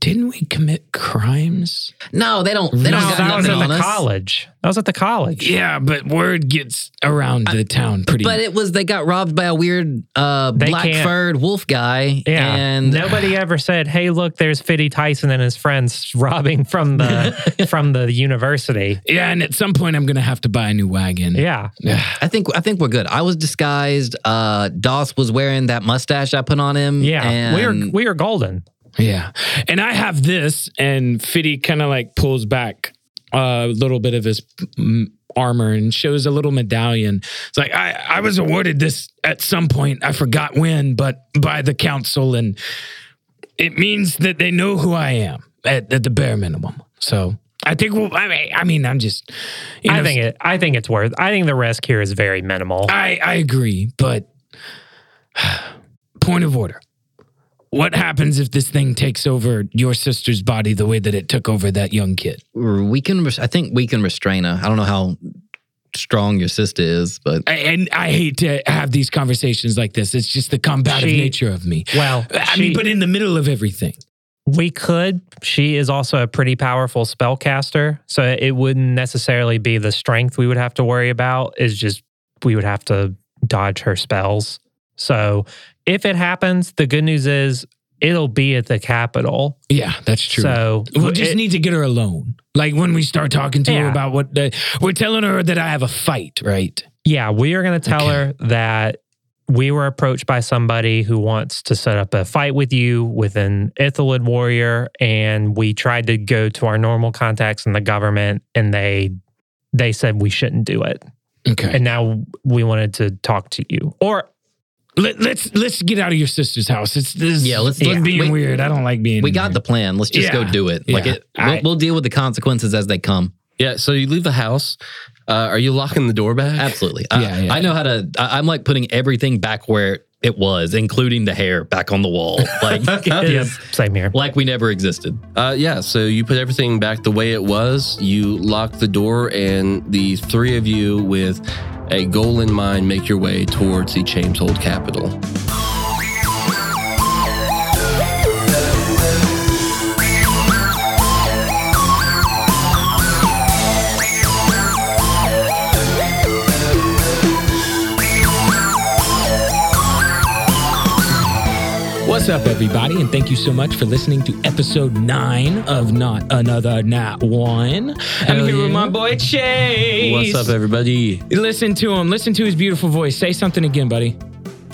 S2: Didn't we commit crimes?
S4: no, they don't. They
S3: No,
S4: don't got
S3: that was
S4: nothing
S3: at
S4: on
S3: the
S4: us.
S3: college. That was at the college.
S6: Yeah, but word gets around the town pretty.
S4: But it was they got robbed by a weird uh,
S3: They
S4: black
S3: can't-
S4: furred wolf guy,
S3: Yeah.
S4: and
S3: Nobody ever said, "Hey, look, there's Fiddy Tyson and his friends robbing from the from the university."
S2: Yeah, and at some point I'm gonna have to buy a new wagon.
S3: Yeah,
S4: I think I think we're good. I was disguised. Uh, Doss was wearing that mustache I put on him.
S3: yeah.
S4: and
S3: We are we are golden.
S2: Yeah. And I have this, and Fiddy kind of like pulls back a little bit of his mm, armor and shows a little medallion. It's like, I, I was awarded this at some point. I forgot when, but by the council. And it means that they know who I am at, at the bare minimum. So I think, we'll, I, mean, I mean, I'm just, you
S3: I
S2: know,
S3: think it. I think it's worth. I think the risk here is very minimal.
S2: I, I agree, but point of order. What happens if this thing takes over your sister's body the way that it took over that young kid?
S5: We can. Res- I think we can restrain her. I don't know how strong your sister is, but
S2: I, and I hate to have these conversations like this. It's just the combative
S3: She-
S2: nature of me.
S3: well,
S2: I
S3: she-
S2: mean, but in the middle of everything.
S3: we could. She is also a pretty powerful spellcaster, so it wouldn't necessarily be the strength we would have to worry about. Is just we would have to dodge her spells. So if it happens, the good news is it'll be at the capital.
S2: Yeah, that's true.
S3: So
S2: we'll just
S3: it-
S2: need to get her alone. Like when we start talking to her
S3: Yeah.
S2: about what the, we're telling her that I have a fight, right?
S3: Yeah, we are going to tell her that we were approached by somebody who wants to set up a fight with you with an Ithalid warrior, and we tried to go to our normal contacts in the government, and they they said we shouldn't do it,
S2: Okay.
S3: and now we wanted to talk to you. Or
S2: Let, let's let's get out of your sister's house. It's this.
S5: Yeah, let's-
S2: it's
S5: yeah. We-
S2: being weird. I don't like being.
S5: we got
S2: weird.
S5: the plan. Let's just go
S2: Yeah.
S5: do it. Like
S2: Yeah.
S5: it, we'll,
S2: I-
S5: we'll deal with the consequences as they come.
S1: Yeah, so you leave the house. Uh, are you locking the door back?
S5: Absolutely. I,
S2: Yeah, yeah.
S5: I know how to. I, I'm like putting everything back where it was, including the hair back on the wall, like
S3: Yep, same here.
S5: like we never existed.
S1: Uh, yeah, so you put everything back the way it was. You lock the door, and the three of you, with a goal in mind, make your way towards the Chameshold capital.
S2: What's up, everybody, and thank you so much for listening to episode nine of Not Another Nat One. I'm here with my boy Chase.
S1: What's up, everybody?
S2: Listen to him. Listen to his beautiful voice. Say something again, buddy.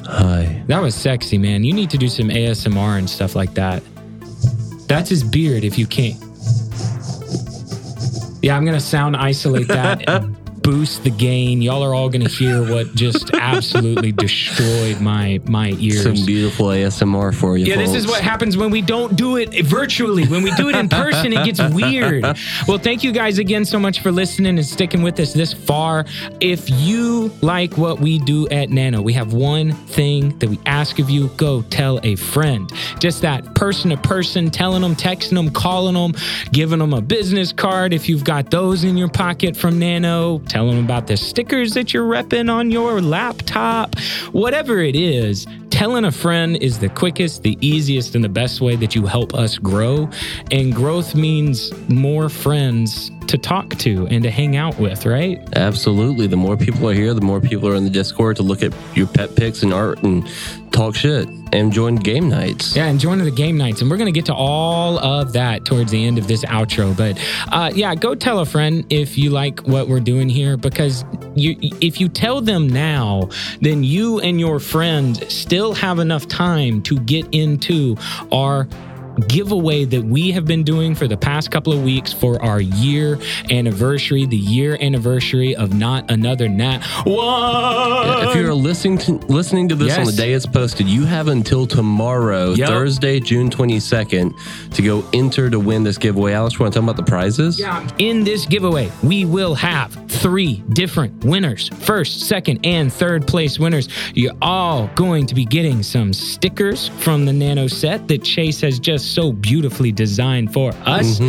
S1: Hi.
S2: That was sexy, man. You need to do some ASMR and stuff like that. That's his beard if you can't. Yeah, I'm going to sound isolate that and boost the gain. Y'all are all going to hear what just absolutely destroyed my my ears.
S1: Some beautiful ASMR for you.
S2: Yeah, this
S1: folks.
S2: is what happens when we don't do it virtually. When we do it in person, it gets weird. Well, thank you guys again so much for listening and sticking with us this far. If you like what we do at Nano, we have one thing that we ask of you go tell a friend. Just that person to person, telling them, texting them, calling them, giving them a business card if you've got those in your pocket from Nano, telling them about the stickers that you're repping on your laptop, whatever it is. Telling a friend is the quickest, the easiest, and the best way that you help us grow. And growth means more friends to talk to and to hang out with, right?
S1: Absolutely. The more people are here, the more people are in the Discord to look at your pet pics and art and talk shit and join game nights.
S2: Yeah, and join the game nights. And we're going to get to all of that towards the end of this outro. But uh, yeah, go tell a friend if you like what we're doing here because you, if you tell them now, then you and your friend still have enough time to get into our giveaway that we have been doing for the past couple of weeks for our year anniversary, the year anniversary of Not Another Nat. One.
S1: If you're listening to, listening to this on the
S2: Uh, Yes.
S1: day it's posted, you have until tomorrow,
S2: Yep.
S1: Thursday, June 22nd, to go enter to win this giveaway. Alex, you want to talk about the prizes?
S2: Yeah. In this giveaway, we will have three different winners first, second, and third place winners. You're all going to be getting some stickers from the Nano set that Chase has just so beautifully designed for us.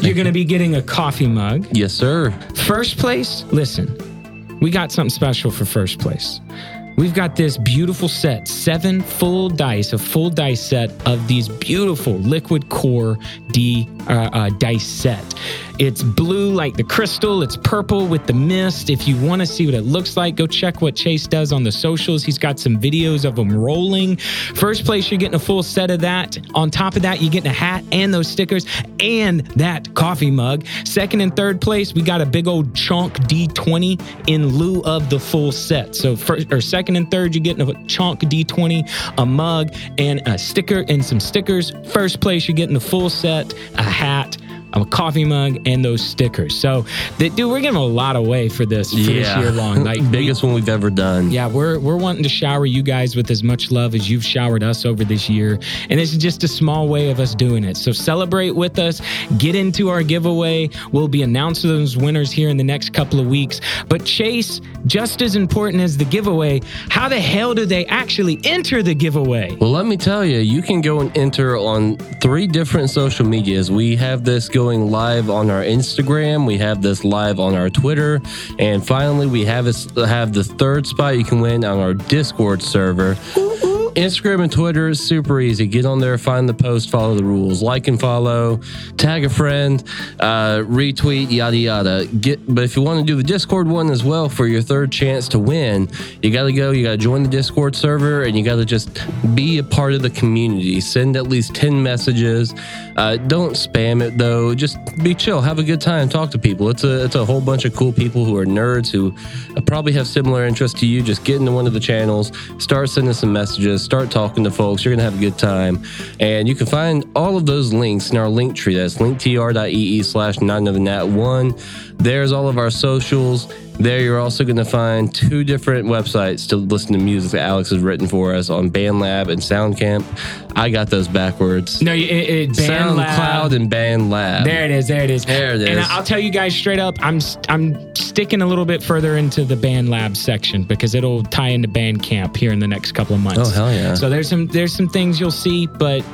S2: You're going to be getting a coffee mug.
S1: Yes, sir.
S2: First place, listen, we got something special for first place. We've got this beautiful set, seven full dice, a full dice set of these beautiful liquid core D uh, uh, dice set. It's blue like the crystal, it's purple with the mist. If you want to see what it looks like, go check what Chase does on the socials. He's got some videos of them rolling. First place, you're getting a full set of that. On top of that, you're getting a hat and those stickers and that coffee mug. Second and third place, we got a big old chunk D20 in lieu of the full set. So first or second and third, you're getting a chunk D20, a mug, and a sticker and some stickers. First place, you're getting the full set, a hat, a coffee mug, and those stickers. So, that, dude, we're giving a lot away for this for this year long. Like we-
S1: biggest one we've ever done.
S2: yeah, we're we're wanting to shower you guys with as much love as you've showered us over this year. And this is just a small way of us doing it. So celebrate with us, get into our giveaway. We'll be announcing those winners here in the next couple of weeks. But Chase, just as important as the giveaway, how the hell do they actually enter the giveaway?
S1: Well, let me tell you, you can go and enter on three different social medias. We have this going live on our Instagram, we have this live on our Twitter, and finally, we have this, have the third spot you can win on our Discord server. Instagram and Twitter is super easy. Get on there, find the post, follow the rules, like and follow, tag a friend, uh, retweet, yada yada. Get, but if you want to do the Discord one as well for your third chance to win, you got to go. You got to join the Discord server, and you got to just be a part of the community. Send at least ten messages. Uh, don't spam it though. Just be chill, have a good time, talk to people. It's a it's a whole bunch of cool people who are nerds who probably have similar interests to you. Just get into one of the channels, start sending some messages, start talking to folks. You're gonna have a good time, and you can find all of those links in our link tree. That's linktr.ee slash nine of the nat one. There's all of our socials. There, you're also going to find two different websites to listen to music that Alex has written for us on BandLab and SoundCamp. I got those backwards.
S2: No, it, it
S1: SoundCloud and BandLab.
S2: There it is. There it is.
S1: There it
S2: And
S1: is.
S2: I'll tell you guys straight up, I'm I'm sticking a little bit further into the band lab section because it'll tie into band camp here in the next couple of months.
S1: Oh, hell yeah.
S2: So there's some there's some things you'll see, but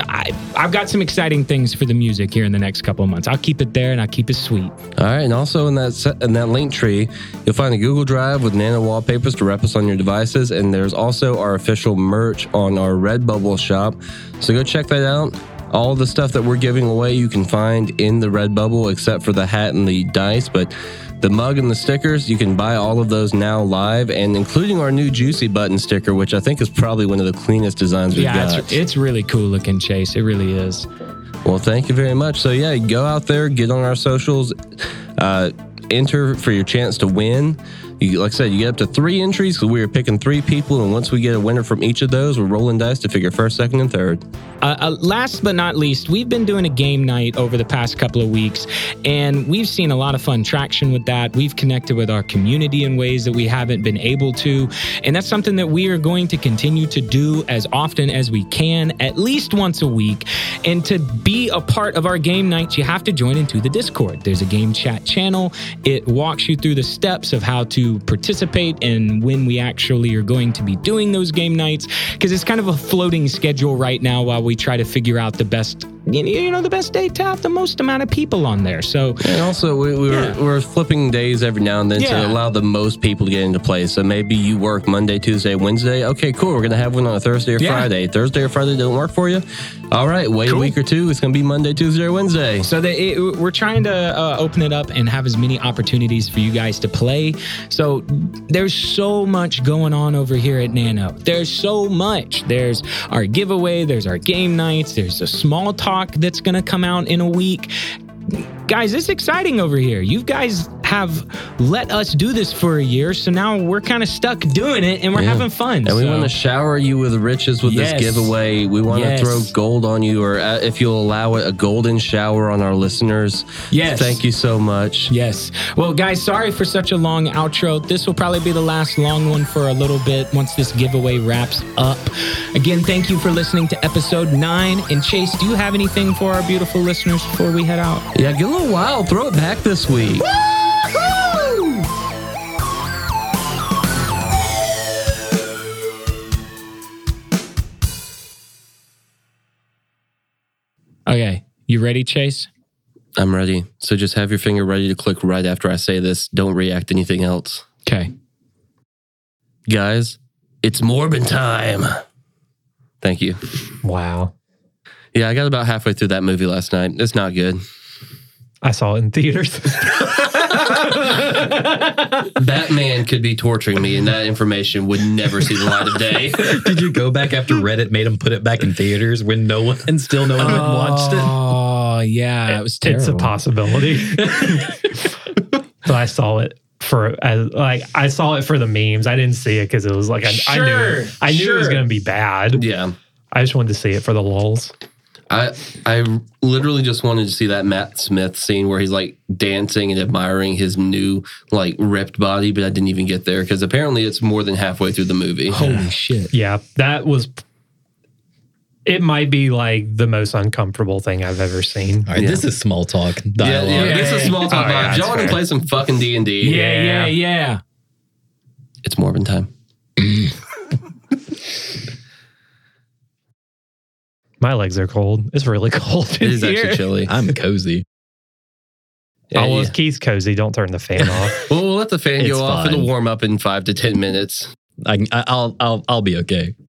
S2: I I've got some exciting things for the music here in the next couple of months. I'll keep it there and I'll keep it sweet.
S1: All right, and also in that se- in that link tree, you'll find a Google Drive with Nano wallpapers to wrap us on your devices, and there's also our official merch on our Redbubble shop. So go check that out. All the stuff that we're giving away you can find in the Redbubble, except for the hat and the dice, but. The mug and the stickers, you can buy all of those now live, and including our new Juicy Button sticker, which I think is probably one of the cleanest designs we've got.
S2: yeah, it's, it's really cool looking, Chase. It really is.
S1: Well, thank you very much. So, yeah, go out there, get on our socials, uh, enter for your chance to win. You, like I said, you get up to three entries 'cause we are picking three people. And once we get a winner from each of those, we're rolling dice to figure first, second, and third.
S2: Uh, uh, last but not least, we've been doing a game night over the past couple of weeks, and we've seen a lot of fun traction with that. We've connected with our community in ways that we haven't been able to, and that's something that we are going to continue to do as often as we can, at least once a week. And to be a part of our game nights, you have to join into the Discord. There's a game chat channel, it walks you through the steps of how to participate and when we actually are going to be doing those game nights, because it's kind of a floating schedule right now while we try to figure out the best, you you know, the best day to have the most amount of people on there. So,
S1: And also, we, we were, we're flipping days every now and then
S2: Yeah.
S1: to allow the most people to get into play. So maybe you work Monday, Tuesday, Wednesday. Okay, cool. We're going to have one on a Thursday or
S2: Yeah.
S1: Friday. Thursday or Friday don't work for you. All right, wait a week or two. It's going to be Monday, Tuesday, or Wednesday.
S2: So that it, we're trying to uh, open it up and have as many opportunities for you guys to play. So there's so much going on over here at Nano. There's so much. There's our giveaway. There's our game nights. There's a small talk that's going to come out in a week. Guys, it's exciting over here. You guys have let us do this for a year, so now we're kind of stuck doing it, and we're having fun.
S1: And we
S2: so-
S1: want to shower you with riches with
S2: Yes.
S1: this giveaway. We want
S2: Yes.
S1: to throw gold on you, or uh, if you'll allow it, a golden shower on our listeners.
S2: Yes.
S1: Thank you so much.
S2: Yes. Well, guys, sorry for such a long outro. This will probably be the last long one for a little bit once this giveaway wraps up. Again, thank you for listening to episode nine. And Chase, do you have anything for our beautiful listeners before we head out?
S1: Yeah, get a little wild. Throw it back this week.
S2: Okay. You ready, Chase?
S1: I'm ready. So just have your finger ready to click right after I say this. Don't react to anything else.
S2: Okay.
S1: Guys, it's Morbin time. Thank you.
S3: Wow.
S1: Yeah, I got about halfway through that movie last night. It's not good.
S3: I saw it in theaters.
S1: That man could be torturing me, and that information would never see the light of day.
S4: Did you go back after Reddit made him put it back in theaters when no one and still no one had watched it?
S2: Oh yeah, it was terrible.
S3: it's a possibility. but I saw it for as, like I saw it for the memes. I didn't see it because it was like I, I
S2: Sure,
S3: knew I knew it was
S2: sure.
S3: gonna be bad.
S1: Yeah.
S3: I just wanted to see it for the lulz.
S1: I I literally just wanted to see that Matt Smith scene where he's like dancing and admiring his new like ripped body, but I didn't even get there because apparently it's more than halfway through the movie.
S2: Holy shit.
S3: Yeah, that was. It might be like the most uncomfortable thing I've ever seen.
S4: All right, this is small talk
S1: Yeah,
S4: dialogue.
S1: yeah, it's a small talk
S3: Oh, yeah,
S1: vibe.
S3: that's
S1: Y'all want to
S3: fair.
S1: play some fucking D and D?
S2: Yeah, yeah,
S3: Yeah.
S2: yeah.
S1: It's Morbin time.
S3: My legs are cold. It's really cold.
S1: It is actually chilly.
S4: I'm cozy.
S1: Yeah,
S3: oh, well,
S1: yeah.
S3: if Keith's cozy. Don't turn the fan off.
S1: Well, we'll let the fan
S4: It's
S1: go off.
S4: fine.
S1: It'll warm up in five to ten minutes.
S4: I, I, I'll I'll I'll be okay.